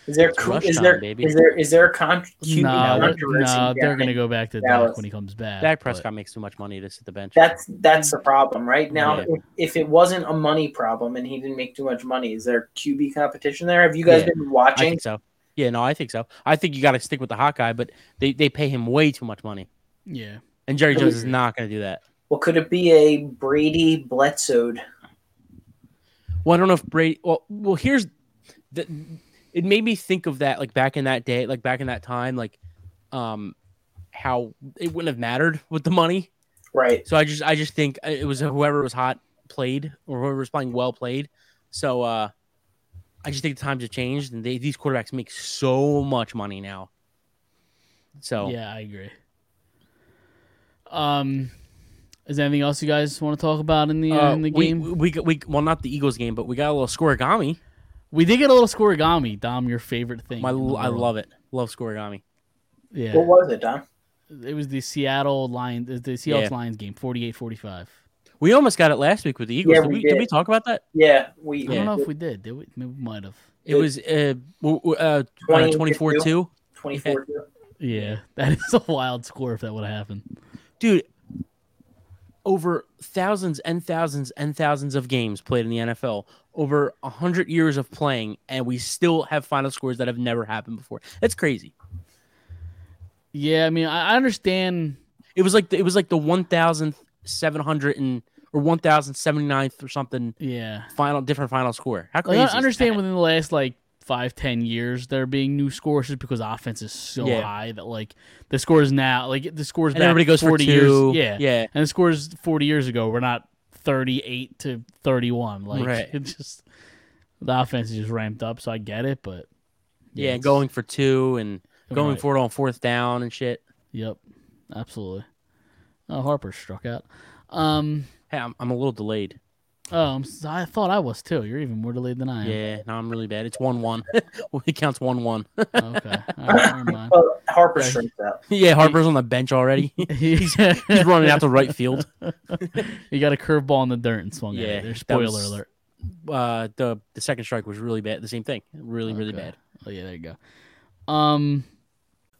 [SPEAKER 3] Is there
[SPEAKER 2] It's
[SPEAKER 3] coo-
[SPEAKER 2] rush
[SPEAKER 3] is
[SPEAKER 2] time,
[SPEAKER 3] there
[SPEAKER 2] baby.
[SPEAKER 3] is there is there a con- QB
[SPEAKER 1] No, they're,
[SPEAKER 3] controversy
[SPEAKER 1] no, they're
[SPEAKER 3] down
[SPEAKER 1] going to go back to
[SPEAKER 3] Dallas.
[SPEAKER 1] Dak when he comes back.
[SPEAKER 2] Dak
[SPEAKER 1] but-
[SPEAKER 2] Prescott makes too much money to sit the bench.
[SPEAKER 3] That's that's the problem right now.
[SPEAKER 2] Yeah.
[SPEAKER 3] If, if it wasn't a money problem and he didn't make too much money, is there QB competition there? Have you guys
[SPEAKER 2] Yeah.
[SPEAKER 3] been
[SPEAKER 2] I
[SPEAKER 3] watching?
[SPEAKER 2] think so. Yeah, no, I think so. I think you got to stick with the hot guy, but they, they pay him way too much money,
[SPEAKER 1] Yeah.
[SPEAKER 2] and Jerry
[SPEAKER 3] I
[SPEAKER 2] Jones is
[SPEAKER 3] agree.
[SPEAKER 2] not going to do that.
[SPEAKER 3] Well, could it be a Brady Bledsoe?
[SPEAKER 2] Well, I don't know if Brady. Well, well, here's the. It made me think of that, like back in that day, like back in that time, like, um, how it wouldn't have mattered with the money.
[SPEAKER 3] Right.
[SPEAKER 2] So I just, I just think uh, it was whoever was hot played, or whoever was playing well played. So, uh, I just think the times have changed, and they, these quarterbacks make so much money now. So uh,
[SPEAKER 1] Yeah, I agree. Um, is there anything else you guys want to talk about in the uh,
[SPEAKER 2] Uh,
[SPEAKER 1] in the
[SPEAKER 2] we,
[SPEAKER 1] game?
[SPEAKER 2] We, we, we well not the Eagles game, but we got a little squirigami.
[SPEAKER 1] We did get a little scorigami, Dom. Your favorite thing?
[SPEAKER 2] My,
[SPEAKER 1] in the
[SPEAKER 2] I
[SPEAKER 1] world.
[SPEAKER 2] love it. Love scoregami.
[SPEAKER 1] Yeah,
[SPEAKER 3] What was it, Dom?
[SPEAKER 1] it was the Seattle Lions, the Seahawks Lions game, 48-45.
[SPEAKER 2] We almost got it last week with the Eagles.
[SPEAKER 3] Yeah,
[SPEAKER 2] did,
[SPEAKER 3] we
[SPEAKER 2] we, did
[SPEAKER 3] did.
[SPEAKER 2] we talk about that?
[SPEAKER 3] Yeah, we
[SPEAKER 1] I don't know if we did. Did we? Maybe we might have.
[SPEAKER 2] It was uh, w- w- uh,
[SPEAKER 3] Twenty-
[SPEAKER 2] 24 2.
[SPEAKER 3] twenty four.
[SPEAKER 1] Yeah, [LAUGHS] that is a wild score if that would have happened.
[SPEAKER 2] Dude, over thousands and thousands and thousands of games played in the NFL, over 100 years of playing, and we still have final scores that have never happened before. That's crazy.
[SPEAKER 1] Yeah, I mean, I I understand.
[SPEAKER 2] It was like the, it was like the 1,700 and or 1,079th or something
[SPEAKER 1] Yeah,
[SPEAKER 2] final different final score. How
[SPEAKER 1] like,
[SPEAKER 2] crazy?
[SPEAKER 1] I
[SPEAKER 2] is
[SPEAKER 1] understand
[SPEAKER 2] that?
[SPEAKER 1] within the last like five, ten years there being new scores just because offense is so
[SPEAKER 2] Yeah.
[SPEAKER 1] high that like the scores now, like the scores
[SPEAKER 2] And
[SPEAKER 1] back
[SPEAKER 2] everybody goes for
[SPEAKER 1] forty
[SPEAKER 2] two.
[SPEAKER 1] years, yeah,
[SPEAKER 2] Yeah.
[SPEAKER 1] and the scores forty years ago were not thirty-eight to thirty-one. Like [LAUGHS]
[SPEAKER 2] Right.
[SPEAKER 1] it just the offense is just ramped up, so I get it, but
[SPEAKER 2] yeah,
[SPEAKER 1] it's-
[SPEAKER 2] going for two and going
[SPEAKER 1] Right.
[SPEAKER 2] for it on fourth down and shit.
[SPEAKER 1] Yep, absolutely. Oh, Harper struck out. Um,
[SPEAKER 2] Hey, I'm, I'm a little delayed.
[SPEAKER 1] oh, I'm, si thought I was too. You're even more delayed than I am.
[SPEAKER 2] Yeah, no, I'm really bad. It's one one. [LAUGHS] it counts one one. [LAUGHS]
[SPEAKER 1] Okay. All right, never mind. [LAUGHS]
[SPEAKER 3] Oh, Harper straight out.
[SPEAKER 2] yeah, Harper's on the bench already.
[SPEAKER 1] He's,
[SPEAKER 2] [LAUGHS] He's running out to right field.
[SPEAKER 1] He got a curveball in the dirt and swung at
[SPEAKER 2] Yeah,
[SPEAKER 1] it. There's
[SPEAKER 2] that
[SPEAKER 1] spoiler
[SPEAKER 2] was
[SPEAKER 1] alert.
[SPEAKER 2] Uh, the the second strike was really bad. The same thing, really really
[SPEAKER 1] Okay.
[SPEAKER 2] bad.
[SPEAKER 1] Oh yeah, there you go. Um,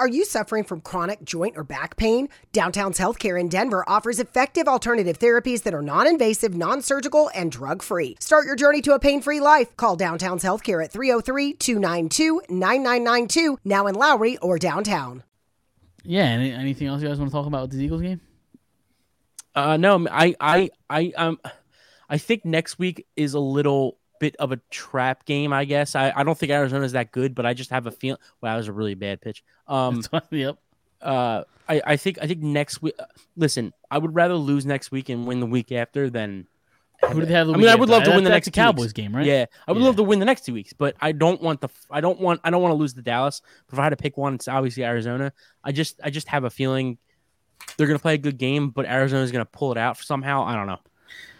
[SPEAKER 5] Are you suffering from chronic joint or back pain? Downtown's Healthcare in Denver offers effective alternative therapies that are non invasive, non surgical, and drug free. Start your journey to a pain free life. Call Downtown's Healthcare at 303 292 9992, now in Lowry or downtown.
[SPEAKER 1] yeah. Any, anything else you guys want to talk about with this Eagles game?
[SPEAKER 2] Uh, no, I I I um, I think next week is a little bit of a trap game. I guess I, I don't think Arizona's that good, but I just have a feeling. Wow, that was a really bad pitch.
[SPEAKER 1] [LAUGHS]
[SPEAKER 2] Um,
[SPEAKER 1] yep.
[SPEAKER 2] uh, I, I think I think next week. Listen, I would rather lose next week and win the week after than.
[SPEAKER 1] Who did they have the
[SPEAKER 2] I mean, I
[SPEAKER 1] weekend?
[SPEAKER 2] would love to
[SPEAKER 1] That-
[SPEAKER 2] win the
[SPEAKER 1] that's
[SPEAKER 2] next
[SPEAKER 1] a
[SPEAKER 2] two weeks.
[SPEAKER 1] Cowboys game, right?
[SPEAKER 2] Yeah, I would
[SPEAKER 1] Yeah.
[SPEAKER 2] love to win the next two weeks, but I don't want the. f- I don't want. I don't want to lose to Dallas. But if I had to pick one, it's obviously Arizona. I just, I just have a feeling they're going to play a good game, but Arizona's going to pull it out somehow. I don't know.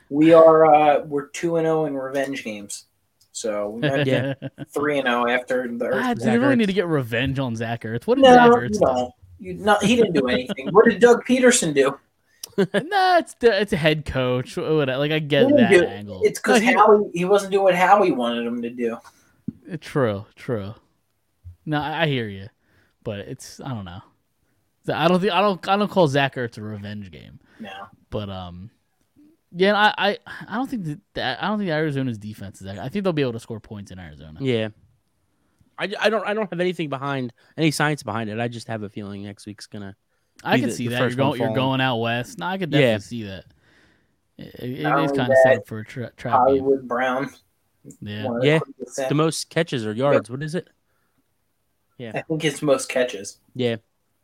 [SPEAKER 3] We are uh, we're two and zero in revenge games, so we
[SPEAKER 1] [LAUGHS]
[SPEAKER 3] might be
[SPEAKER 2] Yeah.
[SPEAKER 3] three and zero after the Earth.
[SPEAKER 1] God, do
[SPEAKER 2] Zach
[SPEAKER 1] Ah, they really
[SPEAKER 2] Ertz.
[SPEAKER 1] need to get revenge on Zach Ertz? What did Zach
[SPEAKER 3] no,
[SPEAKER 1] Ertz
[SPEAKER 3] you
[SPEAKER 1] do?
[SPEAKER 3] don't. You, no, he didn't do anything. what did Doug Peterson do?
[SPEAKER 1] [LAUGHS] Nah, it's the, it's a head coach. Whatever. Like I [LAUGHS] get
[SPEAKER 3] He didn't
[SPEAKER 1] that
[SPEAKER 3] do-
[SPEAKER 1] angle.
[SPEAKER 3] It's because
[SPEAKER 1] No, he-
[SPEAKER 3] Howie he wasn't doing what Howie wanted him to do.
[SPEAKER 1] eh, True, true. No, I, I hear you, but it's I don't know. I don't think I don't I don't call Zach Ertz a revenge game.
[SPEAKER 3] No,
[SPEAKER 1] But um, yeah, and I I, I don't think that, that I don't think Arizona's defense is. that- I think they'll be able to score points in Arizona.
[SPEAKER 2] Yeah. I, j- I don't I don't have anything behind any science behind it. I just have a feeling next week's gonna
[SPEAKER 1] I
[SPEAKER 2] Be
[SPEAKER 1] can
[SPEAKER 2] the-
[SPEAKER 1] see
[SPEAKER 2] the
[SPEAKER 1] that you're
[SPEAKER 2] first one
[SPEAKER 1] going you're
[SPEAKER 2] falling.
[SPEAKER 1] going out west. No, I could definitely
[SPEAKER 2] Yeah.
[SPEAKER 1] see that. It, it- it
[SPEAKER 3] Not
[SPEAKER 1] is
[SPEAKER 3] only
[SPEAKER 1] kind of set
[SPEAKER 3] that,
[SPEAKER 1] up for a tra- trap game.
[SPEAKER 3] Hollywood Brown.
[SPEAKER 1] Yeah,
[SPEAKER 3] one of the
[SPEAKER 2] Yeah.
[SPEAKER 3] quickest in-
[SPEAKER 2] the most catches or yards. What is it?
[SPEAKER 3] I think it's most catches.
[SPEAKER 2] Yeah,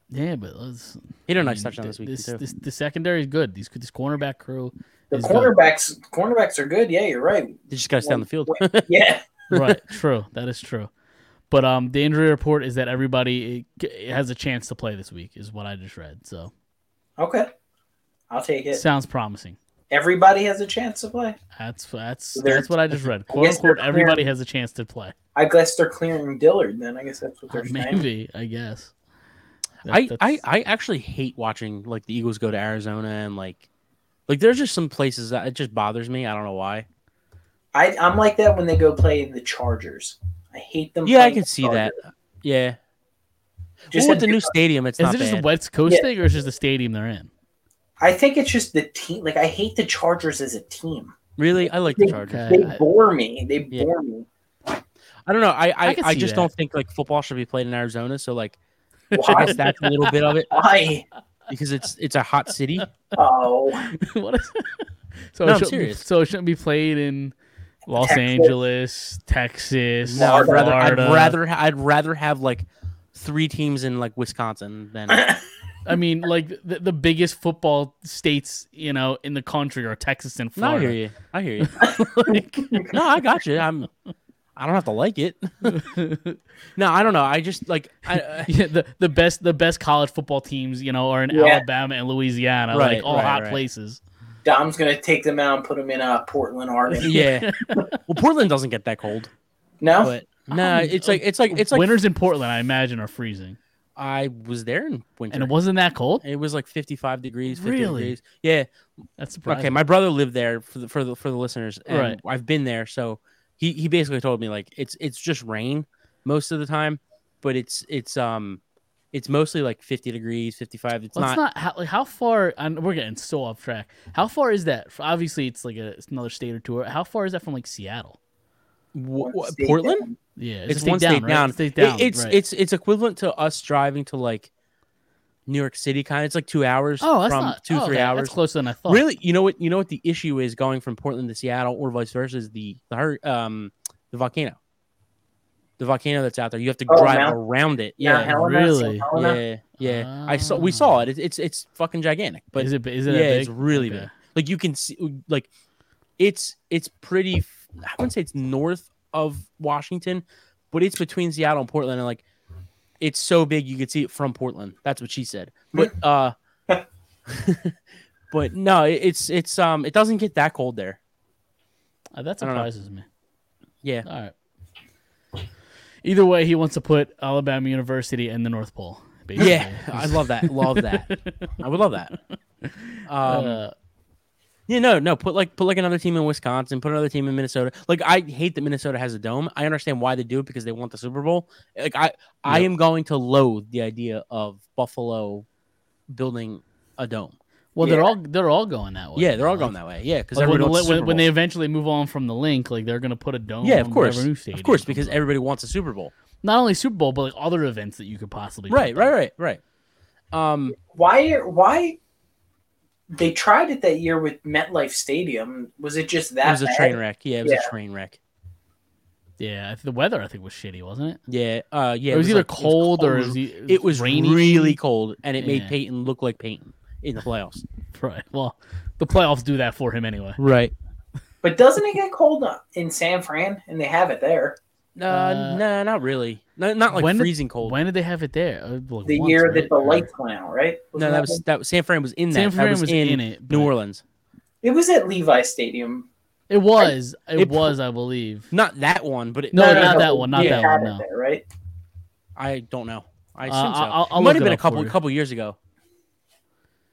[SPEAKER 1] yeah, but let's.
[SPEAKER 2] he did a
[SPEAKER 1] I
[SPEAKER 2] nice
[SPEAKER 1] mean, Mm,
[SPEAKER 2] touchdown
[SPEAKER 1] th-
[SPEAKER 2] this week
[SPEAKER 1] This,
[SPEAKER 2] too.
[SPEAKER 1] this, the secondary is good. These this cornerback crew.
[SPEAKER 3] The
[SPEAKER 1] is
[SPEAKER 3] cornerbacks, cornerbacks are good. Yeah, you're right.
[SPEAKER 1] [LAUGHS]
[SPEAKER 2] they just got to stay on the field.
[SPEAKER 3] yeah,
[SPEAKER 1] good. right, [LAUGHS] true. That is true. But um, the injury report is that everybody it, it has a chance to play this week, is what I just read. So
[SPEAKER 3] okay, I'll take it.
[SPEAKER 1] sounds promising.
[SPEAKER 3] Everybody has a chance to play.
[SPEAKER 1] That's that's
[SPEAKER 3] they're-
[SPEAKER 1] that's what I just read.
[SPEAKER 3] [LAUGHS] I
[SPEAKER 1] Quote
[SPEAKER 3] guess they're
[SPEAKER 1] unquote, everybody
[SPEAKER 3] clearing-
[SPEAKER 1] has a chance to play.
[SPEAKER 3] I guess they're clearing Dillard. Then I guess that's what
[SPEAKER 1] Uh,
[SPEAKER 3] they're saying.
[SPEAKER 1] Maybe I guess. That-
[SPEAKER 2] I, I
[SPEAKER 1] that's-
[SPEAKER 2] I actually hate watching like the Eagles go to Arizona and like like there's just some places that it just bothers me. I don't know why.
[SPEAKER 3] I, I'm like that when they go play the Chargers. I hate them.
[SPEAKER 2] Yeah, I
[SPEAKER 3] playing
[SPEAKER 2] can
[SPEAKER 3] the
[SPEAKER 2] see that.
[SPEAKER 3] Chargers.
[SPEAKER 2] Yeah,
[SPEAKER 3] Just
[SPEAKER 2] well, with
[SPEAKER 3] a
[SPEAKER 2] the new
[SPEAKER 3] different-
[SPEAKER 2] stadium, it's
[SPEAKER 1] is
[SPEAKER 2] not
[SPEAKER 1] it just
[SPEAKER 2] bad.
[SPEAKER 1] the West Coast
[SPEAKER 3] Yeah.
[SPEAKER 1] thing or is it just the stadium they're in? [LAUGHS]
[SPEAKER 3] I think it's just the team. Like I hate the Chargers as a team.
[SPEAKER 2] really, Uh, I like the Chargers.
[SPEAKER 1] Okay.
[SPEAKER 3] They
[SPEAKER 1] I-
[SPEAKER 3] bore me. They
[SPEAKER 2] Yeah.
[SPEAKER 3] bore me.
[SPEAKER 2] I don't know. I I,
[SPEAKER 1] I
[SPEAKER 2] I,
[SPEAKER 1] can see
[SPEAKER 2] just
[SPEAKER 1] that.
[SPEAKER 2] don't think like football should be played in Arizona. So like I [LAUGHS]
[SPEAKER 3] Why?
[SPEAKER 2] guess that's a little bit of it
[SPEAKER 3] Why?
[SPEAKER 2] because it's it's a hot
[SPEAKER 3] [LAUGHS]
[SPEAKER 2] city.
[SPEAKER 3] Oh,
[SPEAKER 1] what is so
[SPEAKER 2] No,
[SPEAKER 1] it
[SPEAKER 2] I'm
[SPEAKER 1] shouldn't be-
[SPEAKER 2] serious.
[SPEAKER 1] So it shouldn't be played in Los
[SPEAKER 3] Texas.
[SPEAKER 1] Angeles, Texas,
[SPEAKER 2] No, I'd rather I'd
[SPEAKER 1] Florida.
[SPEAKER 2] rather ha- I'd rather have like three teams in like Wisconsin
[SPEAKER 3] [LAUGHS]
[SPEAKER 2] than
[SPEAKER 1] I mean, like the, the biggest football states, you know, in the country are Texas and
[SPEAKER 2] No, I hear
[SPEAKER 1] Florida.
[SPEAKER 2] you. I hear you.
[SPEAKER 1] [LAUGHS]
[SPEAKER 2] no, I got you. I'm. I don't have to like it. [LAUGHS] no, I don't know. I just like. I, uh, I-
[SPEAKER 1] Yeah, the, the best the best college football teams, you know, are in
[SPEAKER 3] Yeah.
[SPEAKER 1] Alabama and Louisiana,
[SPEAKER 2] Right,
[SPEAKER 1] like all
[SPEAKER 2] right,
[SPEAKER 1] hot
[SPEAKER 2] right.
[SPEAKER 1] places.
[SPEAKER 3] Dom's gonna take them out and put them in uh, Portland,
[SPEAKER 2] [LAUGHS]
[SPEAKER 3] Oregon.
[SPEAKER 2] yeah. Well, Portland doesn't get that cold,
[SPEAKER 3] No,
[SPEAKER 2] but no, it's like it's like it's like
[SPEAKER 1] Winters in Portland, I imagine, are freezing,
[SPEAKER 2] I was there in winter,
[SPEAKER 1] and it wasn't that cold.
[SPEAKER 2] It was like 55 degrees. 50
[SPEAKER 1] Really?
[SPEAKER 2] Degrees. Yeah.
[SPEAKER 1] That's surprising.
[SPEAKER 2] Okay. My brother lived there for the for the for the listeners. And
[SPEAKER 1] Right.
[SPEAKER 2] I've been there, so he he basically told me like it's it's just rain most of the time, but it's it's um it's mostly like 50 degrees, 55. It's
[SPEAKER 1] Well, it's
[SPEAKER 2] not.
[SPEAKER 1] not how, like, how far. And we're getting so off track. How far is that? F- Obviously, it's like a, it's another state or two. How far is that from like Seattle?
[SPEAKER 2] Wh-
[SPEAKER 3] One
[SPEAKER 2] wh-
[SPEAKER 3] state
[SPEAKER 2] Portland.
[SPEAKER 3] down.
[SPEAKER 1] Yeah,
[SPEAKER 2] It's,
[SPEAKER 1] a
[SPEAKER 2] one state
[SPEAKER 1] right?
[SPEAKER 2] down.
[SPEAKER 1] State
[SPEAKER 2] It-
[SPEAKER 1] down.
[SPEAKER 2] it's
[SPEAKER 1] right.
[SPEAKER 2] it's it's equivalent to us driving to like New York City, kind of. It's like two hours
[SPEAKER 1] oh, that's
[SPEAKER 2] from
[SPEAKER 1] not
[SPEAKER 2] two
[SPEAKER 1] oh,
[SPEAKER 2] three
[SPEAKER 1] okay,
[SPEAKER 2] hours.
[SPEAKER 1] That's closer than I thought.
[SPEAKER 2] Really, you know what? You know what the issue is going from Portland to Seattle or vice versa is the the hur- um the volcano, the volcano that's out there. You have to
[SPEAKER 3] Oh,
[SPEAKER 2] drive
[SPEAKER 3] Mount-
[SPEAKER 2] around it.
[SPEAKER 3] Mount
[SPEAKER 2] Yeah,
[SPEAKER 3] Helena, St.
[SPEAKER 1] really?
[SPEAKER 3] Helena.
[SPEAKER 2] yeah, yeah. I saw we
[SPEAKER 1] Ah.
[SPEAKER 2] saw it. It's it's, it's fucking gigantic. But
[SPEAKER 1] is it b- is it
[SPEAKER 2] yeah,
[SPEAKER 1] that big?
[SPEAKER 2] it's really
[SPEAKER 1] Okay.
[SPEAKER 2] big. Like you can see, uh, like it's it's pretty. f- I wouldn't say it's north of Washington, but it's between Seattle and Portland, and like it's so big you could see it from Portland. That's what she said. But uh, [LAUGHS] but no, it- it's it's um, it doesn't get that cold there.
[SPEAKER 1] Uh, that
[SPEAKER 2] I don't know.
[SPEAKER 1] surprises me.
[SPEAKER 2] Yeah,
[SPEAKER 1] All right. Either way, he wants to put Alabama University and the North Pole. Basically.
[SPEAKER 2] yeah, I love that. Love that. [LAUGHS] I would love that. Um,
[SPEAKER 1] Uh,
[SPEAKER 2] Yeah, no, no. Put like put like another team in Wisconsin. Put another team in Minnesota. Like I hate that Minnesota has a dome. I understand why they do it because they want the Super Bowl. Like I, I am going to loathe the idea of Buffalo building a dome.
[SPEAKER 1] well, they're
[SPEAKER 3] Yeah.
[SPEAKER 1] all they're all going that way.
[SPEAKER 2] yeah, they're all
[SPEAKER 1] Like,
[SPEAKER 2] going that way. Yeah, because
[SPEAKER 1] Oh, like, when,
[SPEAKER 2] everyone
[SPEAKER 1] the li-
[SPEAKER 2] wants the
[SPEAKER 1] when,
[SPEAKER 2] Super
[SPEAKER 1] when they
[SPEAKER 2] Bowl.
[SPEAKER 1] eventually move on from the link, like they're gonna put a dome.
[SPEAKER 2] yeah, of
[SPEAKER 1] on
[SPEAKER 2] course,
[SPEAKER 1] whatever new
[SPEAKER 2] of
[SPEAKER 1] stadium
[SPEAKER 2] course,
[SPEAKER 1] comes
[SPEAKER 2] because
[SPEAKER 1] up.
[SPEAKER 2] everybody wants a Super Bowl.
[SPEAKER 1] not only Super Bowl, but like other events that you could possibly.
[SPEAKER 2] Right,
[SPEAKER 1] put there.
[SPEAKER 2] right, right, right. Um,
[SPEAKER 3] Why? are- Why? They tried it that year with MetLife Stadium. Was it just that?
[SPEAKER 2] it was a
[SPEAKER 3] bad?
[SPEAKER 2] train wreck. Yeah, it was
[SPEAKER 3] Yeah.
[SPEAKER 2] a train wreck.
[SPEAKER 1] Yeah, I th- the weather I think was shitty, wasn't it?
[SPEAKER 2] Yeah, uh, yeah.
[SPEAKER 1] it was, either
[SPEAKER 2] like-
[SPEAKER 1] cold, or it
[SPEAKER 2] it was,
[SPEAKER 1] was, e-
[SPEAKER 2] it was
[SPEAKER 1] rainy.
[SPEAKER 2] really cold, and it made
[SPEAKER 1] Yeah.
[SPEAKER 2] Peyton look like Peyton in the playoffs.
[SPEAKER 1] [LAUGHS] Right. Well, the playoffs do that for him anyway.
[SPEAKER 2] right.
[SPEAKER 3] But doesn't it get cold in San Fran? And they have it there.
[SPEAKER 2] No,
[SPEAKER 1] Uh,
[SPEAKER 2] no, not really. No, not like
[SPEAKER 1] when did-
[SPEAKER 2] freezing cold.
[SPEAKER 1] When did they have it there? Uh, like
[SPEAKER 3] The
[SPEAKER 1] once,
[SPEAKER 3] year
[SPEAKER 1] right?
[SPEAKER 3] that the
[SPEAKER 1] Or-
[SPEAKER 3] lights went out, right?
[SPEAKER 2] no,
[SPEAKER 3] Wasn't
[SPEAKER 2] that was that was San Fran was in that.
[SPEAKER 1] San
[SPEAKER 2] That
[SPEAKER 1] Fran
[SPEAKER 2] was,
[SPEAKER 1] was
[SPEAKER 2] in,
[SPEAKER 1] in it,
[SPEAKER 2] New
[SPEAKER 1] but-
[SPEAKER 2] Orleans.
[SPEAKER 3] It was at Levi Stadium.
[SPEAKER 1] It was. It,
[SPEAKER 2] It pr-
[SPEAKER 1] was, I believe.
[SPEAKER 2] Not that one, but it,
[SPEAKER 1] No, Oh, not that one, not
[SPEAKER 3] They
[SPEAKER 2] that
[SPEAKER 3] had
[SPEAKER 1] one,
[SPEAKER 3] it
[SPEAKER 1] no.
[SPEAKER 3] There, right?
[SPEAKER 2] I don't know. I
[SPEAKER 1] Uh,
[SPEAKER 2] assume so.
[SPEAKER 1] I'll- I'll
[SPEAKER 2] it might
[SPEAKER 1] look
[SPEAKER 2] have
[SPEAKER 1] it
[SPEAKER 2] been a
[SPEAKER 1] up
[SPEAKER 2] couple
[SPEAKER 1] for you.
[SPEAKER 2] couple years ago.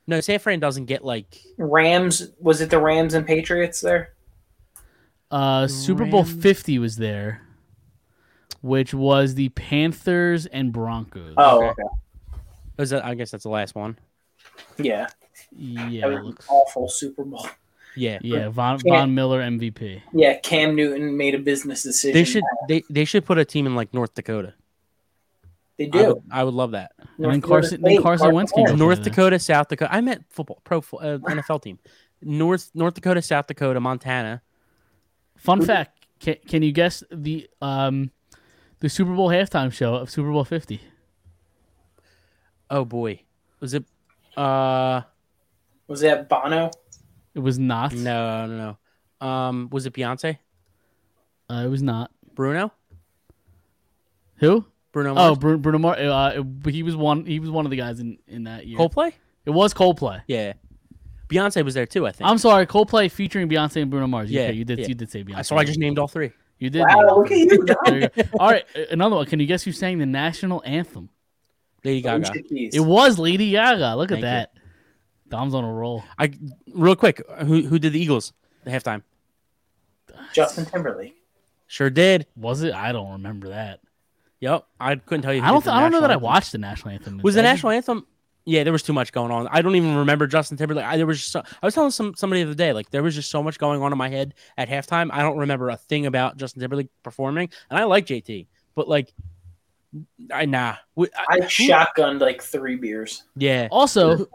[SPEAKER 2] No, San Fran doesn't get like
[SPEAKER 3] Rams was it the Rams and Patriots there?
[SPEAKER 1] Uh, Super Bowl
[SPEAKER 2] Rams?
[SPEAKER 1] 50 was there, which was the Panthers and Broncos.
[SPEAKER 3] Oh,
[SPEAKER 2] Okay. was that, I guess that's the last one.
[SPEAKER 3] yeah,
[SPEAKER 1] yeah.
[SPEAKER 3] that was an
[SPEAKER 1] looks-
[SPEAKER 3] awful Super Bowl.
[SPEAKER 2] Yeah,
[SPEAKER 1] yeah, Von,
[SPEAKER 3] Yeah.
[SPEAKER 1] Von Miller MVP.
[SPEAKER 3] Yeah, Cam Newton made a business decision.
[SPEAKER 2] They should they, they should put a team in like North Dakota.
[SPEAKER 3] They
[SPEAKER 2] I
[SPEAKER 3] do.
[SPEAKER 2] would, I would love that.
[SPEAKER 1] And then
[SPEAKER 3] North
[SPEAKER 1] Carson,
[SPEAKER 3] Dakota
[SPEAKER 1] then
[SPEAKER 3] State,
[SPEAKER 1] Carson Wentz can
[SPEAKER 3] Wentz.
[SPEAKER 1] go
[SPEAKER 2] North
[SPEAKER 1] play there.
[SPEAKER 2] Dakota, South Dakota. I meant football pro fo- uh, NFL team. North North Dakota, South Dakota, Montana.
[SPEAKER 1] Fun fact: can, can you guess the um the Super Bowl halftime show of Super Bowl 50?
[SPEAKER 2] Oh boy, was it? Uh,
[SPEAKER 3] Was that Bono?
[SPEAKER 1] It was not.
[SPEAKER 2] No, no, no. Um, was it Beyonce?
[SPEAKER 1] uh, it was not.
[SPEAKER 2] Bruno?
[SPEAKER 1] Who?
[SPEAKER 2] Bruno
[SPEAKER 1] Oh,
[SPEAKER 2] Mars?
[SPEAKER 1] Bruno, Bruno Mars. Uh, he was one. He was one of the guys in, in that year.
[SPEAKER 2] Coldplay?
[SPEAKER 1] It was Coldplay.
[SPEAKER 2] Yeah. Beyonce was there too, I think.
[SPEAKER 1] I'm sorry, Coldplay featuring Beyonce and Bruno Mars. You-
[SPEAKER 2] Yeah,
[SPEAKER 1] okay, you did.
[SPEAKER 2] yeah.
[SPEAKER 1] You did say Beyonce.
[SPEAKER 2] so I just named all three.
[SPEAKER 1] You did.
[SPEAKER 3] Wow, Oh, look at
[SPEAKER 1] [LAUGHS]
[SPEAKER 3] you,
[SPEAKER 1] There
[SPEAKER 3] Don.
[SPEAKER 1] you go. All right, a- another one. Can you guess who sang the national anthem?
[SPEAKER 2] Lady Gaga.
[SPEAKER 3] Alicia Keys.
[SPEAKER 1] It was Lady Gaga. Look at
[SPEAKER 2] Thank you.
[SPEAKER 1] that. Dom's on a roll.
[SPEAKER 2] I real quick, who who did the Eagles at halftime?
[SPEAKER 3] Justin Timberlake.
[SPEAKER 2] Sure did.
[SPEAKER 1] Was it? I don't remember that.
[SPEAKER 2] Yep. I couldn't tell you. who
[SPEAKER 1] I don't.
[SPEAKER 2] did the
[SPEAKER 1] Th- I don't know
[SPEAKER 2] national
[SPEAKER 1] that I
[SPEAKER 2] anthem.
[SPEAKER 1] watched the national anthem.
[SPEAKER 2] Was the
[SPEAKER 1] I just-
[SPEAKER 2] national anthem? Yeah, there was too much going on. I don't even remember Justin Timberlake. I, there was just so, I was telling some somebody the other day, like there was just so much going on in my head at halftime. I don't remember a thing about Justin Timberlake performing, and I like JT, but like, I nah. Wh- I-
[SPEAKER 3] I
[SPEAKER 2] who-
[SPEAKER 3] shotgunned like three beers.
[SPEAKER 2] yeah.
[SPEAKER 1] Also,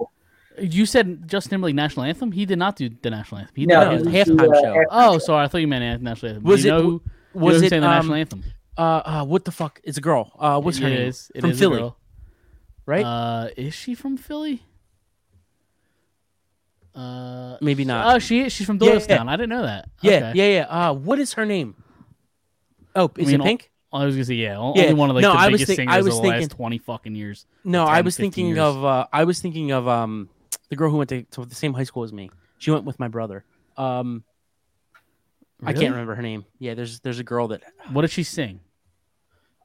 [SPEAKER 1] You said Justin Timberlake national anthem. He did not do the national anthem. He did
[SPEAKER 3] No,
[SPEAKER 1] not
[SPEAKER 2] it
[SPEAKER 3] he
[SPEAKER 1] do
[SPEAKER 2] was
[SPEAKER 1] the
[SPEAKER 2] a
[SPEAKER 3] was
[SPEAKER 2] halftime
[SPEAKER 3] the, uh,
[SPEAKER 2] show.
[SPEAKER 3] half-
[SPEAKER 1] Oh, sorry. I thought you meant an- national anthem.
[SPEAKER 2] Was
[SPEAKER 1] you
[SPEAKER 2] it-
[SPEAKER 1] know who, you
[SPEAKER 2] was
[SPEAKER 1] know who
[SPEAKER 2] it,
[SPEAKER 1] sang the national
[SPEAKER 2] um,
[SPEAKER 1] anthem?
[SPEAKER 2] Uh, uh, what the fuck? It's a girl. Uh, what's her
[SPEAKER 1] It
[SPEAKER 2] name?
[SPEAKER 1] is- it
[SPEAKER 2] From
[SPEAKER 1] is a
[SPEAKER 2] Philly,
[SPEAKER 1] girl.
[SPEAKER 2] right?
[SPEAKER 1] Uh, is she from Philly? Uh,
[SPEAKER 2] Maybe not.
[SPEAKER 1] oh, she she's from
[SPEAKER 2] Yeah, yeah.
[SPEAKER 1] Doylestown. I didn't know that.
[SPEAKER 2] yeah,
[SPEAKER 1] Okay.
[SPEAKER 2] yeah, yeah. Uh, what is her name? Oh,
[SPEAKER 1] I
[SPEAKER 2] is
[SPEAKER 1] mean,
[SPEAKER 2] it Pink?
[SPEAKER 1] I was gonna say yeah. o-
[SPEAKER 2] Yeah.
[SPEAKER 1] Only one of like
[SPEAKER 2] No,
[SPEAKER 1] the
[SPEAKER 2] I was
[SPEAKER 1] biggest
[SPEAKER 2] think-
[SPEAKER 1] singers
[SPEAKER 2] I was
[SPEAKER 1] of the last
[SPEAKER 2] thinking-
[SPEAKER 1] twenty fucking years.
[SPEAKER 2] No, I
[SPEAKER 1] 10,
[SPEAKER 2] was
[SPEAKER 1] 15
[SPEAKER 2] thinking
[SPEAKER 1] years.
[SPEAKER 2] of uh, I was thinking of um the girl who went to, to the same high school as me. She went with my brother. Um, I
[SPEAKER 1] Really?
[SPEAKER 2] can't remember her name. Yeah, there's there's a girl that
[SPEAKER 1] What did she sing?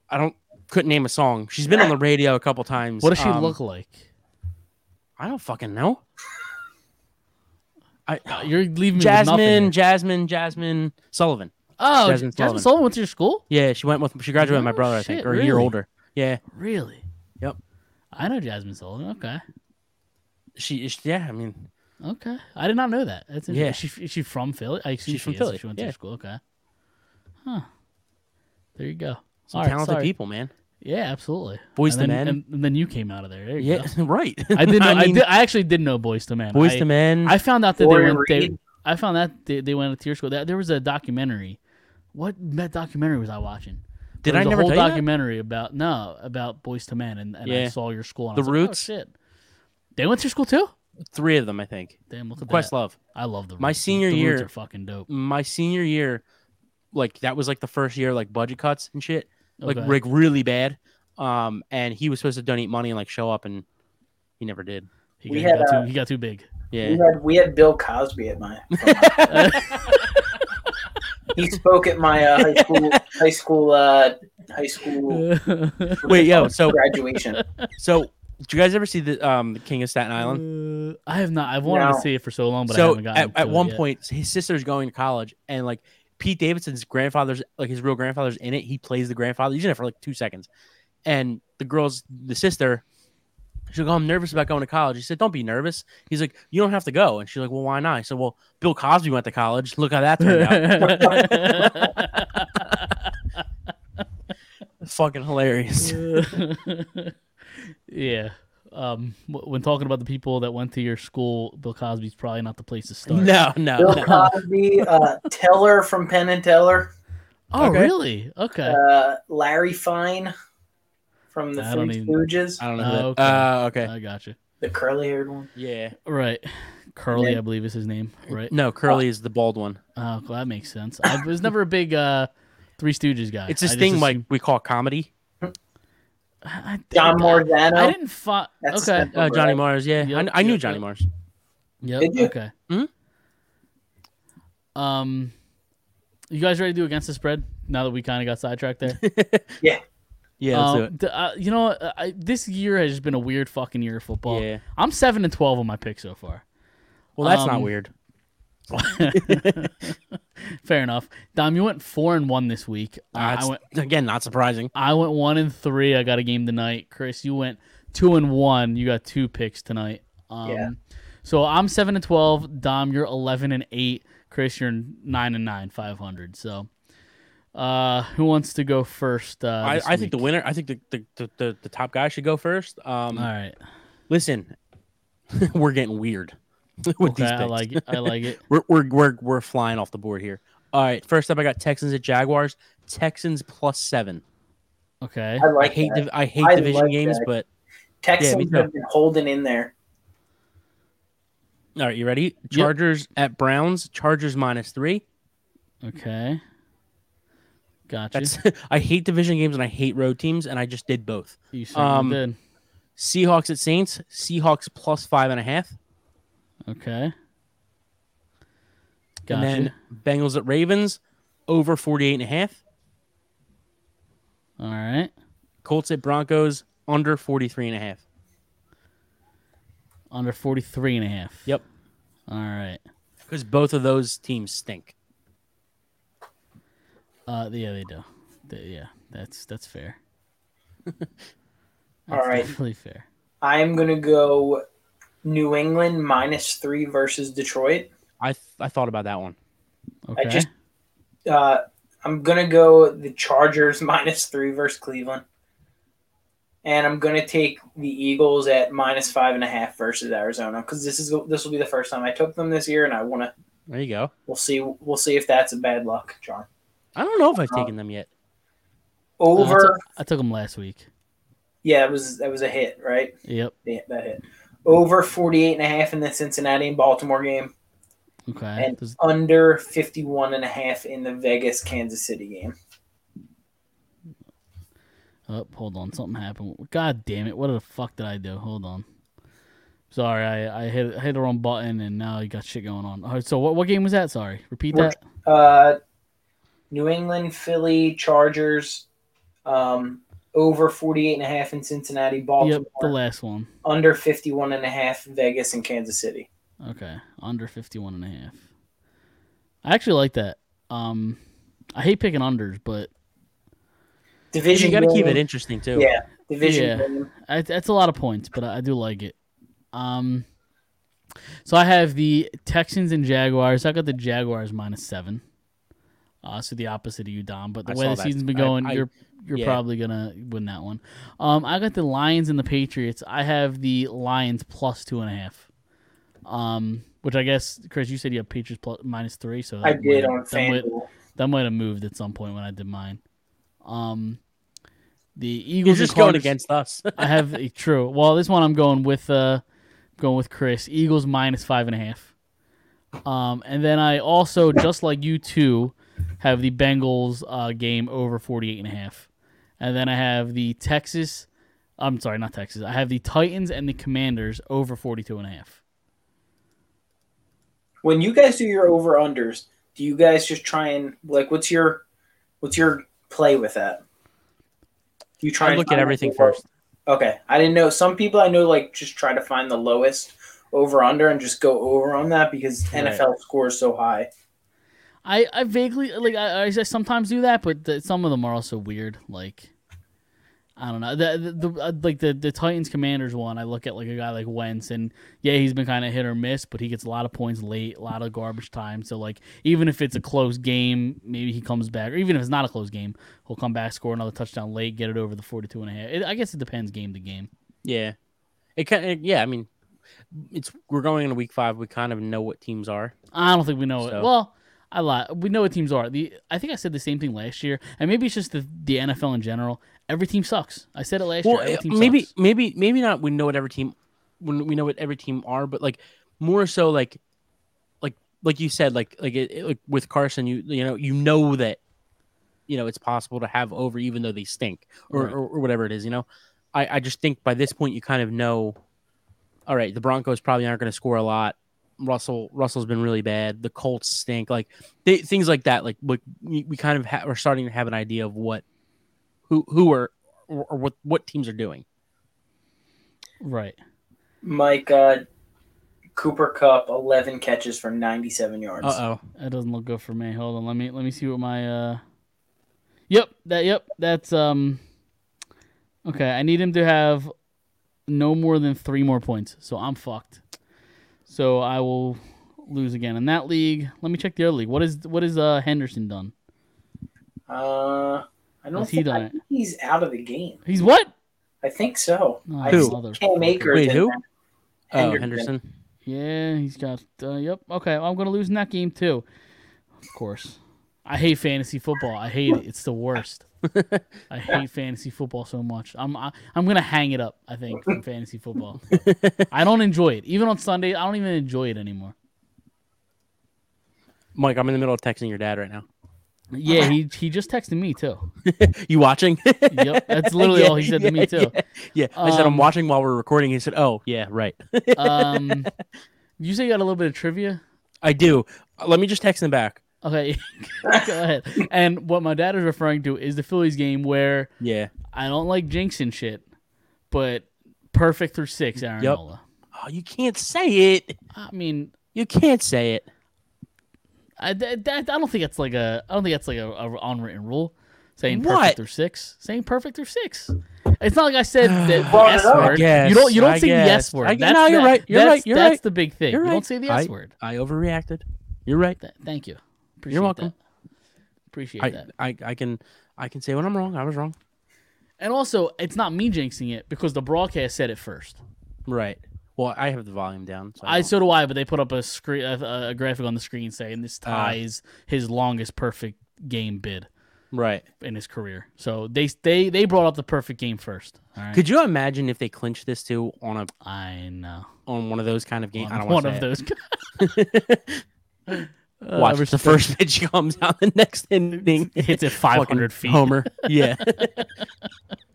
[SPEAKER 2] I don't couldn't name a song. She's been on the radio a couple times.
[SPEAKER 1] What does she
[SPEAKER 2] Um,
[SPEAKER 1] look like?
[SPEAKER 2] I don't fucking know. I
[SPEAKER 1] uh, You're leaving me With nothing
[SPEAKER 2] Jasmine,
[SPEAKER 1] here.
[SPEAKER 2] Jasmine, Jasmine Sullivan.
[SPEAKER 1] oh,
[SPEAKER 2] Jasmine
[SPEAKER 1] Jasmine,
[SPEAKER 2] Sullivan.
[SPEAKER 1] Jasmine Sullivan went to your school.
[SPEAKER 2] Yeah, she went with she graduated with my
[SPEAKER 1] Oh,
[SPEAKER 2] brother, I
[SPEAKER 1] shit,
[SPEAKER 2] think, or a year
[SPEAKER 1] really?
[SPEAKER 2] older. Yeah,
[SPEAKER 1] Really?
[SPEAKER 2] Yep.
[SPEAKER 1] I know Jasmine Sullivan. Okay.
[SPEAKER 2] she. she yeah, I mean,
[SPEAKER 1] Okay. I did not know that. That's interesting.
[SPEAKER 2] Yeah.
[SPEAKER 1] Is she, is she from Philly? I assume
[SPEAKER 2] She's
[SPEAKER 1] she
[SPEAKER 2] from
[SPEAKER 1] is if
[SPEAKER 2] Philly,
[SPEAKER 1] She went to
[SPEAKER 2] yeah.
[SPEAKER 1] your school. Okay. Huh. There you go.
[SPEAKER 2] some
[SPEAKER 1] All right,
[SPEAKER 2] talented
[SPEAKER 1] sorry.
[SPEAKER 2] people, man.
[SPEAKER 1] Yeah, absolutely.
[SPEAKER 2] Boyz
[SPEAKER 1] and
[SPEAKER 2] II
[SPEAKER 1] then,
[SPEAKER 2] Men.
[SPEAKER 1] And, and then you came out of there. There you
[SPEAKER 2] Yeah, [LAUGHS]
[SPEAKER 1] go.
[SPEAKER 2] right.
[SPEAKER 1] I did. Know, I,
[SPEAKER 2] mean,
[SPEAKER 1] did I actually did know Boys to Men.
[SPEAKER 2] Boys
[SPEAKER 1] I,
[SPEAKER 2] to Men.
[SPEAKER 1] I found out that
[SPEAKER 3] Rory
[SPEAKER 1] they went. They,
[SPEAKER 3] Reed.
[SPEAKER 1] I found that they, they went to your school. That there was a documentary. What that documentary was I watching?
[SPEAKER 2] Did
[SPEAKER 1] There
[SPEAKER 2] I
[SPEAKER 1] was
[SPEAKER 2] never
[SPEAKER 1] a whole
[SPEAKER 2] tell you that?
[SPEAKER 1] documentary about no about Boys to Men and, and I
[SPEAKER 2] Yeah.
[SPEAKER 1] saw your school. And
[SPEAKER 2] The
[SPEAKER 1] I was like, oh,
[SPEAKER 2] Roots.
[SPEAKER 1] shit. They went to your school too.
[SPEAKER 2] three of them, I think.
[SPEAKER 1] Damn, look at that.
[SPEAKER 2] Questlove.
[SPEAKER 1] I love the
[SPEAKER 2] My
[SPEAKER 1] Roots. The-
[SPEAKER 2] senior
[SPEAKER 1] the Roots
[SPEAKER 2] year-
[SPEAKER 1] are fucking dope.
[SPEAKER 2] My senior year, like that was like the first year like budget cuts and shit, like
[SPEAKER 1] Okay.
[SPEAKER 2] like really bad. Um, and he was supposed to donate money and like show up, and he never did.
[SPEAKER 1] He got,
[SPEAKER 3] We
[SPEAKER 1] he
[SPEAKER 3] had,
[SPEAKER 1] got
[SPEAKER 3] uh,
[SPEAKER 1] too, he got too
[SPEAKER 2] [LAUGHS]
[SPEAKER 1] big.
[SPEAKER 2] Yeah,
[SPEAKER 3] We had we had Bill Cosby
[SPEAKER 2] [LAUGHS]
[SPEAKER 3] at my. [LAUGHS] he spoke at my uh, high school high school uh, high school
[SPEAKER 2] Wait, yo, so-
[SPEAKER 3] graduation.
[SPEAKER 2] [LAUGHS] So, did you guys ever see the um the King of Staten Island?
[SPEAKER 1] Uh, I have not. I've wanted to
[SPEAKER 3] No.
[SPEAKER 1] see it for so long, but I
[SPEAKER 2] so
[SPEAKER 1] haven't gotten
[SPEAKER 2] at, at
[SPEAKER 1] to it
[SPEAKER 2] one
[SPEAKER 1] yet.
[SPEAKER 2] point, his sister's going to college, and like Pete Davidson's grandfather's like his real grandfather's in it. He plays the grandfather. He's in it for like two seconds, and the girl's the sister. She's like, "Oh, I'm nervous about going to college." He said, "Don't be nervous." He's like, "You don't have to go," and she's like, "Well, why not?" I said, "Well, Bill Cosby went to college. Look how that turned
[SPEAKER 1] [LAUGHS]
[SPEAKER 2] out. Fucking hilarious."
[SPEAKER 1] [LAUGHS] yeah. Um, w- when talking about the people that went to your school, Bill Cosby's probably not the place to start.
[SPEAKER 2] [LAUGHS] No, no,
[SPEAKER 3] Bill
[SPEAKER 2] no.
[SPEAKER 3] Cosby, uh, Teller from Penn and Teller,
[SPEAKER 1] Oh,
[SPEAKER 2] Okay.
[SPEAKER 1] really? Okay.
[SPEAKER 3] uh, Larry Fine from the
[SPEAKER 1] I don't
[SPEAKER 3] Three
[SPEAKER 1] even-
[SPEAKER 3] Stooges,
[SPEAKER 2] I don't know.
[SPEAKER 1] Oh,
[SPEAKER 2] who
[SPEAKER 1] okay.
[SPEAKER 2] that- Uh, okay.
[SPEAKER 1] I got you.
[SPEAKER 3] the curly haired one.
[SPEAKER 2] Yeah.
[SPEAKER 1] Right. Curly,
[SPEAKER 3] Yeah.
[SPEAKER 1] I believe is his name. Right.
[SPEAKER 2] No,
[SPEAKER 1] Uh,
[SPEAKER 2] Curly is the bald one.
[SPEAKER 1] Oh, well, that makes sense. I was never a big uh, Three Stooges guy.
[SPEAKER 2] It's
[SPEAKER 1] I
[SPEAKER 2] this
[SPEAKER 1] just
[SPEAKER 2] thing like
[SPEAKER 1] assumed-
[SPEAKER 2] we call comedy.
[SPEAKER 1] I, I,
[SPEAKER 3] John
[SPEAKER 1] I-
[SPEAKER 3] Morzano.
[SPEAKER 1] I didn't fi-
[SPEAKER 3] That's-
[SPEAKER 1] Okay.
[SPEAKER 2] Uh, Johnny
[SPEAKER 3] Right.
[SPEAKER 2] Mars, yeah. I,
[SPEAKER 1] Oh, Yep,
[SPEAKER 2] kn- I knew
[SPEAKER 1] yep,
[SPEAKER 2] Johnny
[SPEAKER 1] yep.
[SPEAKER 2] Mars.
[SPEAKER 1] Yep.
[SPEAKER 3] Did you?
[SPEAKER 1] Okay.
[SPEAKER 2] Hmm?
[SPEAKER 1] Um, you guys ready to do against the spread? Now that we kind of got sidetracked
[SPEAKER 2] [LAUGHS]
[SPEAKER 1] there.
[SPEAKER 3] Yeah,
[SPEAKER 2] Yeah, let's do
[SPEAKER 1] Um, d- uh, you know, uh, I, this year has just been a weird fucking year of football.
[SPEAKER 2] Yeah.
[SPEAKER 1] I'm seven and twelve on my pick so far.
[SPEAKER 2] it. Well, that's
[SPEAKER 1] um,
[SPEAKER 2] not weird.
[SPEAKER 1] Fair enough. Dom, you went four and one this week. Uh, I
[SPEAKER 2] That's-
[SPEAKER 1] went
[SPEAKER 2] again, not surprising.
[SPEAKER 1] I went one and three. I got a game tonight. Chris, you went two and one. You got two picks tonight. Um,
[SPEAKER 3] Yeah.
[SPEAKER 1] So I'm seven and twelve. Dom, you're eleven and eight. Chris, you're nine and nine, five hundred. So, uh, who wants to go first? Uh,
[SPEAKER 2] I,
[SPEAKER 1] this
[SPEAKER 2] I think the
[SPEAKER 1] week?
[SPEAKER 2] winner. I think the the, the, the, the top guy should go first. Um,
[SPEAKER 1] All right.
[SPEAKER 2] Listen, [LAUGHS] we're getting weird [LAUGHS] with
[SPEAKER 1] Okay,
[SPEAKER 2] these
[SPEAKER 1] I
[SPEAKER 2] picks.
[SPEAKER 1] like it. I like
[SPEAKER 2] [LAUGHS]
[SPEAKER 1] it.
[SPEAKER 2] We're, we're we're we're flying off the board here. All right, first up, I got Texans at Jaguars. Texans plus seven.
[SPEAKER 1] Okay.
[SPEAKER 3] I
[SPEAKER 2] I
[SPEAKER 3] like
[SPEAKER 2] hate
[SPEAKER 3] that.
[SPEAKER 2] div- I hate
[SPEAKER 3] I
[SPEAKER 2] division
[SPEAKER 3] like
[SPEAKER 2] games,
[SPEAKER 3] that.
[SPEAKER 2] but
[SPEAKER 3] Texans
[SPEAKER 2] too.
[SPEAKER 3] have been holding in there.
[SPEAKER 2] all right, you ready? Chargers at Browns. Chargers minus three.
[SPEAKER 1] Okay. Gotcha.
[SPEAKER 2] That's [LAUGHS] I hate division games and I hate road teams, and I just did both.
[SPEAKER 1] you certainly
[SPEAKER 2] um,
[SPEAKER 1] did.
[SPEAKER 2] Seahawks at Saints. Seahawks plus five and a half.
[SPEAKER 1] Okay. Gotcha.
[SPEAKER 2] And then Bengals at Ravens over 48 and a half.
[SPEAKER 1] All right.
[SPEAKER 2] Colts at Broncos under 43 and a half.
[SPEAKER 1] Under 43 and a half.
[SPEAKER 2] Yep.
[SPEAKER 1] All right.
[SPEAKER 2] Because both of those teams stink.
[SPEAKER 1] Uh, yeah, they do. They- yeah, that's that's
[SPEAKER 3] [LAUGHS]
[SPEAKER 1] fair.
[SPEAKER 3] All
[SPEAKER 1] That's
[SPEAKER 3] right.
[SPEAKER 1] definitely fair.
[SPEAKER 3] I'm gonna go New England minus three versus Detroit.
[SPEAKER 2] I, th- I thought about that one.
[SPEAKER 1] Okay.
[SPEAKER 3] just- [LAUGHS] Uh, I'm gonna go the Chargers minus three versus Cleveland. and I'm gonna take the Eagles at minus five and a half versus Arizona because this is this will be the first time I took them this year, and I wanna
[SPEAKER 2] There you go.
[SPEAKER 3] we'll see we'll see if that's a bad luck charm.
[SPEAKER 2] I don't know if I've taken them yet.
[SPEAKER 1] Uh, I took-
[SPEAKER 3] Over,
[SPEAKER 1] I took them last week.
[SPEAKER 3] yeah, that was that was a hit, right?
[SPEAKER 1] Yep.
[SPEAKER 3] Yeah, that hit. Over 48 and a half in the Cincinnati and Baltimore game,
[SPEAKER 1] Okay.
[SPEAKER 3] and
[SPEAKER 1] Does-
[SPEAKER 3] under 51 and a half in the Vegas Kansas City game.
[SPEAKER 1] Oh, hold on. Something happened. God damn it. What the fuck did I do? Hold on. Sorry, I, I hit I hit the wrong button and now you got shit going on. All right, so what, what game was that? Sorry. Repeat
[SPEAKER 3] We're-
[SPEAKER 1] that.
[SPEAKER 3] Uh, New England, Philly, Chargers, um, over 48 and a half in Cincinnati, Baltimore,
[SPEAKER 1] Yep, the last one.
[SPEAKER 3] under 51 and a half Vegas and Kansas City.
[SPEAKER 1] Okay. Under 51 and a half. I actually like that. Um I hate picking unders, but
[SPEAKER 3] Division
[SPEAKER 2] You got to keep it
[SPEAKER 3] game,
[SPEAKER 2] interesting too.
[SPEAKER 3] Yeah, division.
[SPEAKER 1] Yeah.
[SPEAKER 3] game.
[SPEAKER 1] I, that's a lot of points, but I, I do like it. Um so I have the Texans and Jaguars. I got the Jaguars minus 7. Uh, so the opposite of you, Dom. But the
[SPEAKER 2] I
[SPEAKER 1] way
[SPEAKER 2] saw
[SPEAKER 1] the
[SPEAKER 2] that.
[SPEAKER 1] season's been
[SPEAKER 2] I-
[SPEAKER 1] going,
[SPEAKER 2] I-
[SPEAKER 1] you're you're
[SPEAKER 2] yeah.
[SPEAKER 1] probably gonna win that one. Um, I got the Lions and the Patriots. I have the Lions plus two and a half. Um, which I guess, Chris, you said you have Patriots plus minus three, so
[SPEAKER 2] Oh,
[SPEAKER 3] I
[SPEAKER 1] that
[SPEAKER 3] did
[SPEAKER 1] might-
[SPEAKER 3] on
[SPEAKER 1] that might-
[SPEAKER 3] FanDuel.
[SPEAKER 1] that might have moved at some point when I did mine. Um, the
[SPEAKER 2] You're
[SPEAKER 1] Eagles and
[SPEAKER 2] just going
[SPEAKER 1] Cardinals-
[SPEAKER 2] against us. [LAUGHS]
[SPEAKER 1] I have a true. Well, this one I'm going with uh going with Chris. Eagles minus five and a half. Um, and then I also, just like you two, have the Bengals uh, game over 48 and a half. And then I have the Texas, I'm sorry, not Texas. I have the Titans and the Commanders over 42 and a half.
[SPEAKER 3] When you guys do your over unders, do you guys just try and like what's your what's your play with that? Do you try
[SPEAKER 2] I
[SPEAKER 3] and
[SPEAKER 2] look at
[SPEAKER 3] find
[SPEAKER 2] everything
[SPEAKER 3] the low-
[SPEAKER 2] first.
[SPEAKER 3] Okay, I didn't know. Some people I know like just try to find the lowest over under and just go over on that because NFL scores so high.
[SPEAKER 1] I, I vaguely, like, I, I sometimes do that, but the, some of them are also weird. Like, I don't know. The, the, the uh, like the the Titans Commanders one. I look at like a guy like Wentz, and yeah, he's been kind of hit or miss, but he gets a lot of points late, a lot of garbage time. So like, even if it's a close game, maybe he comes back, or even if it's not a close game, he'll come back, score another touchdown late, get it over the forty-two and a half. It, I guess it depends game to game.
[SPEAKER 2] Yeah, it kind. Of, yeah, I mean, it's we're going into week five. We kind of know what teams are.
[SPEAKER 1] I don't think we know it.
[SPEAKER 2] So-
[SPEAKER 1] Well, I lie. We know what teams are. The I think I said the same thing last year, and maybe it's just the the NFL in general. Every team sucks. I said it last
[SPEAKER 2] Well,
[SPEAKER 1] year. Every
[SPEAKER 2] uh,
[SPEAKER 1] team
[SPEAKER 2] maybe,
[SPEAKER 1] sucks.
[SPEAKER 2] maybe, maybe not. We know what every team. When we know what every team are, but like more so, like, like, like you said, like, like, it, it- like with Carson, you you know, you know that, you know, it's possible to have over even though they stink or
[SPEAKER 1] Right.
[SPEAKER 2] or, or whatever it is. You know, I I just think by this point you kind of know. All right, the Broncos probably aren't going to score a lot. Russell Russell's been really bad. The Colts stink. Like they, things like that. Like what we, we kind of ha- are starting to have an idea of what who who are or, or what what teams are doing.
[SPEAKER 1] right.
[SPEAKER 3] Mike uh, Cooper Cup, eleven catches from ninety-seven yards.
[SPEAKER 2] Uh oh.
[SPEAKER 1] That doesn't look good for me. Hold on, let me let me see what my uh Yep, that yep, that's um Okay, I need him to have no more than 3 more points. So I'm fucked. So I will lose again in that league. Let me check the other league. What is what is uh Henderson done?
[SPEAKER 3] Uh, I don't
[SPEAKER 1] What's he
[SPEAKER 3] think, I
[SPEAKER 1] done?
[SPEAKER 3] think he's out of the game.
[SPEAKER 1] He's what?
[SPEAKER 3] I think so.
[SPEAKER 1] Oh,
[SPEAKER 3] I
[SPEAKER 2] Who?
[SPEAKER 3] think Cam Akers.
[SPEAKER 2] Wait,
[SPEAKER 3] and
[SPEAKER 2] who? Oh,
[SPEAKER 3] Henderson.
[SPEAKER 2] Henderson.
[SPEAKER 1] Yeah, he's got uh, yep. Okay, I'm going to lose in that game too. Of course. I hate fantasy football. I hate it. It's the
[SPEAKER 2] [LAUGHS]
[SPEAKER 1] worst. I hate fantasy football so much. I'm I, I'm gonna hang it up. I think from fantasy football.
[SPEAKER 2] [LAUGHS]
[SPEAKER 1] I don't enjoy it. Even on Sunday, I don't even enjoy it anymore.
[SPEAKER 2] Mike, I'm in the middle of texting your dad right now.
[SPEAKER 1] Yeah, he he just texted me too.
[SPEAKER 2] You watching? [LAUGHS]
[SPEAKER 1] Yep, that's literally all he said to me too.
[SPEAKER 2] Yeah, yeah. I said I'm
[SPEAKER 1] Um,
[SPEAKER 2] watching while we're recording. He said, "Oh, yeah, right." [LAUGHS]
[SPEAKER 1] Um, you say you got a little bit of trivia.
[SPEAKER 2] I do. Uh, Let me just text him back.
[SPEAKER 1] Okay, [LAUGHS] go ahead. And what my dad is referring to is the Phillies game where
[SPEAKER 2] Yeah.
[SPEAKER 1] I don't like jinx and shit, but perfect through six, Aaron
[SPEAKER 2] Yep.
[SPEAKER 1] Nola.
[SPEAKER 2] Oh, you can't say it.
[SPEAKER 1] I mean,
[SPEAKER 2] You can't say it.
[SPEAKER 1] I, that, that- I don't think that's like a I don't think that's like a, a unwritten rule. Saying
[SPEAKER 2] What?
[SPEAKER 1] perfect through six. Saying perfect through six. It's not like I said the the
[SPEAKER 3] Brought it
[SPEAKER 1] S
[SPEAKER 3] up. I
[SPEAKER 1] word. you don't you
[SPEAKER 2] guess,
[SPEAKER 1] don't
[SPEAKER 2] I
[SPEAKER 1] say the S
[SPEAKER 2] guess.
[SPEAKER 1] word.
[SPEAKER 2] I-
[SPEAKER 1] that's
[SPEAKER 2] no, you're
[SPEAKER 1] the-
[SPEAKER 2] right, you're
[SPEAKER 1] that's,
[SPEAKER 2] right, you're
[SPEAKER 1] that's
[SPEAKER 2] right.
[SPEAKER 1] the big thing.
[SPEAKER 2] You're
[SPEAKER 1] You
[SPEAKER 2] right.
[SPEAKER 1] don't say the S
[SPEAKER 2] I-
[SPEAKER 1] word.
[SPEAKER 2] I overreacted. You're right.
[SPEAKER 1] Th- thank you. Appreciate
[SPEAKER 2] welcome.
[SPEAKER 1] That. Appreciate
[SPEAKER 2] I,
[SPEAKER 1] that.
[SPEAKER 2] I I can I can say when I'm wrong. I was wrong.
[SPEAKER 1] And also, it's not me jinxing it because the broadcast said it first.
[SPEAKER 2] Right. Well, I have the volume down. So
[SPEAKER 1] I
[SPEAKER 2] I don't-
[SPEAKER 1] so do I, but they put up a screen a, a graphic on the screen saying this
[SPEAKER 2] Uh.
[SPEAKER 1] ties his longest perfect game bid
[SPEAKER 2] right.
[SPEAKER 1] in his career. So they they they brought up the perfect game first. All right.
[SPEAKER 2] Could you imagine if they clinched this too on a
[SPEAKER 1] I know.
[SPEAKER 2] on one of those kind of games? I don't
[SPEAKER 1] one
[SPEAKER 2] want
[SPEAKER 1] of
[SPEAKER 2] to
[SPEAKER 1] those.
[SPEAKER 2] [LAUGHS]
[SPEAKER 1] Uh,
[SPEAKER 2] Watch the first [LAUGHS] pitch comes out the next inning.
[SPEAKER 1] Hits it
[SPEAKER 2] [LAUGHS] Fucking
[SPEAKER 1] 500 feet. [LAUGHS] Oh,
[SPEAKER 2] Homer. Yeah.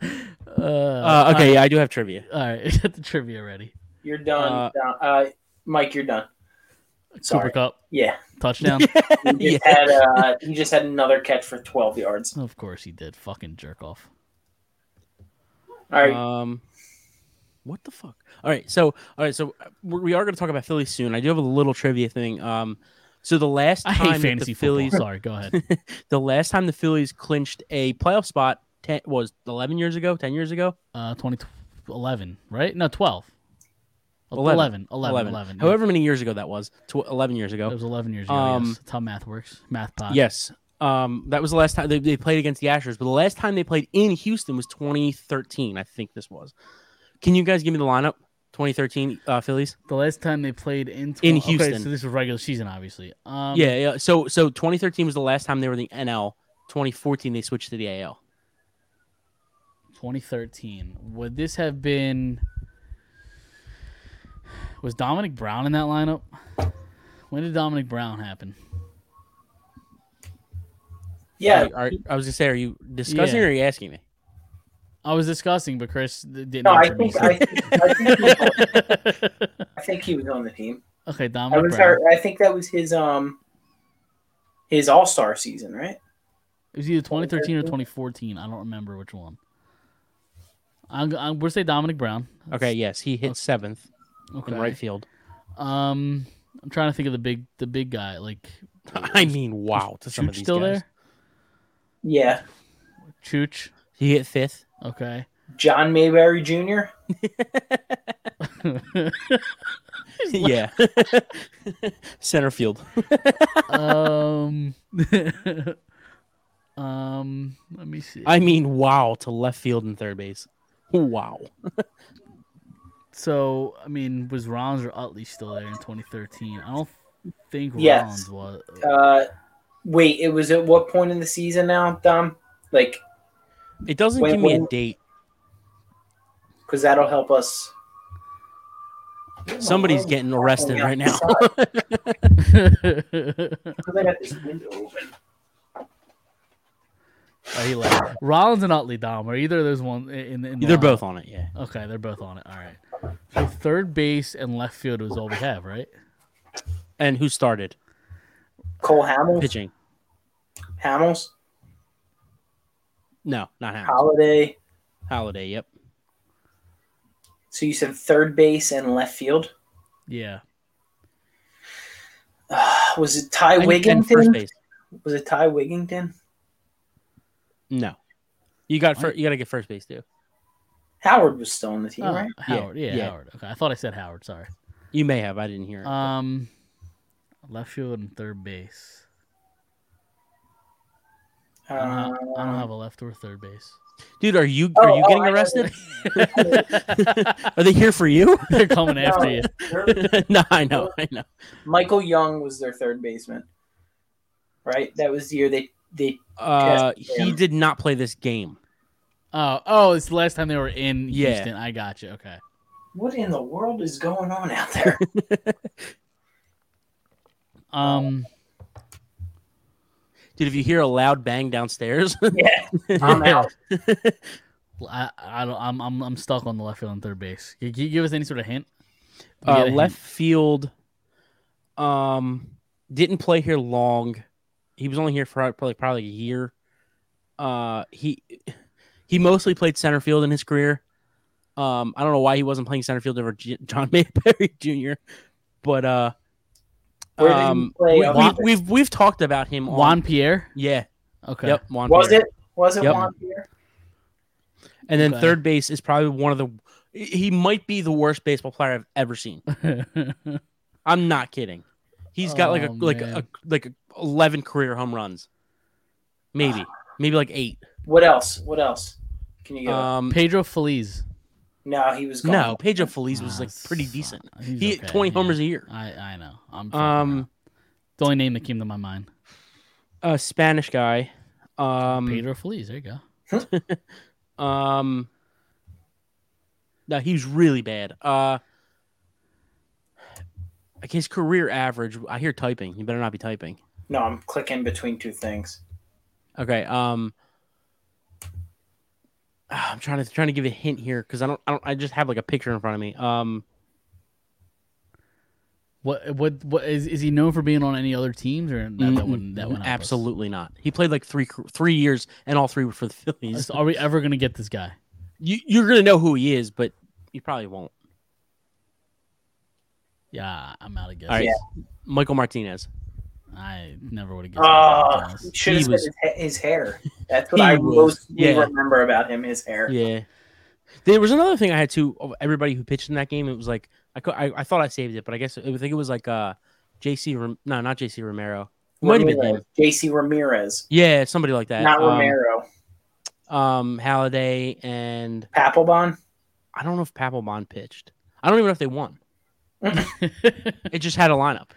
[SPEAKER 2] Uh, okay. Yeah, I do have trivia.
[SPEAKER 1] All right, [LAUGHS] got the trivia ready.
[SPEAKER 3] You're done. Uh, Mike, you're done. Sorry.
[SPEAKER 1] Cooper Cup
[SPEAKER 3] Yeah.
[SPEAKER 2] [LAUGHS]
[SPEAKER 1] touchdown.
[SPEAKER 3] He just, had, uh, he just had another catch for 12 yards.
[SPEAKER 1] of course he did. Fucking jerk off.
[SPEAKER 3] All right.
[SPEAKER 2] Um, what the fuck? All right, so all right, so uh, we we are going to talk about Philly soon. I do have a little trivia thing. Um, so the last
[SPEAKER 1] I
[SPEAKER 2] time
[SPEAKER 1] hate
[SPEAKER 2] that
[SPEAKER 1] fantasy
[SPEAKER 2] the Phillies,
[SPEAKER 1] football. Sorry, go ahead.
[SPEAKER 2] [LAUGHS] the last time the Phillies clinched a playoff spot ten, was eleven years ago, ten years ago,
[SPEAKER 1] Uh, 2011, right? No, 12. 11,
[SPEAKER 2] 11,
[SPEAKER 1] 11, 11. yeah.
[SPEAKER 2] however many years ago that was, tw- eleven years ago.
[SPEAKER 1] It was 11 years ago.
[SPEAKER 2] Um,
[SPEAKER 1] yes. That's how math works. Math pod.
[SPEAKER 2] Yes. Um, that was the last time they, they played against the Astros, but the last time they played in Houston was 2013. I think this was. Can you guys give me the lineup? 2013 uh, Phillies.
[SPEAKER 1] The last time they played in
[SPEAKER 2] In
[SPEAKER 1] okay,
[SPEAKER 2] Houston.
[SPEAKER 1] so this was regular season, obviously. Um,
[SPEAKER 2] yeah, yeah. So so 2013 was the last time they were in the NL. 2014 they switched to the AL.
[SPEAKER 1] 2013. Would this have been? Was Dominic Brown in that lineup? When did Dominic Brown happen?
[SPEAKER 3] yeah.
[SPEAKER 2] Are- are- I was gonna say, are you discussing
[SPEAKER 1] Yeah.
[SPEAKER 2] or are you asking me?
[SPEAKER 1] I was discussing, but Chris d- didn't.
[SPEAKER 3] No, I
[SPEAKER 1] answer me,
[SPEAKER 3] think, I, think, I, think he was, I think he was on the team.
[SPEAKER 1] so- [LAUGHS] okay,
[SPEAKER 3] That
[SPEAKER 1] Dominic
[SPEAKER 3] was
[SPEAKER 1] Brown.
[SPEAKER 3] our, I think that was his um his All Star season, right?
[SPEAKER 1] It was either 2013 or 2014. I don't remember which one. I'm, I'm, we'll say Dominic Brown.
[SPEAKER 2] Okay, yes, he hit seventh
[SPEAKER 1] Okay.
[SPEAKER 2] in
[SPEAKER 1] [LAUGHS]
[SPEAKER 2] right field.
[SPEAKER 1] Um, I'm trying to think of the big the big guy. Like
[SPEAKER 2] I mean, wow. To some of
[SPEAKER 1] Chooch
[SPEAKER 2] these
[SPEAKER 1] still
[SPEAKER 2] guys.
[SPEAKER 1] there?
[SPEAKER 3] Yeah.
[SPEAKER 1] Chooch.
[SPEAKER 2] He
[SPEAKER 1] [LAUGHS]
[SPEAKER 2] hit fifth.
[SPEAKER 1] Okay.
[SPEAKER 3] John Mayberry Jr.
[SPEAKER 2] yeah, [LAUGHS] center field.
[SPEAKER 1] um, [LAUGHS] um, let me see.
[SPEAKER 2] I mean, wow. To left field and third base. Wow.
[SPEAKER 1] so, I mean, was Rollins or Utley still there in 2013? I don't think
[SPEAKER 3] Yes.
[SPEAKER 1] Rollins was. [LAUGHS]
[SPEAKER 3] Uh, wait, it was at what point in the season now, Dom? Like,
[SPEAKER 2] It doesn't
[SPEAKER 3] Wait,
[SPEAKER 2] give me a
[SPEAKER 3] wait.
[SPEAKER 2] date.
[SPEAKER 3] because that'll help us.
[SPEAKER 2] Somebody's getting arrested
[SPEAKER 3] Yeah,
[SPEAKER 2] right now.
[SPEAKER 3] sorry, 'cause I got this window open.
[SPEAKER 1] Oh, he left. Rollins and Utley, Dom, are either of those one in, in the
[SPEAKER 2] [LAUGHS] They're
[SPEAKER 1] lineup?
[SPEAKER 2] both on it. Yeah.
[SPEAKER 1] Okay, they're both on it. All right. So third base and left field was all we have, right?
[SPEAKER 2] And who started
[SPEAKER 3] Cole Hamels,
[SPEAKER 2] pitching?
[SPEAKER 3] Hamels,
[SPEAKER 2] No, not Hamilton.
[SPEAKER 3] Holiday.
[SPEAKER 2] Holiday. Yep.
[SPEAKER 3] So you said third base and left field.
[SPEAKER 1] Yeah.
[SPEAKER 3] Was it Ty
[SPEAKER 2] And- and first
[SPEAKER 3] Wigington?
[SPEAKER 2] base.
[SPEAKER 3] Was it Ty Wigington?
[SPEAKER 2] No. You got fir- you got to get first base too.
[SPEAKER 3] Howard was still on the team,
[SPEAKER 1] Oh,
[SPEAKER 3] right?
[SPEAKER 1] Howard. Yeah,
[SPEAKER 2] yeah.
[SPEAKER 1] Howard. Okay, I thought I said Howard. Sorry.
[SPEAKER 2] You may have. I didn't hear. it.
[SPEAKER 1] Um, left field and third base. I don't, have, I don't
[SPEAKER 3] Um,
[SPEAKER 1] have a left or third base.
[SPEAKER 2] Dude, are you
[SPEAKER 3] Oh,
[SPEAKER 2] are you
[SPEAKER 3] oh,
[SPEAKER 2] getting
[SPEAKER 3] I know
[SPEAKER 2] arrested? [LAUGHS] are they here for you?
[SPEAKER 1] They're
[SPEAKER 2] [LAUGHS]
[SPEAKER 1] coming after you.
[SPEAKER 3] Um,
[SPEAKER 2] no, I know, I know.
[SPEAKER 3] Michael Young was their third baseman, right? That was the year they they
[SPEAKER 2] Uh, he
[SPEAKER 3] him.
[SPEAKER 2] did not play this game.
[SPEAKER 1] Oh, oh, it's the last time they were in
[SPEAKER 2] Yeah.
[SPEAKER 1] Houston. I got you. Okay.
[SPEAKER 3] What in the world is going on
[SPEAKER 2] [LAUGHS]
[SPEAKER 3] out there?
[SPEAKER 1] Um,
[SPEAKER 2] Dude, if you hear a loud bang downstairs,
[SPEAKER 3] yeah, I'm out.
[SPEAKER 1] I, I don't. I'm, I'm, I'm stuck on the left field and third base. Can can you give us any sort of hint? We
[SPEAKER 2] uh,
[SPEAKER 1] get a
[SPEAKER 2] left
[SPEAKER 1] hint.
[SPEAKER 2] field, um, didn't play here long. He was only here for probably probably a year. Uh, he he mostly played center field in his career. Um, I don't know why he wasn't playing center field over J- John [LAUGHS] Mayberry Jr. But uh,
[SPEAKER 3] Where did he
[SPEAKER 2] um,
[SPEAKER 3] play
[SPEAKER 2] we,
[SPEAKER 3] other
[SPEAKER 2] we,
[SPEAKER 3] than-
[SPEAKER 2] we've we've talked about him. on-
[SPEAKER 1] Juan Pierre.
[SPEAKER 2] yeah,
[SPEAKER 1] Okay.
[SPEAKER 2] Yep, Juan
[SPEAKER 3] Was
[SPEAKER 2] Pierre.
[SPEAKER 3] it? Was it
[SPEAKER 2] Yep.
[SPEAKER 3] Juan Pierre?
[SPEAKER 2] And then
[SPEAKER 1] Okay.
[SPEAKER 2] third base is probably one of the. He might be the worst baseball player I've ever seen. I'm not kidding. He's got like a
[SPEAKER 1] Oh,
[SPEAKER 2] like a,
[SPEAKER 1] man.
[SPEAKER 2] like a 11 career home runs, maybe maybe like eight.
[SPEAKER 3] What else? What else? Can you get it?
[SPEAKER 2] Um,
[SPEAKER 1] [LAUGHS] Pedro Feliz. Ah,
[SPEAKER 3] No, he was gone.
[SPEAKER 2] no, Pedro Feliz was like pretty decent.
[SPEAKER 1] He's
[SPEAKER 2] He hit
[SPEAKER 1] okay,
[SPEAKER 2] 20
[SPEAKER 1] yeah.
[SPEAKER 2] homers a year.
[SPEAKER 1] I, I know. I'm um,
[SPEAKER 2] Um,
[SPEAKER 1] the only name that came to my mind.
[SPEAKER 2] a Spanish guy. Um,
[SPEAKER 1] Pedro Feliz. There you go.
[SPEAKER 2] um, no, he was really bad. Uh, like his career average. I hear typing. You better not be typing.
[SPEAKER 3] No, I'm clicking between two things.
[SPEAKER 2] Okay. Um, ah, I'm trying to trying to give a hint here because I don't, I don't. I just have like a picture in front of me. Um,
[SPEAKER 1] What what what is is he known for being on any other teams or that, that one that one
[SPEAKER 2] absolutely not. He played like three three years, and all three were for the Phillies.
[SPEAKER 1] Are we ever gonna get this guy?
[SPEAKER 2] You, you're gonna know who he is, but you probably won't.
[SPEAKER 1] Yeah, I'm out of guess.
[SPEAKER 2] All right, Michael Martinez.
[SPEAKER 1] I never would have guessed.
[SPEAKER 3] Oh,
[SPEAKER 1] that, to be honest.
[SPEAKER 3] should have
[SPEAKER 2] He
[SPEAKER 3] said
[SPEAKER 2] was-
[SPEAKER 3] his, ha- his hair. That's what
[SPEAKER 2] He
[SPEAKER 3] I
[SPEAKER 2] was-
[SPEAKER 3] most
[SPEAKER 2] yeah.
[SPEAKER 3] remember about him. His hair.
[SPEAKER 2] Yeah. There was another thing I had to of everybody who pitched in that game. It was like I cou- I, I thought I saved it, but I guess it, I think it was like uh J.C. Rom- no, not J.C. Romero. It might have been him.
[SPEAKER 3] Ramirez. JC Ramirez,
[SPEAKER 2] Yeah, somebody like that.
[SPEAKER 3] not
[SPEAKER 2] um,
[SPEAKER 3] Romero.
[SPEAKER 2] Um, Halliday and
[SPEAKER 3] Papelbon.
[SPEAKER 2] I don't know if Papelbon pitched. I don't even know if they won. it just had a lineup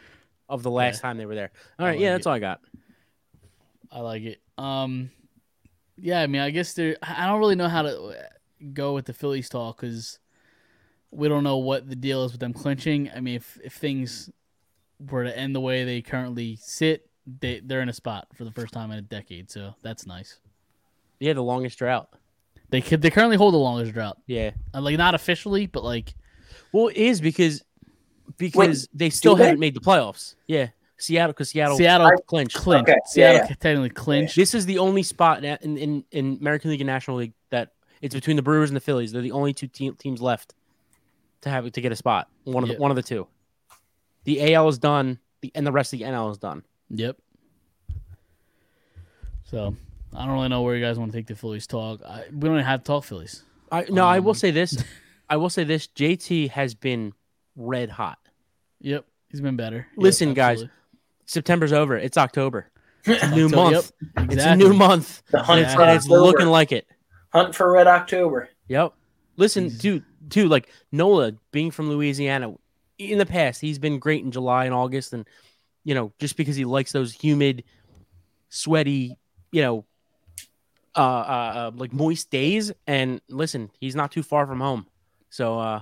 [SPEAKER 2] of the last time they were there. All right,
[SPEAKER 1] like
[SPEAKER 2] yeah,
[SPEAKER 1] it.
[SPEAKER 2] that's all I got.
[SPEAKER 1] I like it. Um, yeah, I mean, I guess there. I I don't really know how to uh, go with the Phillies talk because we don't know what the deal is with them clinching. I mean, if if things were to end the way they currently sit, they they're in a spot for the first time in a decade, so that's nice.
[SPEAKER 2] Yeah, the longest drought.
[SPEAKER 1] They could, they currently hold the longest drought,
[SPEAKER 2] Yeah.
[SPEAKER 1] Uh, like not officially, but like
[SPEAKER 2] Well, it is because because they still
[SPEAKER 3] they?
[SPEAKER 2] haven't made the playoffs. Yeah, Seattle because Seattle
[SPEAKER 1] Seattle
[SPEAKER 2] clinched.
[SPEAKER 1] clinched.
[SPEAKER 3] Okay, yeah,
[SPEAKER 1] Seattle
[SPEAKER 3] yeah.
[SPEAKER 1] technically clinched.
[SPEAKER 2] This is the only spot na- in, in, in American League and National League that it's between the Brewers and the Phillies. They're the only two te- teams left to have to get a spot. One of
[SPEAKER 1] Yeah.
[SPEAKER 2] the, one of the two. The AL is done, the, and the rest of the NL is done.
[SPEAKER 1] Yep. So I don't really know where you guys want to take the Phillies talk. I, we don't even have to talk Phillies.
[SPEAKER 2] I no, I
[SPEAKER 1] Um.
[SPEAKER 2] will say this. [LAUGHS] I will say this. JT has been red hot.
[SPEAKER 1] Yep, he's been better. Yep,
[SPEAKER 2] Listen, guys,
[SPEAKER 1] absolutely.
[SPEAKER 2] September's over. It's October.
[SPEAKER 1] [LAUGHS]
[SPEAKER 2] It's a new
[SPEAKER 1] So,
[SPEAKER 2] month.
[SPEAKER 1] Yep, exactly.
[SPEAKER 2] It's a new month.
[SPEAKER 3] The hunt
[SPEAKER 1] Yeah.
[SPEAKER 3] for
[SPEAKER 2] And it's
[SPEAKER 3] October.
[SPEAKER 2] looking like it.
[SPEAKER 3] hunt for Red October.
[SPEAKER 2] Yep. Listen, dude, dude, like Nola being from Louisiana, in the past he's been great in July and August, and you know just because he likes those humid, sweaty, you know, uh, uh, uh like moist days. And listen, he's not too far from home, so uh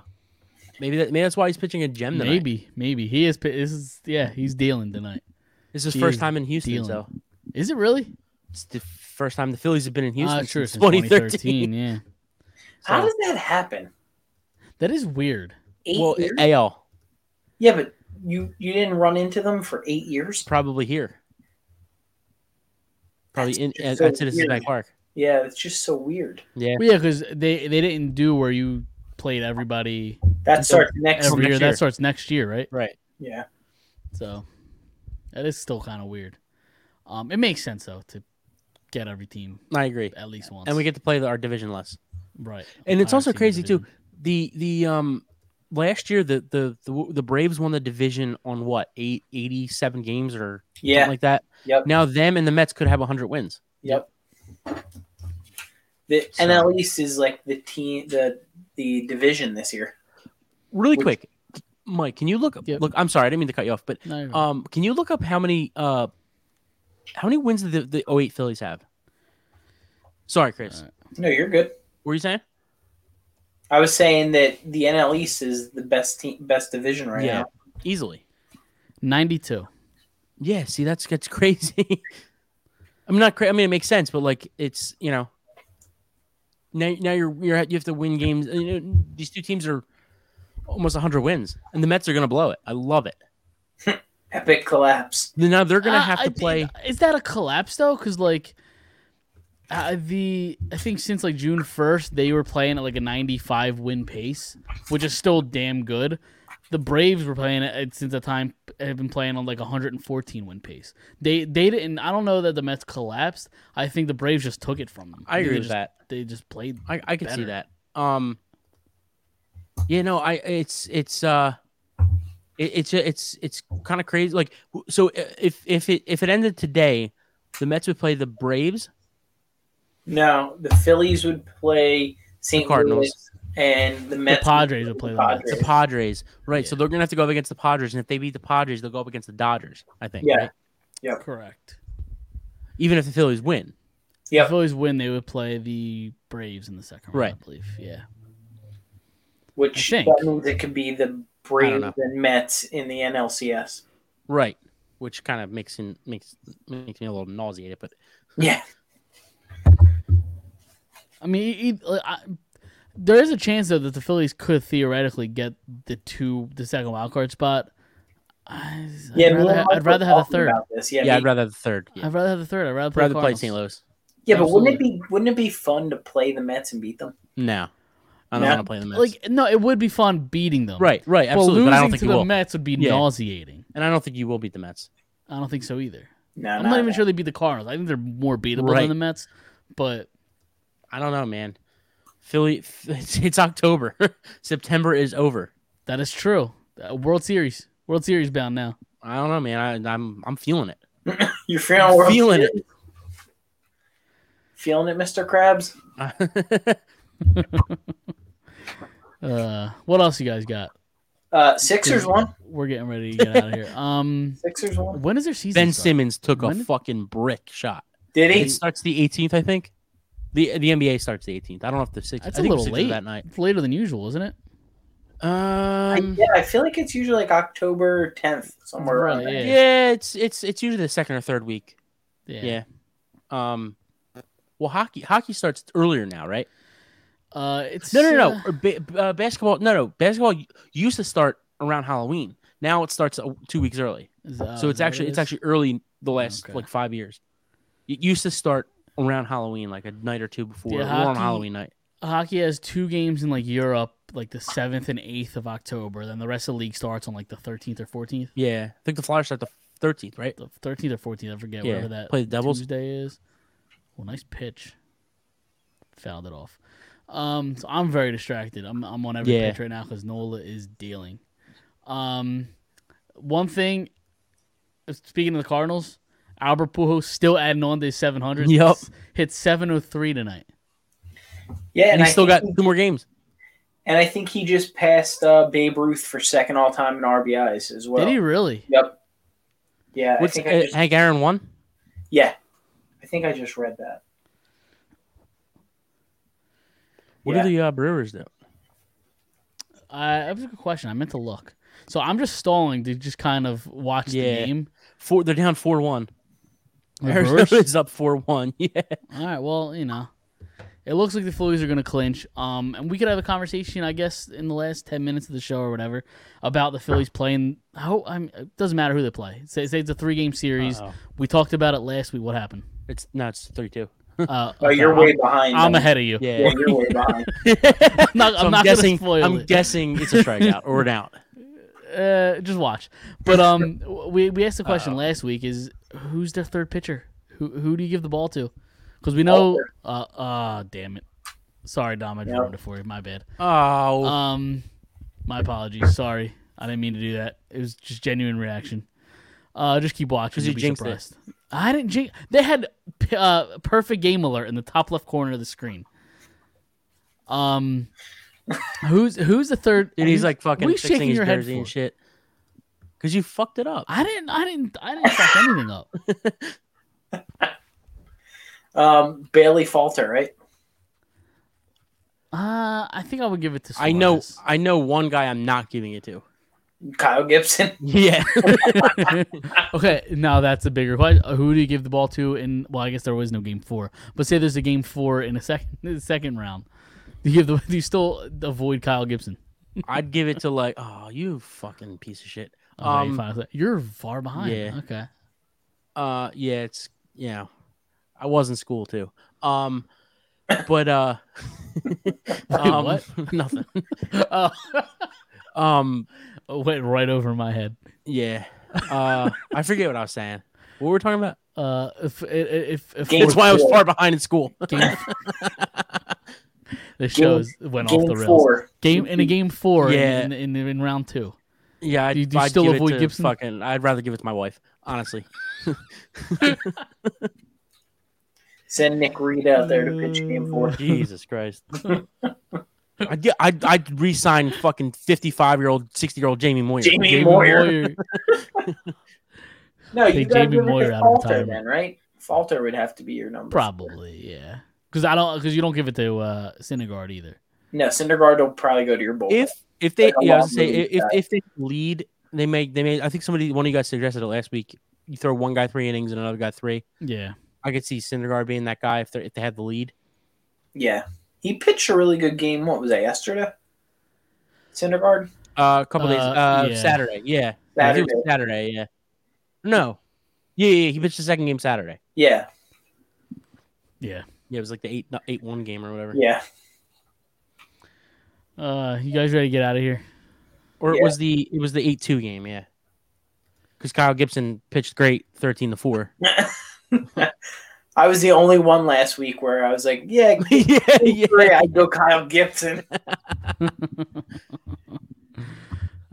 [SPEAKER 2] maybe that maybe that's why he's pitching a gem tonight.
[SPEAKER 1] Maybe, maybe he is. pi- This is yeah, he's dealing tonight.
[SPEAKER 2] This is
[SPEAKER 1] He
[SPEAKER 2] his first
[SPEAKER 1] is
[SPEAKER 2] time in Houston,
[SPEAKER 1] dealing.
[SPEAKER 2] so
[SPEAKER 1] Is it really?
[SPEAKER 2] it's the first time the Phillies have been in Houston
[SPEAKER 1] Ah, true.
[SPEAKER 2] since
[SPEAKER 1] Since
[SPEAKER 2] 2013.
[SPEAKER 1] 2013. Yeah,
[SPEAKER 3] How does that happen?
[SPEAKER 1] that is weird.
[SPEAKER 3] Eight
[SPEAKER 2] Well,
[SPEAKER 3] years?
[SPEAKER 2] AL
[SPEAKER 3] yeah, but you you didn't run into them for eight years.
[SPEAKER 2] probably here, probably
[SPEAKER 3] That's
[SPEAKER 2] in
[SPEAKER 3] just
[SPEAKER 2] at,
[SPEAKER 3] so
[SPEAKER 2] at Citizens
[SPEAKER 3] weird.
[SPEAKER 2] Bank Park.
[SPEAKER 3] Yeah, it's just so weird.
[SPEAKER 2] Yeah.
[SPEAKER 1] Well, yeah, because they they didn't do where you played everybody
[SPEAKER 3] That starts next.
[SPEAKER 1] every
[SPEAKER 2] next
[SPEAKER 1] year.
[SPEAKER 2] year.
[SPEAKER 1] That starts next year, right?
[SPEAKER 2] Right.
[SPEAKER 3] yeah,
[SPEAKER 1] So that is still kind of weird. Um, it makes sense though to get every team
[SPEAKER 2] I agree.
[SPEAKER 1] at least once,
[SPEAKER 2] And we get to play our division less.
[SPEAKER 1] right.
[SPEAKER 2] And it's
[SPEAKER 1] Our
[SPEAKER 2] also
[SPEAKER 1] team
[SPEAKER 2] crazy
[SPEAKER 1] division.
[SPEAKER 2] too. The the um last year the the the, the Braves won the division on what eight, 87 games or
[SPEAKER 3] yeah,
[SPEAKER 2] something like that.
[SPEAKER 3] Yep.
[SPEAKER 2] Now them and the Mets could have 100 wins.
[SPEAKER 3] yep. The NL East is like the team, the the division this year.
[SPEAKER 2] Really
[SPEAKER 3] Which-
[SPEAKER 2] quick. Mike, can you look
[SPEAKER 1] Yep. Mm-hmm.
[SPEAKER 2] look I'm sorry, I didn't mean to cut you off, but
[SPEAKER 1] No, you're fine.
[SPEAKER 2] um can you look up how many uh how many wins did the, the 08 Phillies have? Sorry, Chris.
[SPEAKER 3] No, you're good.
[SPEAKER 2] What were you saying?
[SPEAKER 3] I was saying that the NL East is the best team, best division right
[SPEAKER 2] Yeah.
[SPEAKER 3] now.
[SPEAKER 2] Easily.
[SPEAKER 1] ninety-two.
[SPEAKER 2] Yeah, see, that's that's [LAUGHS] crazy. I'm not. Cra- I mean, it makes sense, but like, it's you know, now now you're you're at- you have to win games. You know, these two teams are almost 100 wins, and the Mets are gonna blow it. I love it.
[SPEAKER 3] Epic collapse.
[SPEAKER 2] Now they're gonna
[SPEAKER 1] Uh,
[SPEAKER 2] have
[SPEAKER 1] I
[SPEAKER 2] to
[SPEAKER 1] think-
[SPEAKER 2] play.
[SPEAKER 1] Is that a collapse though? Because like uh, the I think since like June first they were playing at like a ninety-five win pace, which is still damn good. The Braves were playing at- at since the time have been playing on like a hundred and fourteen win pace. They they didn't. I don't know that the Mets collapsed. I think the Braves just took it from them.
[SPEAKER 2] I
[SPEAKER 1] They
[SPEAKER 2] agree with
[SPEAKER 1] just-
[SPEAKER 2] that.
[SPEAKER 1] They just played.
[SPEAKER 2] I I could see
[SPEAKER 1] better.
[SPEAKER 2] that. Um, yeah, no, I it's it's uh, it, it's it's it's kind of crazy. Like, w- uh, so i- if if it if it ended today, the Mets would play the Braves,
[SPEAKER 3] No, the Phillies would play St.
[SPEAKER 2] Cardinals.
[SPEAKER 3] Louis, and the Mets.
[SPEAKER 1] Padres would play the Mets.
[SPEAKER 2] The
[SPEAKER 3] Padres.
[SPEAKER 2] Padres, right? So they're gonna have to go up against the Padres, and if they beat the Padres, they'll go up against the Dodgers. I think.
[SPEAKER 3] Yeah.
[SPEAKER 2] right?
[SPEAKER 1] Correct.
[SPEAKER 2] Even if the Phillies win,
[SPEAKER 3] Yep.
[SPEAKER 1] If always win, they would play the Braves in the second round, I
[SPEAKER 2] Right.
[SPEAKER 1] believe. Yeah.
[SPEAKER 3] which
[SPEAKER 1] I think.
[SPEAKER 3] that means it could be the Braves
[SPEAKER 2] know.
[SPEAKER 3] and Mets in the NLCS.
[SPEAKER 2] right? Which kind of makes him makes makes me a little nauseated, but
[SPEAKER 3] Yeah,
[SPEAKER 1] I mean, e- e- I, there is a chance though that the Phillies could theoretically get the two, the second wild card spot. I, I'd
[SPEAKER 3] yeah.
[SPEAKER 1] rather,
[SPEAKER 3] Lil
[SPEAKER 1] ha-
[SPEAKER 3] Mike
[SPEAKER 1] I'd rather
[SPEAKER 3] was
[SPEAKER 1] have the
[SPEAKER 3] talking
[SPEAKER 1] third.
[SPEAKER 3] about this. Yeah,
[SPEAKER 2] yeah,
[SPEAKER 3] me-
[SPEAKER 2] I'd rather have the third. Yeah.
[SPEAKER 1] I'd rather have the third. I'd rather play,
[SPEAKER 2] rather play
[SPEAKER 1] Cardinals.
[SPEAKER 2] St. Louis.
[SPEAKER 3] yeah. But wouldn't it be wouldn't it be fun to play the Mets and beat them?
[SPEAKER 2] No, I don't
[SPEAKER 3] No.
[SPEAKER 2] want to play the Mets.
[SPEAKER 1] Like, no, it would be fun beating them.
[SPEAKER 2] right, right,
[SPEAKER 1] But
[SPEAKER 2] absolutely.
[SPEAKER 1] losing
[SPEAKER 2] But I don't think
[SPEAKER 1] to
[SPEAKER 2] you
[SPEAKER 1] the
[SPEAKER 2] will,
[SPEAKER 1] Mets would be
[SPEAKER 2] Yeah.
[SPEAKER 1] nauseating.
[SPEAKER 2] and I don't think you will beat the Mets.
[SPEAKER 1] I don't think so either.
[SPEAKER 3] No,
[SPEAKER 1] I'm not even sure they beat the Cardinals. I think they're more beatable
[SPEAKER 2] Right.
[SPEAKER 1] than the Mets, but
[SPEAKER 2] I don't know, man. Philly, [LAUGHS] it's, it's October. [LAUGHS] September is over.
[SPEAKER 1] that is true. Uh, World Series, World Series bound now.
[SPEAKER 2] I don't know, man. I, I'm I'm feeling it.
[SPEAKER 3] You're feeling World
[SPEAKER 2] feeling
[SPEAKER 3] Series? Feeling it, Mr. Krabs.
[SPEAKER 1] Uh, what else you guys got?
[SPEAKER 3] Uh, Sixers won.
[SPEAKER 1] We're getting ready to get out of here. [LAUGHS] Um,
[SPEAKER 3] Sixers won.
[SPEAKER 1] when is their season?
[SPEAKER 2] [LAUGHS] ben
[SPEAKER 1] start?
[SPEAKER 2] Simmons took
[SPEAKER 1] When
[SPEAKER 2] a
[SPEAKER 1] did-
[SPEAKER 2] fucking brick shot.
[SPEAKER 3] Did he?
[SPEAKER 2] It starts the 18th, I think. The the NBA starts the 18th. I don't know if the six.
[SPEAKER 1] That's
[SPEAKER 2] I
[SPEAKER 1] a
[SPEAKER 2] think the
[SPEAKER 1] little
[SPEAKER 2] Sixers are
[SPEAKER 1] late.
[SPEAKER 2] that night.
[SPEAKER 1] It's later than usual, isn't it?
[SPEAKER 3] I,
[SPEAKER 2] Um,
[SPEAKER 3] yeah, I feel like it's usually like October 10th somewhere around
[SPEAKER 1] Right,
[SPEAKER 3] there.
[SPEAKER 1] yeah.
[SPEAKER 2] yeah, it's it's it's usually the second or third week. Yeah. Um, well, hockey hockey starts earlier now, right?
[SPEAKER 1] Uh, it's
[SPEAKER 2] No, no, no.
[SPEAKER 1] uh,
[SPEAKER 2] or ba- uh, basketball. No, no. Basketball y- used to start around Halloween. Now it starts uh, two weeks early.
[SPEAKER 1] is that-
[SPEAKER 2] so
[SPEAKER 1] Oh, is
[SPEAKER 2] it's
[SPEAKER 1] that what
[SPEAKER 2] actually
[SPEAKER 1] it
[SPEAKER 2] it's
[SPEAKER 1] is?
[SPEAKER 2] actually early the last
[SPEAKER 1] Okay.
[SPEAKER 2] like five years. It used to start around Halloween, like a night or two before,
[SPEAKER 1] Yeah,
[SPEAKER 2] or on
[SPEAKER 1] hockey-
[SPEAKER 2] Halloween night.
[SPEAKER 1] hockey has two games in like Europe, like the seventh and eighth of October. Then the rest of the league starts on like the thirteenth or fourteenth,
[SPEAKER 2] Yeah, I think the Flyers start the thirteenth, right?
[SPEAKER 1] the thirteenth or fourteenth. I forget
[SPEAKER 2] Yeah,
[SPEAKER 1] whatever that
[SPEAKER 2] play the Devils.
[SPEAKER 1] Tuesday is. Well, nice pitch. Fouled it off. Um, so I'm very distracted. I'm I'm on every
[SPEAKER 2] Yeah.
[SPEAKER 1] pitch right now because Nola is dealing. Um, one thing. uh, Speaking of the Cardinals, Albert Pujols still adding on to his 700.
[SPEAKER 2] Yup.
[SPEAKER 1] hit 703 tonight.
[SPEAKER 3] Yeah,
[SPEAKER 2] And,
[SPEAKER 3] and,
[SPEAKER 2] he's
[SPEAKER 3] I
[SPEAKER 2] still got
[SPEAKER 3] think,
[SPEAKER 2] two more games.
[SPEAKER 3] and I think he just passed uh, Babe Ruth for second all time in RBIs as well.
[SPEAKER 1] Did he really?
[SPEAKER 3] Yep. Yeah,
[SPEAKER 2] What's,
[SPEAKER 3] I think I
[SPEAKER 2] uh,
[SPEAKER 3] just,
[SPEAKER 2] Hank Aaron won.
[SPEAKER 3] yeah, I think I just read that.
[SPEAKER 2] What
[SPEAKER 3] Yeah.
[SPEAKER 2] do the uh, Brewers do?
[SPEAKER 1] Uh, that was a good question. I meant to look. So I'm just stalling to just kind of watch the
[SPEAKER 2] Yeah.
[SPEAKER 1] game.
[SPEAKER 2] [LAUGHS] Four, they're down four one.
[SPEAKER 1] The
[SPEAKER 2] Arizona
[SPEAKER 1] Brewers?
[SPEAKER 2] is up four one. [LAUGHS] Yeah,
[SPEAKER 1] All right. Well, you know, it looks like the Phillies are going to clinch. Um, and we could have a conversation, I guess, in the last ten minutes of the show or whatever about the Phillies playing. How I mean, it doesn't matter who they play. Say, say it's a three game series.
[SPEAKER 2] Uh-oh.
[SPEAKER 1] We talked about it last week. What happened?
[SPEAKER 2] it's no, it's three two.
[SPEAKER 1] Uh,
[SPEAKER 3] Oh,
[SPEAKER 1] okay,
[SPEAKER 3] you're
[SPEAKER 1] I'm,
[SPEAKER 3] way behind.
[SPEAKER 1] I'm
[SPEAKER 3] them.
[SPEAKER 1] ahead of you.
[SPEAKER 3] Yeah,
[SPEAKER 2] Yeah,
[SPEAKER 3] you're way [LAUGHS] behind.
[SPEAKER 1] [LAUGHS] I'm not,
[SPEAKER 2] So
[SPEAKER 1] I'm not
[SPEAKER 2] guessing.
[SPEAKER 1] Gonna spoil
[SPEAKER 2] I'm
[SPEAKER 1] it.
[SPEAKER 2] guessing it's a strikeout or
[SPEAKER 1] [LAUGHS]
[SPEAKER 2] an out.
[SPEAKER 1] uh, just watch. But um,
[SPEAKER 2] [LAUGHS]
[SPEAKER 1] w- we we asked the question last week: is who's their third pitcher? Who who do you give the ball to? Because we know. Uh,
[SPEAKER 2] Oh.
[SPEAKER 1] uh damn it. Sorry, Dom. I just ruined it for you. My bad.
[SPEAKER 2] Oh,
[SPEAKER 1] Um, my apologies. Sorry, I didn't mean to do that. It was just genuine reaction. Uh, just keep watching.
[SPEAKER 2] 'Cause
[SPEAKER 1] You'll
[SPEAKER 2] you
[SPEAKER 1] be
[SPEAKER 2] jinxed it.
[SPEAKER 1] surprised. I didn't jinx. They had p- uh, perfect game alert in the top left corner of the screen. Um, who's who's the third?
[SPEAKER 2] and he's
[SPEAKER 1] who-
[SPEAKER 2] like fucking
[SPEAKER 1] what are you
[SPEAKER 2] fixing
[SPEAKER 1] shaking
[SPEAKER 2] his
[SPEAKER 1] your head
[SPEAKER 2] jersey and
[SPEAKER 1] for?
[SPEAKER 2] shit. Because you fucked it up.
[SPEAKER 1] I didn't. I didn't. I didn't fuck anything up.
[SPEAKER 3] Um, Bailey Falter, right?
[SPEAKER 1] Uh, I think I would give it to.
[SPEAKER 2] I know.
[SPEAKER 1] Suarez.
[SPEAKER 2] I know one guy. I'm not giving
[SPEAKER 1] [LAUGHS]
[SPEAKER 2] it to.
[SPEAKER 3] Kyle Gibson.
[SPEAKER 2] Yeah.
[SPEAKER 1] Okay, now that's a bigger question. Uh, Who do you give the ball to? In well, I guess there was no game four, but say there's a game four in a second [LAUGHS] in the second round. Do you give the? [LAUGHS] Do you still avoid Kyle Gibson?
[SPEAKER 2] I'd give it to like, oh, you fucking piece of shit.
[SPEAKER 1] Oh,
[SPEAKER 2] um,
[SPEAKER 1] you're, fine. you're far behind.
[SPEAKER 2] yeah.
[SPEAKER 1] Okay. [LAUGHS]
[SPEAKER 2] uh, yeah, it's yeah. I was in school too. Um, but [LAUGHS] uh, um,
[SPEAKER 1] what?
[SPEAKER 2] [LAUGHS] Nothing.
[SPEAKER 1] Oh,
[SPEAKER 2] Um,
[SPEAKER 1] it Oh, went right over my head.
[SPEAKER 2] yeah. Uh, I forget what I was saying. What were we talking about?
[SPEAKER 1] Uh, if if if,
[SPEAKER 3] Game
[SPEAKER 2] That's why I was
[SPEAKER 3] four.
[SPEAKER 2] far behind in school.
[SPEAKER 1] game, the shows [LAUGHS] went
[SPEAKER 3] Game
[SPEAKER 1] off the rails.
[SPEAKER 3] four.
[SPEAKER 1] Game in a game four.
[SPEAKER 2] Yeah.
[SPEAKER 1] In, in, in, in round two.
[SPEAKER 2] [LAUGHS] Yeah, I'd,
[SPEAKER 1] Do you- do you
[SPEAKER 2] I'd
[SPEAKER 1] still
[SPEAKER 2] give it
[SPEAKER 1] avoid
[SPEAKER 2] to
[SPEAKER 1] Gibson?
[SPEAKER 2] [LAUGHS] Fucking, I'd rather give it to my wife, honestly.
[SPEAKER 3] Send Nick Reed out there to pitch game
[SPEAKER 1] Uh,
[SPEAKER 3] four.
[SPEAKER 2] Jesus [LAUGHS] Christ. I'd, get- I'd, I'd re-sign fucking 55-year-old, 60-year-old Jamie Moyer.
[SPEAKER 3] [LAUGHS] Jamie
[SPEAKER 1] Jamie
[SPEAKER 3] Moyer.
[SPEAKER 1] Moyer.
[SPEAKER 3] No, you
[SPEAKER 1] Take
[SPEAKER 3] guys
[SPEAKER 1] Jamie
[SPEAKER 3] would
[SPEAKER 1] Moyer
[SPEAKER 3] Moyer
[SPEAKER 1] out of
[SPEAKER 3] Falter
[SPEAKER 1] retirement.
[SPEAKER 3] then, right? Falter would have to be your number.
[SPEAKER 1] Probably, yeah. Because I don't, because you don't give it to uh, Syndergaard either.
[SPEAKER 3] No, Syndergaard will probably go to your bullpen.
[SPEAKER 2] If if they
[SPEAKER 3] Like a
[SPEAKER 2] yeah, I was
[SPEAKER 3] long
[SPEAKER 2] gonna say
[SPEAKER 3] lead
[SPEAKER 2] if,
[SPEAKER 3] guy.
[SPEAKER 2] if they lead, they may they may I think somebody one of you guys suggested it last week. You throw one guy three innings and another guy three.
[SPEAKER 1] Yeah.
[SPEAKER 2] I could see Syndergaard being that guy if they if they had the lead.
[SPEAKER 3] yeah, he pitched a really good game. What was that yesterday? Syndergaard.
[SPEAKER 2] Uh, a couple days
[SPEAKER 1] Uh,
[SPEAKER 2] uh
[SPEAKER 1] yeah.
[SPEAKER 2] Saturday, yeah. I think it was
[SPEAKER 3] Saturday.
[SPEAKER 2] Saturday, yeah. No. Yeah, yeah, yeah, he pitched the second game Saturday.
[SPEAKER 3] Yeah,
[SPEAKER 1] Yeah.
[SPEAKER 2] Yeah, it was like the eight eight one game or whatever.
[SPEAKER 3] yeah.
[SPEAKER 1] Uh, you guys ready to get out of here?
[SPEAKER 2] Or it
[SPEAKER 3] Yeah.
[SPEAKER 2] was the it was the eight two game, yeah. Because Kyle Gibson pitched great thirteen to
[SPEAKER 3] [LAUGHS]
[SPEAKER 2] four. [LAUGHS]
[SPEAKER 3] I was the only one last week where I was like,
[SPEAKER 1] [LAUGHS]
[SPEAKER 3] yeah, give
[SPEAKER 2] yeah,
[SPEAKER 3] me three, I'd go Kyle Gibson.
[SPEAKER 1] Uh,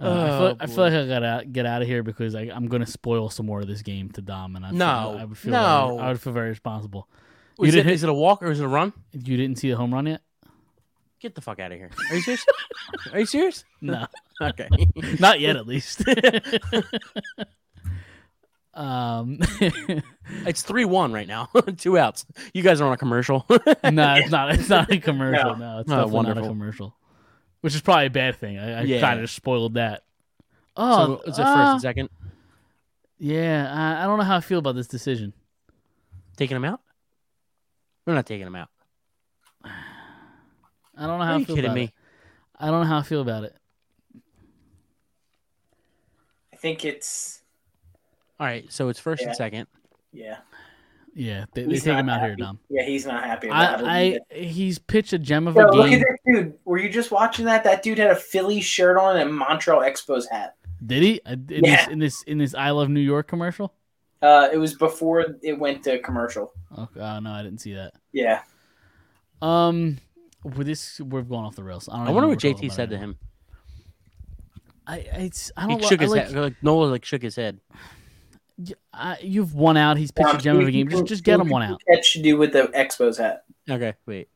[SPEAKER 1] I, feel,
[SPEAKER 2] Oh,
[SPEAKER 1] I
[SPEAKER 2] boy.
[SPEAKER 1] feel like I gotta get out of here because I, I'm gonna spoil some more of this game to Dom, and I feel-
[SPEAKER 2] No,
[SPEAKER 1] I would feel
[SPEAKER 2] no.
[SPEAKER 1] I would feel very responsible. You
[SPEAKER 2] Is it,
[SPEAKER 1] didn't hit-
[SPEAKER 2] is it a walk or is it a run?
[SPEAKER 1] You didn't see the home run yet?
[SPEAKER 2] Get the fuck out of here. Are you
[SPEAKER 3] [LAUGHS]
[SPEAKER 2] serious? Are you serious? [LAUGHS]
[SPEAKER 1] No,
[SPEAKER 2] Okay.
[SPEAKER 1] not yet, at
[SPEAKER 2] [LAUGHS]
[SPEAKER 1] least. [LAUGHS] um, [LAUGHS]
[SPEAKER 2] It's 3 1 right now. [LAUGHS] Two outs. You guys are on a commercial. [LAUGHS]
[SPEAKER 1] no, it's not. It's not a commercial. No, it's
[SPEAKER 2] Oh,
[SPEAKER 1] definitely not
[SPEAKER 2] wonderful.
[SPEAKER 1] a commercial, which is probably a bad thing. I, I
[SPEAKER 2] Yeah.
[SPEAKER 1] kind of spoiled that.
[SPEAKER 2] so
[SPEAKER 1] Oh,
[SPEAKER 2] it's a first
[SPEAKER 1] uh,
[SPEAKER 2] and second.
[SPEAKER 1] yeah. I, I don't know how I feel about this decision.
[SPEAKER 2] Taking him out? We're not taking him out.
[SPEAKER 1] I don't know how
[SPEAKER 2] Are
[SPEAKER 1] I
[SPEAKER 2] you
[SPEAKER 1] feel
[SPEAKER 2] kidding
[SPEAKER 1] about
[SPEAKER 2] me?
[SPEAKER 1] It. I don't know how I feel about it.
[SPEAKER 3] I think it's
[SPEAKER 2] All right. So it's first
[SPEAKER 3] Yeah.
[SPEAKER 2] and second.
[SPEAKER 3] yeah.
[SPEAKER 1] Yeah, they, they
[SPEAKER 3] He's
[SPEAKER 1] take
[SPEAKER 3] not
[SPEAKER 1] him out here,
[SPEAKER 3] happy.
[SPEAKER 1] Dom.
[SPEAKER 3] Yeah, he's not happy about it.
[SPEAKER 1] I, I he's pitched a gem of
[SPEAKER 3] Yo,
[SPEAKER 1] a
[SPEAKER 3] look at
[SPEAKER 1] game.
[SPEAKER 3] that dude. Were you just watching that? That dude had a Philly shirt on and a Montreal Expos hat.
[SPEAKER 1] Did he Uh, in this
[SPEAKER 3] Yeah.
[SPEAKER 1] in this in this I Love New York commercial?
[SPEAKER 3] Uh, it was before it went to commercial.
[SPEAKER 1] Oh, oh no, I didn't see that.
[SPEAKER 3] Yeah.
[SPEAKER 1] Um, with this we're going off the rails. I, don't
[SPEAKER 2] I
[SPEAKER 1] even
[SPEAKER 2] wonder
[SPEAKER 1] know
[SPEAKER 2] what
[SPEAKER 1] we're talking
[SPEAKER 2] JT
[SPEAKER 1] about
[SPEAKER 2] said to
[SPEAKER 1] anymore.
[SPEAKER 2] him.
[SPEAKER 1] I, it's I
[SPEAKER 2] He
[SPEAKER 1] don't.
[SPEAKER 2] shook
[SPEAKER 1] I
[SPEAKER 2] his
[SPEAKER 1] like,
[SPEAKER 2] head. Like, Nola like shook his head.
[SPEAKER 1] I, you've won out. He's
[SPEAKER 3] Um,
[SPEAKER 1] pitched a gem of a game. Just just get him one out.
[SPEAKER 3] That should do with the Expos hat
[SPEAKER 2] Okay. Wait.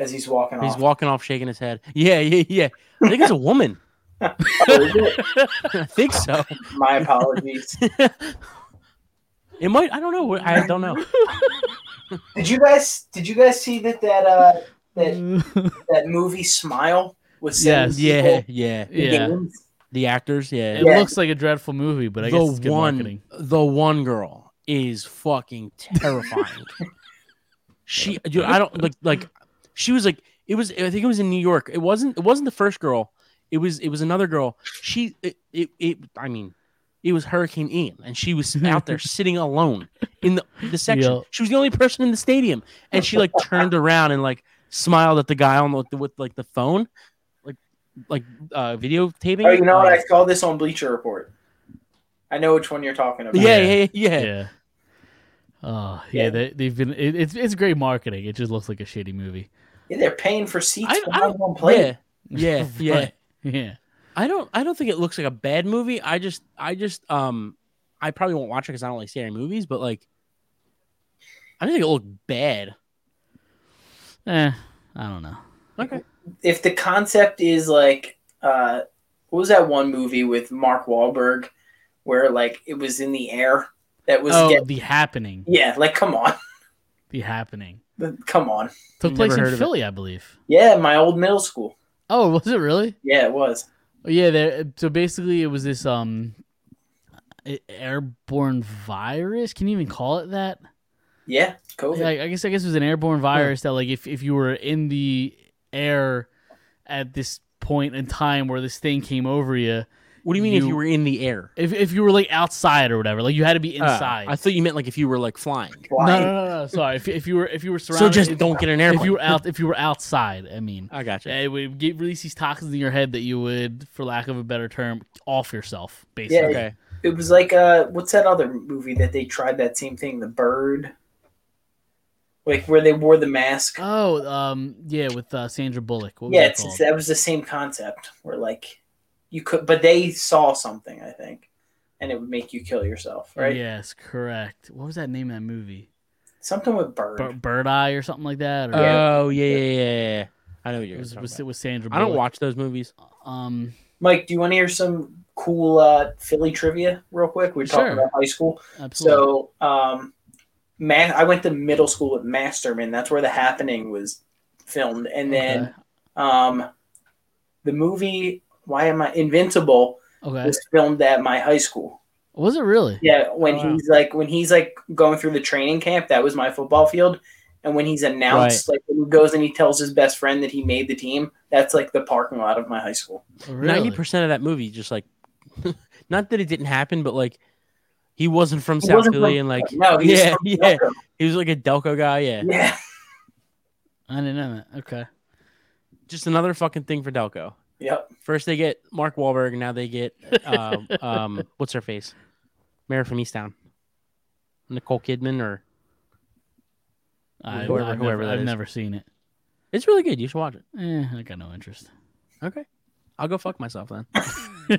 [SPEAKER 3] as he's walking
[SPEAKER 2] He's
[SPEAKER 1] Oh.
[SPEAKER 3] off.
[SPEAKER 2] walking off, shaking his head. Yeah. Yeah. Yeah. I think it's
[SPEAKER 1] [LAUGHS]
[SPEAKER 2] a woman. [LAUGHS] I think so.
[SPEAKER 3] My apologies.
[SPEAKER 1] [LAUGHS]
[SPEAKER 2] It might. I don't know. I
[SPEAKER 1] [LAUGHS]
[SPEAKER 2] don't know.
[SPEAKER 3] did you guys? Did you guys see that that uh,
[SPEAKER 1] [LAUGHS]
[SPEAKER 3] that that movie Smile was?
[SPEAKER 1] Mm. Yes.
[SPEAKER 2] Yeah. Yeah.
[SPEAKER 1] yeah,
[SPEAKER 2] The actors. Yeah.
[SPEAKER 1] it
[SPEAKER 3] Yeah.
[SPEAKER 1] looks like a dreadful movie, but I guess it's
[SPEAKER 2] the
[SPEAKER 1] good
[SPEAKER 2] one,
[SPEAKER 1] marketing.
[SPEAKER 2] the one girl is fucking
[SPEAKER 1] [LAUGHS]
[SPEAKER 2] terrifying. she, dude, I don't like like. She was like, it was. I think it was in New York. It wasn't. It wasn't the first girl. It was. It was another girl. She. It. It. it I mean, it was Hurricane Ian, and
[SPEAKER 1] [LAUGHS]
[SPEAKER 2] she was out there sitting alone in the the section.
[SPEAKER 1] Yo.
[SPEAKER 2] She was the only person in the stadium, and she like turned around and like smiled at the guy on the, with like the phone, like like uh videotaping.
[SPEAKER 3] Oh, you know what?
[SPEAKER 2] Uh,
[SPEAKER 3] I saw this on Bleacher Report. I know which one you're talking about.
[SPEAKER 2] yeah, yeah, yeah, yeah.
[SPEAKER 1] Yeah. Oh yeah,
[SPEAKER 3] Yeah.
[SPEAKER 1] They, they've been. It, it's it's great marketing. It just looks like a shitty movie. [LAUGHS]
[SPEAKER 3] Yeah, they're paying for seats
[SPEAKER 2] I,
[SPEAKER 3] for
[SPEAKER 2] I
[SPEAKER 3] one
[SPEAKER 2] don't.
[SPEAKER 3] plate.
[SPEAKER 2] Yeah, yeah,
[SPEAKER 3] [LAUGHS]
[SPEAKER 2] yeah.
[SPEAKER 1] Right. Yeah.
[SPEAKER 2] I don't. I don't think it looks like a bad movie. I just. I just. Um. I probably won't watch it because I don't like scary movies. But like, I don't think it looked bad.
[SPEAKER 1] Eh, I don't know.
[SPEAKER 2] Okay.
[SPEAKER 3] If the concept is like, uh, what was that one movie with Mark Wahlberg, where like it was in the air? That was
[SPEAKER 1] Oh,
[SPEAKER 3] get-
[SPEAKER 1] the happening.
[SPEAKER 3] yeah. Like, come on, [LAUGHS]
[SPEAKER 1] The happening
[SPEAKER 3] come on.
[SPEAKER 1] took
[SPEAKER 2] Never
[SPEAKER 1] place
[SPEAKER 2] heard
[SPEAKER 1] in
[SPEAKER 2] of
[SPEAKER 1] Philly, I believe.
[SPEAKER 3] Yeah, my old middle school.
[SPEAKER 1] Oh, [LAUGHS] was it really?
[SPEAKER 3] Yeah, it was.
[SPEAKER 1] Oh, yeah. There. So basically, it was this um a- airborne virus. Can you even call it that?
[SPEAKER 3] Yeah, COVID.
[SPEAKER 1] Like, I guess I guess it was an airborne virus that like if if you were in the air at this point in time where this thing came over you,
[SPEAKER 2] What do you mean if
[SPEAKER 1] You-
[SPEAKER 2] you were in the air?
[SPEAKER 1] if if you were like outside or whatever, like you had to be
[SPEAKER 3] Ah,
[SPEAKER 2] Uh,
[SPEAKER 1] inside.
[SPEAKER 2] I thought you meant like if you were like flying.
[SPEAKER 3] Why?
[SPEAKER 1] no, no, no, no. Sorry. If, if you were if you were surrounded,
[SPEAKER 2] So just
[SPEAKER 1] if-
[SPEAKER 2] don't get an
[SPEAKER 1] if
[SPEAKER 2] airplane.
[SPEAKER 1] you were out if you were outside. I mean,
[SPEAKER 2] I gotcha.
[SPEAKER 1] it would get, release these toxins in your head that you would, for lack of a better term, off yourself.
[SPEAKER 3] Yeah,
[SPEAKER 1] Basically,
[SPEAKER 2] Okay.
[SPEAKER 3] it was like uh, what's that other movie that they tried that same thing? The Bird, like where they wore the mask.
[SPEAKER 1] Oh, um, yeah, with uh, Sandra Bullock. What was
[SPEAKER 3] yeah,
[SPEAKER 1] that
[SPEAKER 3] it's, it's-
[SPEAKER 1] called?
[SPEAKER 3] that was the same concept where like you could, but they saw something I think, and it would make you kill yourself, right?
[SPEAKER 1] Yes, correct. What was that name of that movie?
[SPEAKER 3] Something with bird.
[SPEAKER 1] Bir- Bird Eye or something like that. Or
[SPEAKER 2] Oh yeah, yeah, yeah, yeah. I know what
[SPEAKER 1] it
[SPEAKER 2] you're
[SPEAKER 1] was,
[SPEAKER 2] talking
[SPEAKER 1] was,
[SPEAKER 2] about.
[SPEAKER 1] it was Sandra.
[SPEAKER 2] I don't
[SPEAKER 1] Bullock.
[SPEAKER 2] watch those movies.
[SPEAKER 1] Um,
[SPEAKER 3] Mike, do you want to hear some cool uh, Philly trivia real quick? We We're talking
[SPEAKER 1] Sure.
[SPEAKER 3] about high school.
[SPEAKER 1] absolutely.
[SPEAKER 3] So, um, ma- I went to middle school at Masterman. That's where The Happening was filmed. And then
[SPEAKER 1] Okay.
[SPEAKER 3] um, the movie, why am I Invincible,
[SPEAKER 1] okay,
[SPEAKER 3] was filmed at my high school.
[SPEAKER 1] was it really?
[SPEAKER 3] Yeah, when
[SPEAKER 2] wow.
[SPEAKER 3] he's like when he's like going through the training camp, that was my football field. And when he's announced, like when he goes and he tells his best friend that he made the team, that's like the parking lot of my high school.
[SPEAKER 1] Oh,
[SPEAKER 2] Ninety
[SPEAKER 1] really?
[SPEAKER 2] percent of that movie, just like, [LAUGHS] not that it didn't happen, but like, he wasn't from
[SPEAKER 3] He
[SPEAKER 2] South
[SPEAKER 3] wasn't
[SPEAKER 2] Philly,
[SPEAKER 3] from-
[SPEAKER 2] and like,
[SPEAKER 3] no, he's
[SPEAKER 2] yeah,
[SPEAKER 3] from
[SPEAKER 2] yeah,
[SPEAKER 3] Delco.
[SPEAKER 2] he was like a Delco guy. Yeah,
[SPEAKER 3] yeah.
[SPEAKER 1] I didn't know that. Okay,
[SPEAKER 2] just another fucking thing for Delco.
[SPEAKER 3] Yep.
[SPEAKER 2] First they get Mark Wahlberg, now they get um, [LAUGHS] um what's her face, Mayor from Easttown, Nicole Kidman, or
[SPEAKER 1] I,
[SPEAKER 2] Whoever-
[SPEAKER 1] I've,
[SPEAKER 2] whoever
[SPEAKER 1] never,
[SPEAKER 2] that
[SPEAKER 1] I've
[SPEAKER 2] is.
[SPEAKER 1] never seen it.
[SPEAKER 2] it's really good. You should watch it.
[SPEAKER 1] Eh, I got no
[SPEAKER 3] [LAUGHS]
[SPEAKER 1] interest. [LAUGHS]
[SPEAKER 2] Okay, I'll go fuck myself then.
[SPEAKER 1] Are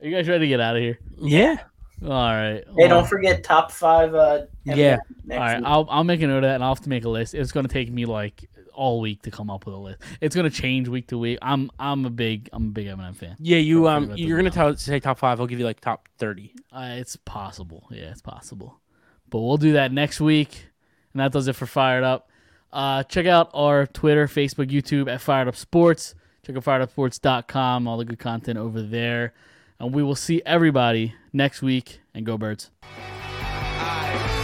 [SPEAKER 1] you guys ready to get out of here?
[SPEAKER 2] Yeah,
[SPEAKER 1] All right.
[SPEAKER 3] Hey,
[SPEAKER 1] well,
[SPEAKER 3] don't forget top five. Uh, M&M
[SPEAKER 2] Yeah.
[SPEAKER 1] All
[SPEAKER 3] Next
[SPEAKER 1] right,
[SPEAKER 3] week.
[SPEAKER 1] I'll I'll make a note of that, and I'll have to make a list. It's gonna take me like all week to come up with a list. It's gonna change week to week. I'm I'm a big I'm a big Eminem fan.
[SPEAKER 2] yeah.
[SPEAKER 1] Don't
[SPEAKER 2] You
[SPEAKER 1] forget
[SPEAKER 2] um,
[SPEAKER 1] about
[SPEAKER 2] you're
[SPEAKER 1] them
[SPEAKER 2] gonna tell say top five. I'll give you like top thirty.
[SPEAKER 1] Uh, it's possible. Yeah, it's possible. But we'll do that next week. And that does it for Fired Up. Uh, check out our Twitter, Facebook, YouTube at Fired Up Sports. Check out firedupsports.com, all the good content over there. And we will see everybody next week. And go, birds.
[SPEAKER 6] I